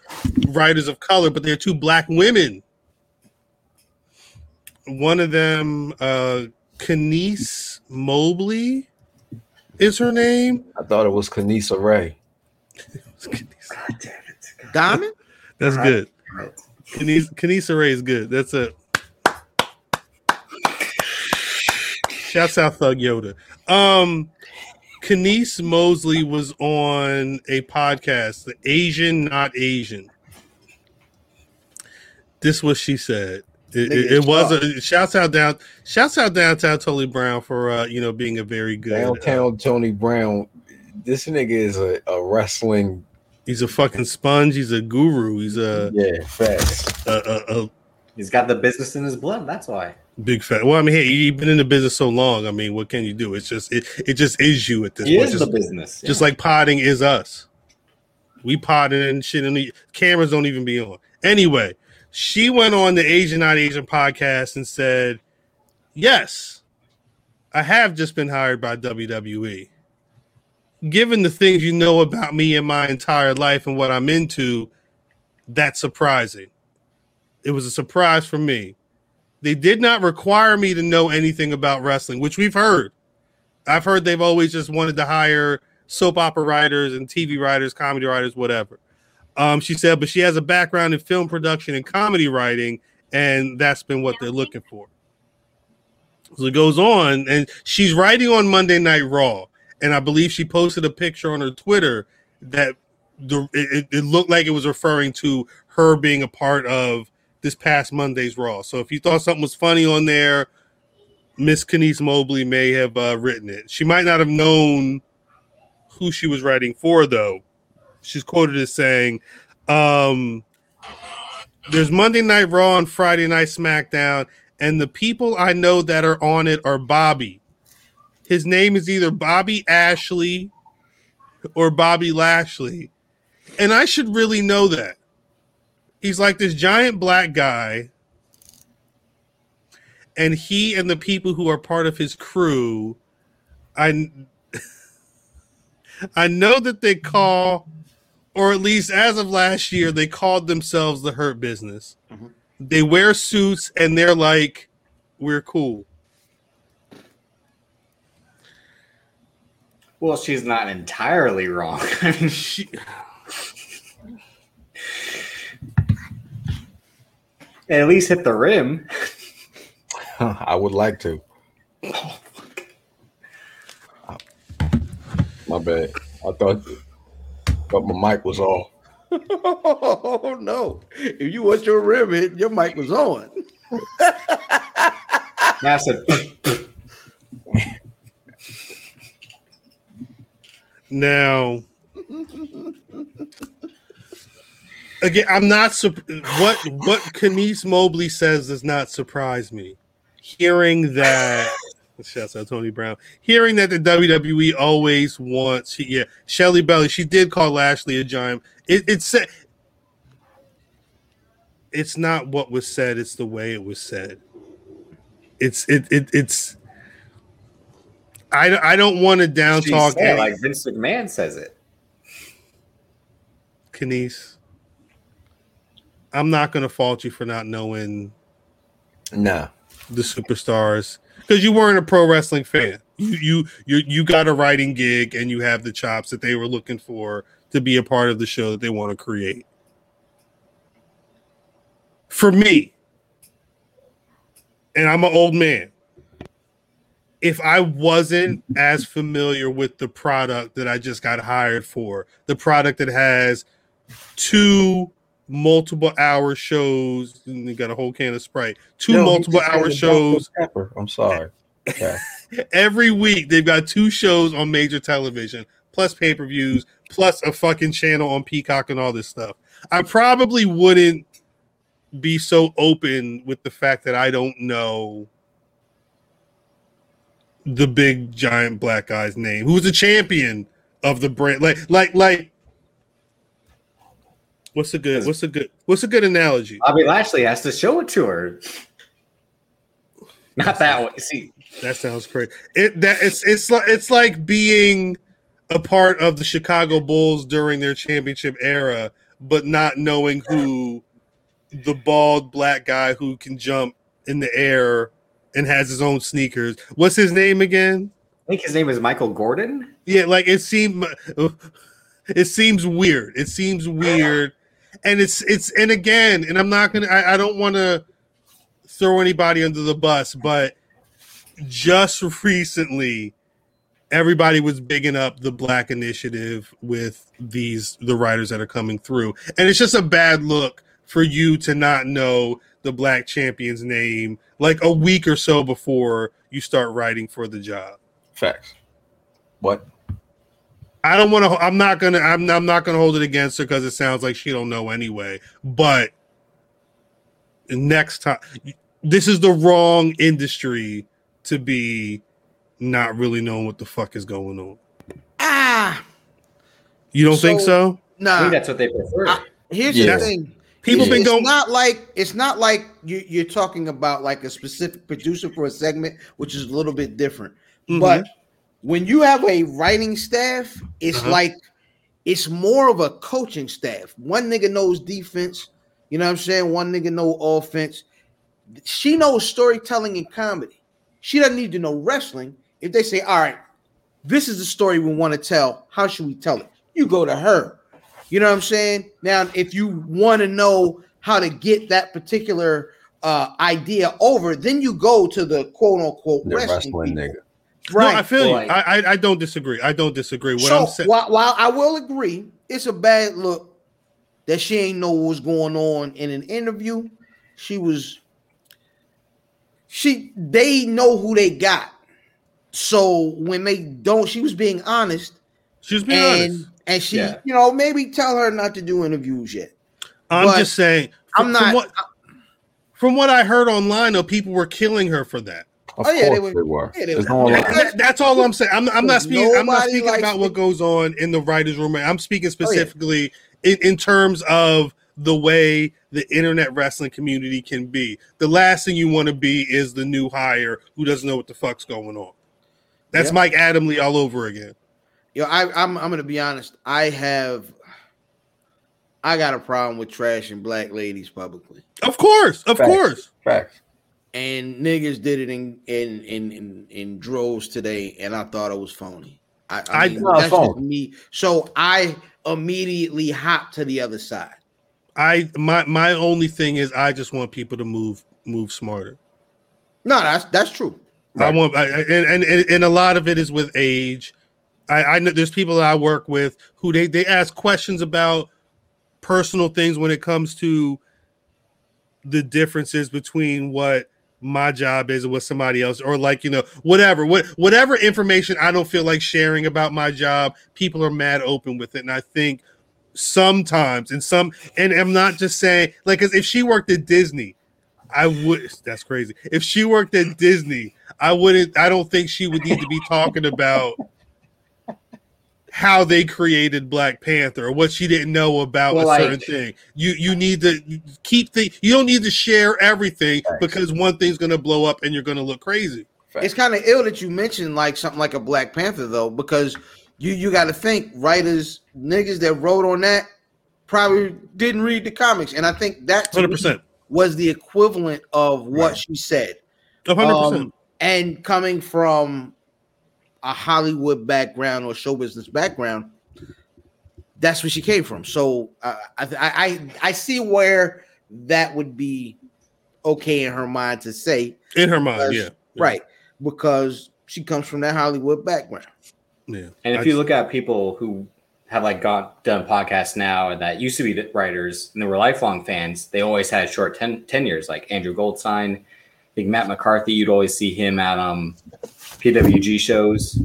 Speaker 1: writers of color, but they're two black women. One of them, uh, Kenise Mobley, is her name.
Speaker 7: I thought it was Kanisa Ray.
Speaker 3: Diamond.
Speaker 1: That's good. Kenise, Kenisa Ray is good. That's a shouts out Thug Yoda. Um, Kenise Mosley was on a podcast, The Asian Not Asian. This was she said. It, it- it was a shouts out down shouts out downtown Tolly Brown for uh, you know being a very good uh,
Speaker 7: Downtown Tony Brown. This nigga is a, a wrestling.
Speaker 1: he's a fucking sponge he's a guru he's a
Speaker 7: Yeah, facts.
Speaker 1: a, a, a
Speaker 4: He's got the business in his blood. That's why.
Speaker 1: Big fat. Well, I mean, hey, you've been in the business so long. I mean, what can you do? It's just it. It just is you at this
Speaker 4: He
Speaker 1: point.
Speaker 4: is
Speaker 1: Just,
Speaker 4: the business.
Speaker 1: just like potting is us. We potting and shit, and the cameras don't even be on. Anyway, she went on the Asian Not Asian podcast and said, "Yes, I have just been hired by WWE. Given the things you know about me and my entire life and what I'm into, that's surprising. It was a surprise for me." They did not require me to know anything about wrestling, which we've heard. I've heard they've always just wanted to hire soap opera writers and TV writers, comedy writers, whatever. Um, she said, but she has a background in film production and comedy writing, and that's been what they're looking for. So it goes on, and she's writing on Monday Night Raw, and I believe she posted a picture on her Twitter that the it, it- it looked like it was referring to her being a part of this past Monday's Raw. So if you thought something was funny on there, Miss Kenise Mobley may have uh, written it. She might not have known who she was writing for, though. She's quoted as saying, um, "There's Monday Night Raw and Friday Night SmackDown, and the people I know that are on it are Bobby. His name is either Bobby Ashley or Bobby Lashley, and I should really know that. He's like this giant black guy." and he and the people who are part of his crew i i know that they call or at least as of last year they called themselves the hurt business they wear suits and they're like we're cool
Speaker 4: well, she's not entirely wrong. I mean,
Speaker 1: she,
Speaker 4: at least hit the rim.
Speaker 7: I would like to. My bad. I thought, but my mic was off.
Speaker 3: Oh no! If you want your rim hit, your mic was on.
Speaker 4: Now I said,
Speaker 1: Now, again, I'm not sur- what what Kenise Mobley says does not surprise me. Hearing that, shouts out Tony Brown. Hearing that the WWE always wants, yeah, Shelly Belly. She did call Lashley a giant. It, it said, it's not what was said; it's the way it was said. It's it, it it's. I, don't- I don't want to down
Speaker 4: she
Speaker 1: talk
Speaker 4: said like Vince McMahon says it.
Speaker 1: Kenise, I'm not going to fault you for not knowing
Speaker 7: Nah,
Speaker 1: the superstars because you weren't a pro wrestling fan. You you you you got a writing gig and you have the chops that they were looking for to be a part of the show that they want to create. For me, and I'm an old man. if I wasn't as familiar with the product that I just got hired for, the product that has two multiple hour shows, and they got a whole can of Sprite, two
Speaker 7: No, he
Speaker 1: multiple
Speaker 7: just had
Speaker 1: hour
Speaker 7: a
Speaker 1: shows
Speaker 7: Dr. Pepper. I'm sorry. Okay.
Speaker 1: every week. They've got two shows on major television, plus pay per views, plus a fucking channel on Peacock and all this stuff. I probably wouldn't be so open with the fact that I don't know the big giant black guy's name, who was a champion of the brand. Like, like, like. What's a good? What's a good? What's a good analogy?
Speaker 4: Bobby Lashley has to show it to her. Not that one. See,
Speaker 1: That sounds crazy. It that it's it's like it's like being a part of the Chicago Bulls during their championship era, but not knowing who the bald black guy who can jump in the air and has his own sneakers. What's his name again?
Speaker 4: I think his name is Michael Gordon.
Speaker 1: Yeah, like it seemed it seems weird. It seems weird. And it's it's and again, and I'm not gonna I, I don't wanna throw anybody under the bus, but just recently everybody was bigging up the black initiative with these the writers that are coming through. And it's just a bad look for you to not know the black champion's name like a week or so before you start writing for the job.
Speaker 7: Facts. What?
Speaker 1: I don't want to. I'm not gonna. I'm, I'm not gonna hold it against her because it sounds like she don't know anyway. But next time, this is the wrong industry to be not really knowing what the fuck is going on.
Speaker 3: Ah,
Speaker 1: You don't think
Speaker 3: So-
Speaker 1: so?
Speaker 4: I think
Speaker 3: nah.
Speaker 4: that's what they prefer.
Speaker 3: Uh, I- Here's
Speaker 7: Yeah.
Speaker 3: the thing.
Speaker 1: People
Speaker 3: it's,
Speaker 1: been
Speaker 3: it's
Speaker 1: going.
Speaker 3: not like it's not like you, you're talking about like a specific producer for a segment, which is a little bit different.
Speaker 1: Mhm.
Speaker 3: But when you have a writing staff, it's
Speaker 1: Uh-huh.
Speaker 3: like it's more of a coaching staff. One nigga knows defense, you know what I'm saying? One nigga know offense. She knows storytelling and comedy. She doesn't need to know wrestling. If they say, "All right, this is the story we want to tell. How should we tell it?" You go to her. You know what I'm saying? Now, if you want to know how to get that particular uh, idea over, then you go to the quote unquote
Speaker 7: The wrestling
Speaker 3: wrestling people.
Speaker 7: nigga.
Speaker 1: No, I
Speaker 3: Right.
Speaker 1: feel
Speaker 4: Right.
Speaker 1: you. I, I I don't disagree. I don't disagree. What
Speaker 3: so
Speaker 1: I'm saying.
Speaker 3: while, while I will agree, it's a bad look that she ain't know what was going on in an interview. She was she they know who they got. So when they don't, she was being honest
Speaker 1: She's being honest.
Speaker 3: and and she,
Speaker 4: Yeah.
Speaker 3: you know, maybe tell her not to do interviews yet.
Speaker 1: I'm
Speaker 3: but
Speaker 1: just saying.
Speaker 3: I'm
Speaker 1: From
Speaker 3: not
Speaker 1: what, from what I heard online, though, people were killing her for that.
Speaker 7: Of
Speaker 3: Oh, yeah, they
Speaker 7: course
Speaker 3: were-
Speaker 7: they were.
Speaker 3: yeah, they
Speaker 7: It's
Speaker 3: were.
Speaker 7: online.
Speaker 1: That- that- that's all I'm saying. I'm, I'm not speaking. I'm not
Speaker 3: Nobody
Speaker 1: speaking
Speaker 3: likes
Speaker 1: about what
Speaker 3: to-
Speaker 1: goes on in the writers' room. I'm speaking
Speaker 3: yeah.
Speaker 1: specifically in, in terms of the way the internet wrestling community can be. The last thing you want to be is the new hire who doesn't know what the fuck's going on. That's
Speaker 3: Yeah.
Speaker 1: Mike Adamley all over again.
Speaker 3: Yo, I, I'm I'm gonna be honest. I have I got a problem with trashing black ladies publicly,
Speaker 1: Of course, of
Speaker 7: Facts.
Speaker 1: course.
Speaker 7: Facts.
Speaker 3: and niggas did it in in in in, in droves today, and I thought it was phony. I, I
Speaker 1: I-
Speaker 3: mean,
Speaker 7: No,
Speaker 3: that's
Speaker 7: phony.
Speaker 3: just me. So I immediately hopped to the other side.
Speaker 1: I my my only thing is I just want people to move move smarter.
Speaker 3: No, that's that's true.
Speaker 7: Right.
Speaker 1: I want, I, I- and, and and a lot of it is with age. I, I know there's people that I work with who they they ask questions about personal things when it comes to the differences between what my job is and what somebody else or like you know whatever what whatever information I don't feel like sharing about my job people are mad open with it and I think sometimes and some and I'm not just saying like 'cause if she worked at Disney I would that's crazy if she worked at Disney I wouldn't. I don't think she would need to be talking about how they created Black Panther or what she didn't know about
Speaker 4: Well,
Speaker 1: a certain
Speaker 4: like-
Speaker 1: thing. You you need to keep the. You don't need to share everything because one thing's going to blow up and you're going to look crazy.
Speaker 7: Facts.
Speaker 3: It's kind of ill that you mentioned like something like a Black Panther though, because you you got to think writers niggas that wrote on that probably didn't read the comics, and I think that to me
Speaker 1: Hundred percent.
Speaker 3: was the equivalent of what she said.
Speaker 1: Hundred percent.
Speaker 3: Um, and coming from a Hollywood background or show business background, that's where she came from. So uh, I, I I I see where that would be okay in her mind to say,
Speaker 1: In her mind,
Speaker 3: because-
Speaker 1: yeah.
Speaker 3: right? Because she comes from that Hollywood background.
Speaker 1: Yeah.
Speaker 4: And if
Speaker 1: I
Speaker 4: you look at people who have like got done podcasts now and that used to be the writers and they were lifelong fans, they always had short ten, tenures, like Andrew Goldstein. I think Matt McCarthy, you'd always see him at um PWG shows.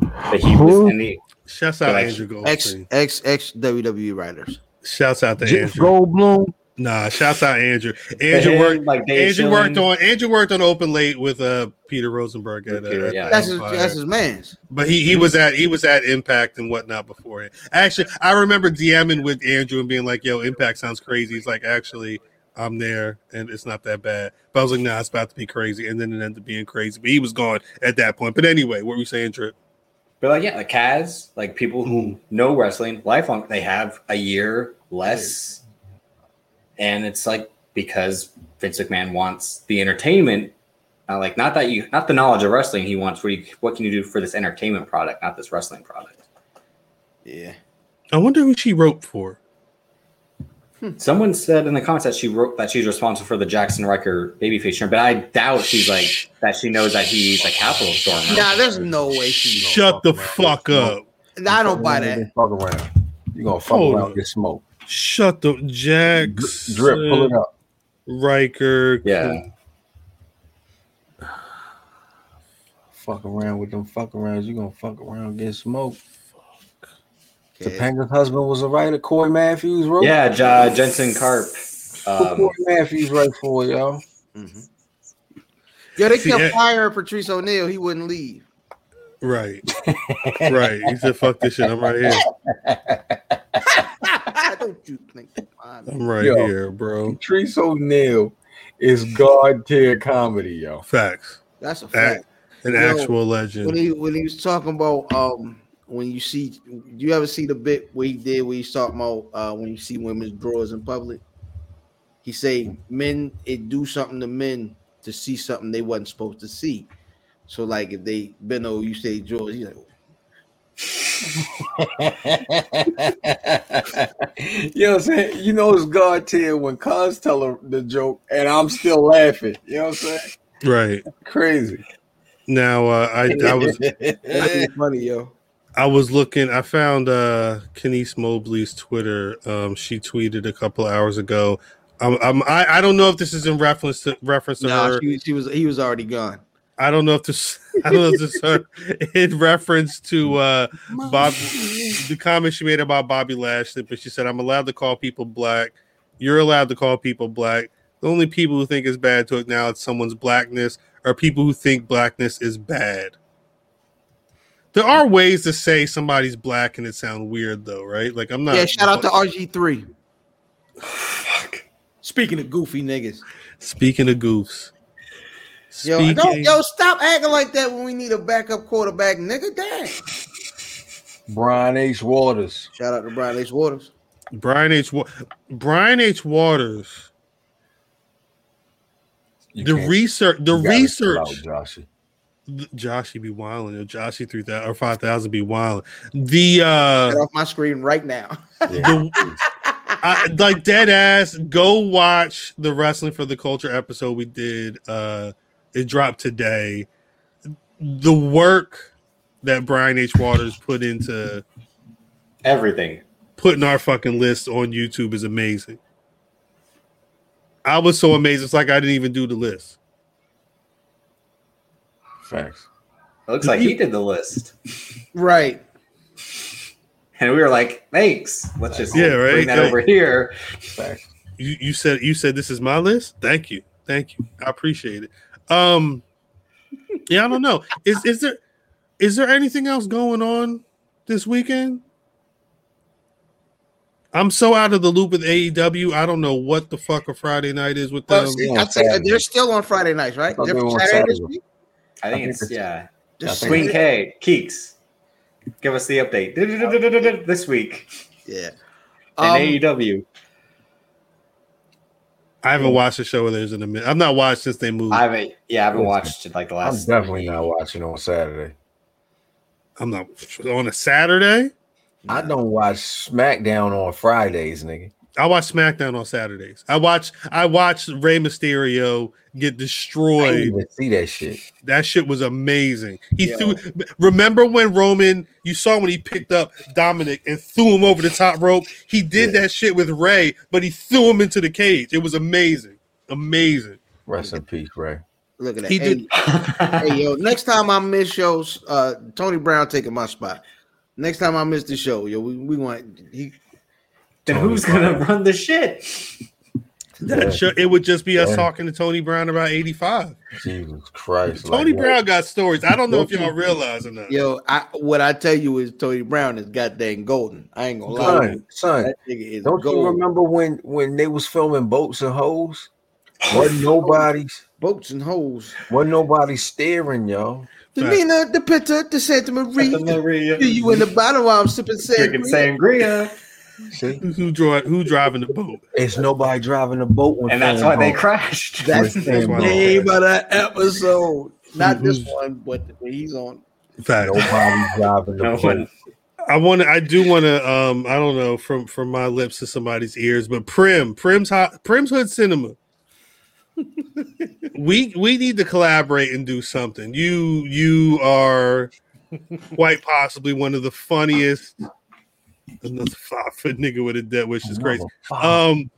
Speaker 4: But he was in the
Speaker 1: Shouts out
Speaker 4: Like,
Speaker 1: Andrew
Speaker 3: Ex
Speaker 1: Goldstein.
Speaker 3: ex ex WWE writers.
Speaker 1: Shouts out to
Speaker 7: Jeff
Speaker 1: Andrew.
Speaker 7: Goldblum.
Speaker 1: Nah, shouts out Andrew.
Speaker 4: but
Speaker 1: Andrew
Speaker 4: him,
Speaker 1: worked.
Speaker 4: like Dave
Speaker 1: Andrew
Speaker 4: Schilling,
Speaker 1: worked on Andrew worked on Open Late with uh Peter Rosenberg at, uh,
Speaker 4: Peter,
Speaker 1: at
Speaker 4: yeah.
Speaker 1: the
Speaker 3: That's his,
Speaker 1: Empire.
Speaker 3: that's his man's.
Speaker 1: but he he was at he was at Impact and whatnot beforehand. Actually, I remember DMing with Andrew and being like, "Yo, Impact sounds crazy." He's like, "Actually, I'm there and it's not that bad." But I was like, "Nah, it's about to be crazy," and then it ended up being crazy. But he was gone at that point. But anyway, what were you saying, Trip?
Speaker 4: But like yeah, like Kaz, like people who know wrestling, lifelong, they have a year less, and it's like because Vince McMahon wants the entertainment, uh, like not that you, not the knowledge of wrestling. He wants what, you, what can you do for this entertainment product, not this wrestling product.
Speaker 3: Yeah.
Speaker 1: I wonder who she wrote for.
Speaker 4: Someone said in the comments that she wrote that she's responsible for the Jackson Riker babyface turn, but I doubt she's like that. She knows that he's a capital stormer.
Speaker 3: Nah, there's no way she.
Speaker 1: Shut the fuck up.
Speaker 3: I don't buy that.
Speaker 7: Fuck around. You gonna fuck
Speaker 1: Hold
Speaker 7: around
Speaker 1: up.
Speaker 7: with this smoke?
Speaker 1: Shut the Jax
Speaker 7: Drip, pull it up.
Speaker 1: Riker.
Speaker 4: Yeah,
Speaker 7: Fuck around with them fuck arounds. You gonna fuck around and get smoked?
Speaker 3: Okay.
Speaker 7: Topanga's husband was a writer. Corey Matthews wrote.
Speaker 4: yeah, Ja- Jensen Carp.
Speaker 7: Who
Speaker 4: Um,
Speaker 7: Corey Matthews wrote for y'all?
Speaker 3: Mhm. Yo, they
Speaker 1: See,
Speaker 3: kept
Speaker 1: that-
Speaker 3: firing Patrice O'Neal. He wouldn't leave.
Speaker 1: Right. right. He said, "Fuck this shit. I'm right here.
Speaker 3: don't you think?
Speaker 1: I'm right
Speaker 7: Yo.
Speaker 1: here, bro."
Speaker 7: Patrice O'Neal is god tier comedy, yo.
Speaker 1: Facts.
Speaker 3: That's a fact.
Speaker 1: That- An
Speaker 3: Yo,
Speaker 1: actual
Speaker 3: when
Speaker 1: legend.
Speaker 3: he when he was talking about um when you see do you ever see the bit where he did where he's talking about uh when you see women's drawers in public he say men it do something to men to see something they wasn't supposed to see so like if they been over you say drawers he's like
Speaker 7: yo, I'm saying, you know it's god tier when Cuz tell her the joke and I'm still laughing. You know what I'm saying?
Speaker 1: Right.
Speaker 7: Crazy.
Speaker 1: Now uh, I I was
Speaker 3: that's funny yo
Speaker 1: I was looking I found uh Kenise Mobley's Twitter. Um she tweeted a couple hours ago. Um, um, I, I don't know if this is in reference to reference to
Speaker 3: nah,
Speaker 1: her.
Speaker 3: she, she was he was already gone
Speaker 1: I don't know if this I don't know if this is her in reference to uh Bob, the comment she made about Bobby Lashley, but she said, I'm allowed to call people black. You're allowed to call people black. The only people who think it's bad to acknowledge someone's blackness are people who think blackness is bad. There are ways to say somebody's black and it sound weird though, right? Like I'm not
Speaker 3: yeah shout out to RG3 speaking of goofy niggas
Speaker 1: speaking of goofs.
Speaker 3: Yo,
Speaker 1: Speaking-
Speaker 3: don't, yo, stop acting like that when we need a backup quarterback, nigga. Damn.
Speaker 7: Brian H. Waters.
Speaker 3: Shout out to Brian H. Waters.
Speaker 1: Brian H. Wa- Brian H. Waters.
Speaker 7: You
Speaker 1: the
Speaker 7: can't-
Speaker 1: research, the
Speaker 7: you gotta chill
Speaker 1: research.
Speaker 7: out, Joshy.
Speaker 1: Joshy be wilding. Joshy three thousand or five thousand be wilding. The uh,
Speaker 3: Get off my screen right now.
Speaker 7: Yeah.
Speaker 1: the, I, like dead ass. Go watch the wrestling for the culture episode we did. Uh, it dropped today. The work that Brian H. Waters put into
Speaker 4: everything.
Speaker 1: putting our fucking list on YouTube is amazing. I was so amazed. It's like I didn't even do the list.
Speaker 7: Facts.
Speaker 4: It looks like he did the list.
Speaker 3: Right.
Speaker 4: And we were like, thanks. Let's just
Speaker 1: Yeah, right,
Speaker 4: bring that
Speaker 1: right.
Speaker 4: over here.
Speaker 7: Facts.
Speaker 1: you, you said you said this is my list. Thank you, thank you. I appreciate it. Um, yeah, I don't know. Is is there is there anything else going on this weekend? I'm so out of the loop with AEW. I don't know what the fuck a Friday night is with
Speaker 3: Well,
Speaker 1: them.
Speaker 3: see,
Speaker 7: on
Speaker 3: I think
Speaker 7: Saturday.
Speaker 3: they're still on Friday nights, right?
Speaker 7: I thought
Speaker 3: They're
Speaker 7: they were on
Speaker 3: Saturday this
Speaker 7: Saturday.
Speaker 3: week?
Speaker 4: I
Speaker 7: I
Speaker 4: think
Speaker 7: think
Speaker 4: it's,
Speaker 7: it's-
Speaker 4: yeah.
Speaker 7: I
Speaker 3: Just
Speaker 7: think
Speaker 4: Swing K, Keeks. Give us the update this week
Speaker 3: Yeah.
Speaker 4: in E
Speaker 3: Um,
Speaker 4: AEW.
Speaker 1: I haven't watched the show. There's in a minute. I've not watched since they moved.
Speaker 4: I
Speaker 1: i
Speaker 4: haven't, yeah, I haven't watched like the
Speaker 7: I'm
Speaker 4: last.
Speaker 7: definitely not watching on Saturday.
Speaker 1: am not on a Saturday.
Speaker 7: I don't watch SmackDown on Fridays, nigga.
Speaker 1: I watch SmackDown on Saturdays. I watch I watched Rey Mysterio get
Speaker 2: I didn't
Speaker 1: destroyed.
Speaker 2: even see that shit.
Speaker 1: That shit was amazing. He threw. Remember when Roman? You saw when he picked up Dominic and threw him over the top rope. He did that shit with Ray, but he threw him into the cage. It was amazing, amazing.
Speaker 2: Rest in peace, Ray.
Speaker 3: Look at that.
Speaker 1: He
Speaker 3: hey,
Speaker 1: did-
Speaker 3: hey, yo, next time I miss shows, uh, Tony Brown taking my spot. Next time I miss the show, yo, we, we want he
Speaker 4: Then who's gonna run the shit?
Speaker 1: That
Speaker 2: Yeah.
Speaker 1: shit- it would just be us
Speaker 2: Yeah.
Speaker 1: talking to Tony Brown about eighty-five.
Speaker 2: Jesus Christ.
Speaker 1: Tony
Speaker 2: like,
Speaker 1: Brown got stories. I don't know if y'all realize or not.
Speaker 3: yo, I what I tell you is Tony Brown is goddamn golden. I ain't gonna lie.
Speaker 2: Son, son,
Speaker 3: That nigga is
Speaker 2: don't you
Speaker 3: golden.
Speaker 2: remember when when they was filming boats and hoes? Wasn't nobody's
Speaker 3: Boats and holes.
Speaker 2: wasn't nobody staring, yo.
Speaker 3: The
Speaker 1: Facts.
Speaker 3: Nina, the Pinta, the Santa Maria.
Speaker 4: Maria.
Speaker 3: See you in the bottom while I'm sipping sand.
Speaker 4: Drinking sangria.
Speaker 2: See,
Speaker 1: Who, who draw? Who driving the boat?
Speaker 2: it's nobody driving a boat, when
Speaker 4: And that's why
Speaker 2: filming
Speaker 4: they
Speaker 2: boats.
Speaker 4: crashed.
Speaker 3: That's the
Speaker 1: That's why-
Speaker 3: name of that episode. Not this one, but he's on.
Speaker 1: Fact.
Speaker 2: Nobody driving the
Speaker 4: No
Speaker 2: boat.
Speaker 4: one.
Speaker 1: I want to. I do want to. Um, I don't know from from my lips to somebody's ears, but Prim, Prim's hot, Prim's Hood Cinema. we we need to collaborate and do something. You you are quite possibly one of the funniest. Another five foot nigga with a dead wish is crazy. Um,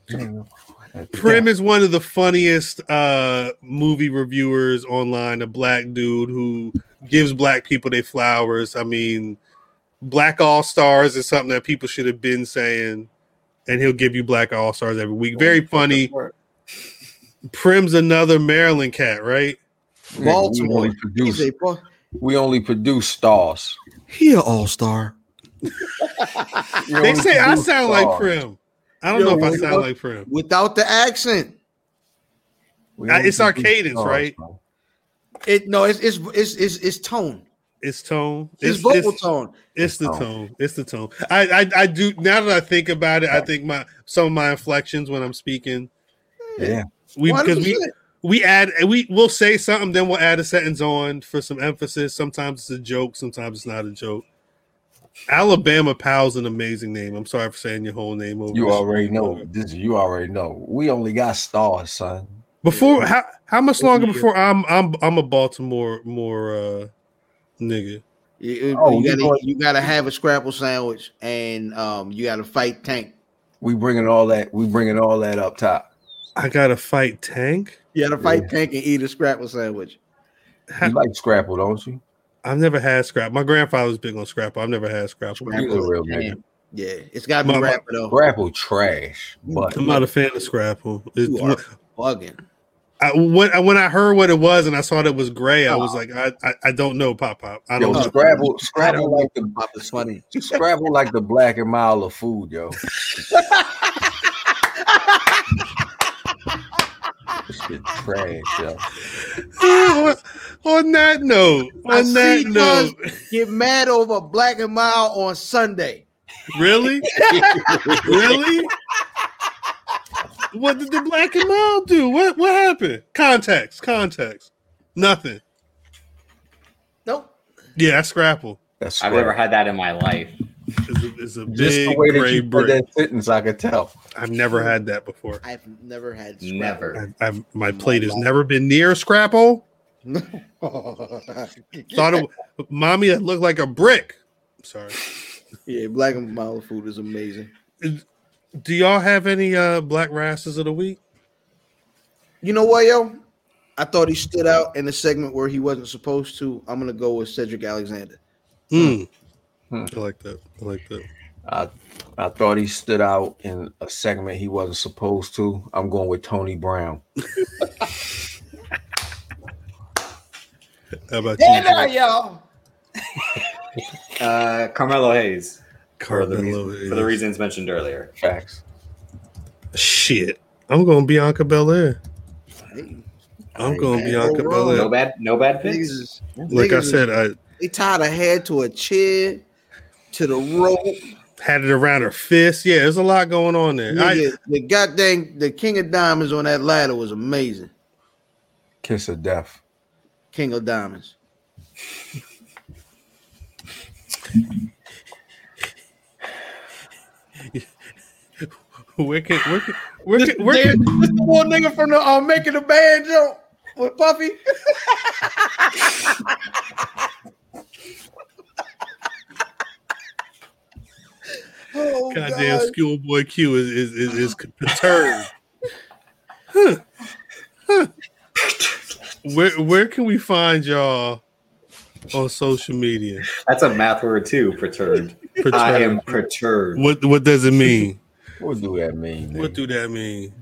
Speaker 1: Prim is one of the funniest uh movie reviewers online, a black dude who gives black people their flowers. I mean, black all stars is something that people should have been saying, and he'll give you black all stars every week. Very funny. Prim's another Maryland cat, right?
Speaker 2: We
Speaker 3: Baltimore.
Speaker 2: only
Speaker 3: He's
Speaker 2: produce,
Speaker 3: a boy.
Speaker 2: we only produce stars.
Speaker 8: He an all star.
Speaker 2: We
Speaker 1: They
Speaker 2: only
Speaker 1: say I
Speaker 2: produce
Speaker 1: sound like
Speaker 2: stars.
Speaker 1: Prim. I don't
Speaker 3: Yo,
Speaker 1: know if I
Speaker 3: you
Speaker 1: sound
Speaker 3: know-
Speaker 1: like Prim.
Speaker 3: Without the accent.
Speaker 2: We
Speaker 1: Uh,
Speaker 2: only
Speaker 1: it's our
Speaker 2: produce
Speaker 1: cadence,
Speaker 2: stars,
Speaker 1: right?
Speaker 2: bro.
Speaker 3: It no, it's it's it's it's, it's tone.
Speaker 1: It's tone.
Speaker 3: It's,
Speaker 1: It's,
Speaker 3: vocal
Speaker 1: it's,
Speaker 3: tone. Oh.
Speaker 1: it's the
Speaker 2: Tone.
Speaker 1: tone. It's the tone. I, I I do now that I think about
Speaker 3: Oh.
Speaker 1: it, I think my some of my inflections when I'm speaking.
Speaker 2: Yeah.
Speaker 1: We because we
Speaker 3: 100%.
Speaker 1: we add we we'll say something, then we'll add a sentence on for some emphasis. Sometimes it's a joke, sometimes it's not a joke. Alabama Powell's an amazing name. I'm sorry for saying your whole name over.
Speaker 2: You
Speaker 1: this.
Speaker 2: already know. This you already know. We only got stars, son.
Speaker 1: Before how how much longer before I'm I'm I'm a Baltimore more uh nigga.
Speaker 3: You,
Speaker 2: Oh,
Speaker 3: you
Speaker 2: you
Speaker 3: gotta
Speaker 2: know-
Speaker 3: you gotta have a scrapple sandwich and um you gotta fight tank.
Speaker 2: We bringing all that. We bringing all that up top.
Speaker 1: I gotta fight Tank.
Speaker 3: You gotta fight tank and eat a scrapple sandwich.
Speaker 1: Ha-
Speaker 2: You like Scrapple, don't you?
Speaker 1: I've never had scrap. My grandfather's big on scrapple. I've never had scrapple.
Speaker 2: You a real nigga.
Speaker 3: Yeah, it's gotta be
Speaker 1: My- my-
Speaker 3: rapid though.
Speaker 2: Scrapple trash, but
Speaker 1: I'm not a fan of scrapple. It's-
Speaker 3: You are bugging.
Speaker 1: I, when, I- when I heard what it was and I saw that it was gray, I was like, I, I, I don't know, Pop Pop. I don't
Speaker 2: yo,
Speaker 1: know.
Speaker 2: Scrabble, Scrabble like the
Speaker 3: Pop is funny.
Speaker 2: Scrabble like the black and mild of food, yo. This shit trash, yo.
Speaker 1: on that note,
Speaker 3: I
Speaker 1: on that
Speaker 3: see us
Speaker 1: note,
Speaker 3: get mad over Black and Mild on Sunday.
Speaker 1: really, really, what did the black and mild do? What what happened? Context, context, nothing.
Speaker 3: Nope.
Speaker 1: Yeah, that scrapple
Speaker 2: That's
Speaker 4: I've never
Speaker 2: Scrabble.
Speaker 4: had that in my life.
Speaker 1: is a, is a
Speaker 2: Just the
Speaker 1: big
Speaker 2: way that
Speaker 1: gray
Speaker 2: you put
Speaker 1: brick.
Speaker 2: that sentence, I could tell.
Speaker 1: I've never had that before.
Speaker 3: I've never had Scrabble.
Speaker 4: Never.
Speaker 1: I've, I've, my plate has never been near scrapple. Thought it, mommy, that looked like a brick. Sorry.
Speaker 3: yeah, Black and Mild food is amazing.
Speaker 1: Do y'all have any uh black rasses of the week?
Speaker 3: You know what, yo? I thought he stood out in the segment where he wasn't supposed to. I'm gonna go with Cedric Alexander.
Speaker 1: Hmm.
Speaker 2: Hmm.
Speaker 1: I like that. I like that.
Speaker 2: I I thought he stood out in a segment he wasn't supposed to. I'm going with Tony Brown.
Speaker 1: How about you,
Speaker 3: y'all.
Speaker 4: Uh, Carmelo Hayes for the,
Speaker 1: Carmen
Speaker 4: reason, for the reasons mentioned earlier.
Speaker 2: Facts.
Speaker 1: Shit, I'm going Bianca Belair. I'm going
Speaker 3: man,
Speaker 1: Bianca
Speaker 3: go wrong.
Speaker 1: Belair.
Speaker 4: No bad, no bad
Speaker 3: Niggas
Speaker 4: picks.
Speaker 3: is-
Speaker 1: Like
Speaker 3: niggas
Speaker 1: I
Speaker 3: is-
Speaker 1: said, I
Speaker 3: they tied her head to a chair, to the rope.
Speaker 1: had it around her fist. Yeah, there's a lot going on there. I,
Speaker 3: Nigga, the goddamn the King of Diamonds on that ladder was amazing.
Speaker 2: Kiss of death.
Speaker 3: King of Diamonds.
Speaker 1: Where can where can where can, where
Speaker 3: This
Speaker 1: can
Speaker 3: the one nigga from the uh, making the band joke with Puffy. oh,
Speaker 1: goddamn
Speaker 3: God.
Speaker 1: schoolboy Q is is is, is perturbed? where where can we find y'all on social media?
Speaker 4: That's a math word too. Perturbed. I am perturbed.
Speaker 1: What what does it mean?
Speaker 7: What do that mean?
Speaker 1: What
Speaker 7: nigga?
Speaker 1: do that mean?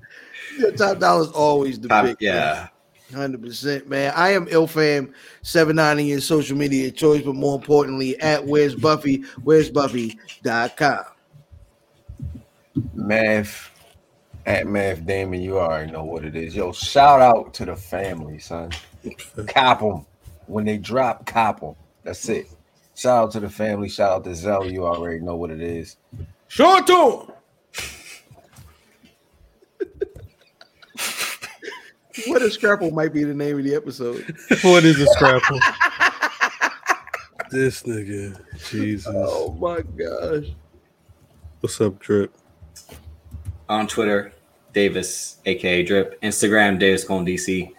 Speaker 3: Your top dollar's always the
Speaker 4: Top-
Speaker 3: big
Speaker 4: Uh, yeah.
Speaker 3: Hundred percent, man. I am Ilfam seven ninety your social media choice, but more importantly, at where's Buffy, where's Buffy.com.
Speaker 7: Math at Math Damon, you already know what it is. Yo, shout out to the family, son. Cop them when they drop, cop them. That's it. Shout out to the family. Shout out to Zell. You already know what it is.
Speaker 3: Short to What a scrapple might be the name of the episode.
Speaker 1: What is a scrapple? this nigga, Jesus.
Speaker 3: Oh my gosh.
Speaker 1: What's up, Drip?
Speaker 4: on Twitter, Davis, aka Drip, Instagram, Davis Colon DC.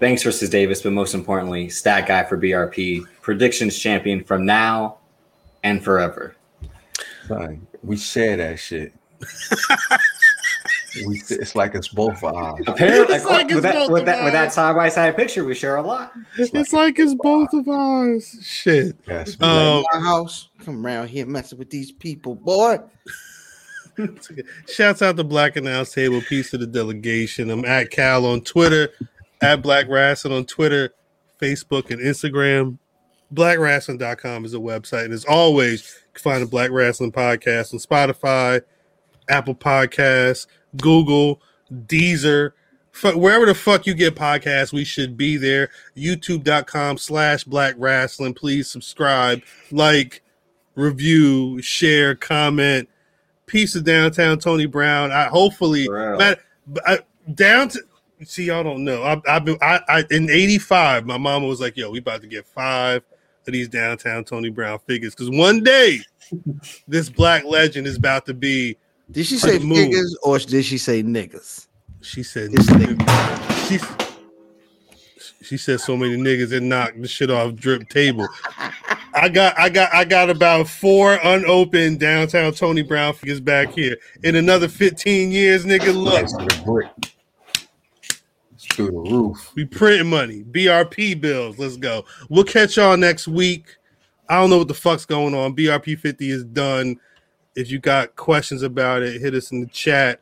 Speaker 4: Thanks versus Davis, but most importantly, stat guy for BRP, predictions champion from now and forever.
Speaker 7: Son, we share that shit. we, it's like it's both of ours.
Speaker 4: Apparently,
Speaker 1: It's like
Speaker 4: with,
Speaker 1: it's
Speaker 4: that, with, that,
Speaker 1: multiple.
Speaker 4: with that side by side picture, we share a lot.
Speaker 1: It's like it's both of ours. Shit.
Speaker 7: Yes, we
Speaker 1: Um,
Speaker 3: My house. Come around here messing with these people, boy.
Speaker 1: Um, Shouts out to Black Announce Table. Peace to the delegation. I'm at Cal on Twitter, at Black Rassin on Twitter, Facebook, and Instagram. BlackRasslin.com is a website. And as always, you can find the Black Wrestling Podcast on Spotify, Apple Podcasts, Google, Deezer, fu- wherever the fuck you get podcasts, we should be there. YouTube.com slash Black Wrestling. Please subscribe, like, review, share, comment piece of downtown Tony Brown. I hopefully
Speaker 4: For real.
Speaker 1: Matter- but I, down to see y'all don't know. I, I've been I, I in '85. My mama was like, "Yo, we about to get five of these downtown Tony Brown figures because one day this black legend is about to be."
Speaker 3: Did she say
Speaker 1: Move.
Speaker 3: niggas or did she say niggas?
Speaker 1: She said,
Speaker 3: This nigga.
Speaker 1: she, she said so many niggas that knocked the shit off drip table. I got I got I got about four unopened downtown Tony Brown figures back here. In another 15 years, nigga, look,
Speaker 7: Next to the brick. It's through the roof.
Speaker 1: we printing money. BRP bills. Let's go. We'll catch y'all next week. I don't know what the fuck's going on. BRP 50 is done. If you got questions about it, hit us in the chat,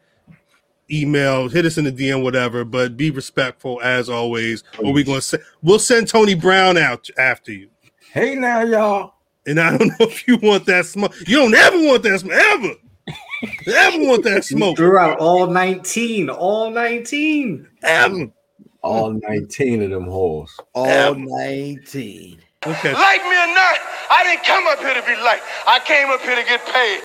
Speaker 1: email, hit us in the DM, whatever. But be respectful as always. Or we gonna say we'll send Tony Brown out after you.
Speaker 7: Hey now, y'all.
Speaker 1: And I don't know if you want that smoke. You don't ever want that smoke. Ever. ever want that
Speaker 4: We
Speaker 1: smoke.
Speaker 4: threw out all 19, all 19.
Speaker 1: Ever.
Speaker 7: All 19 of them holes.
Speaker 3: All 19.
Speaker 1: We'll catch
Speaker 9: Like me or not, I didn't come up here to be liked. I came up here to get paid.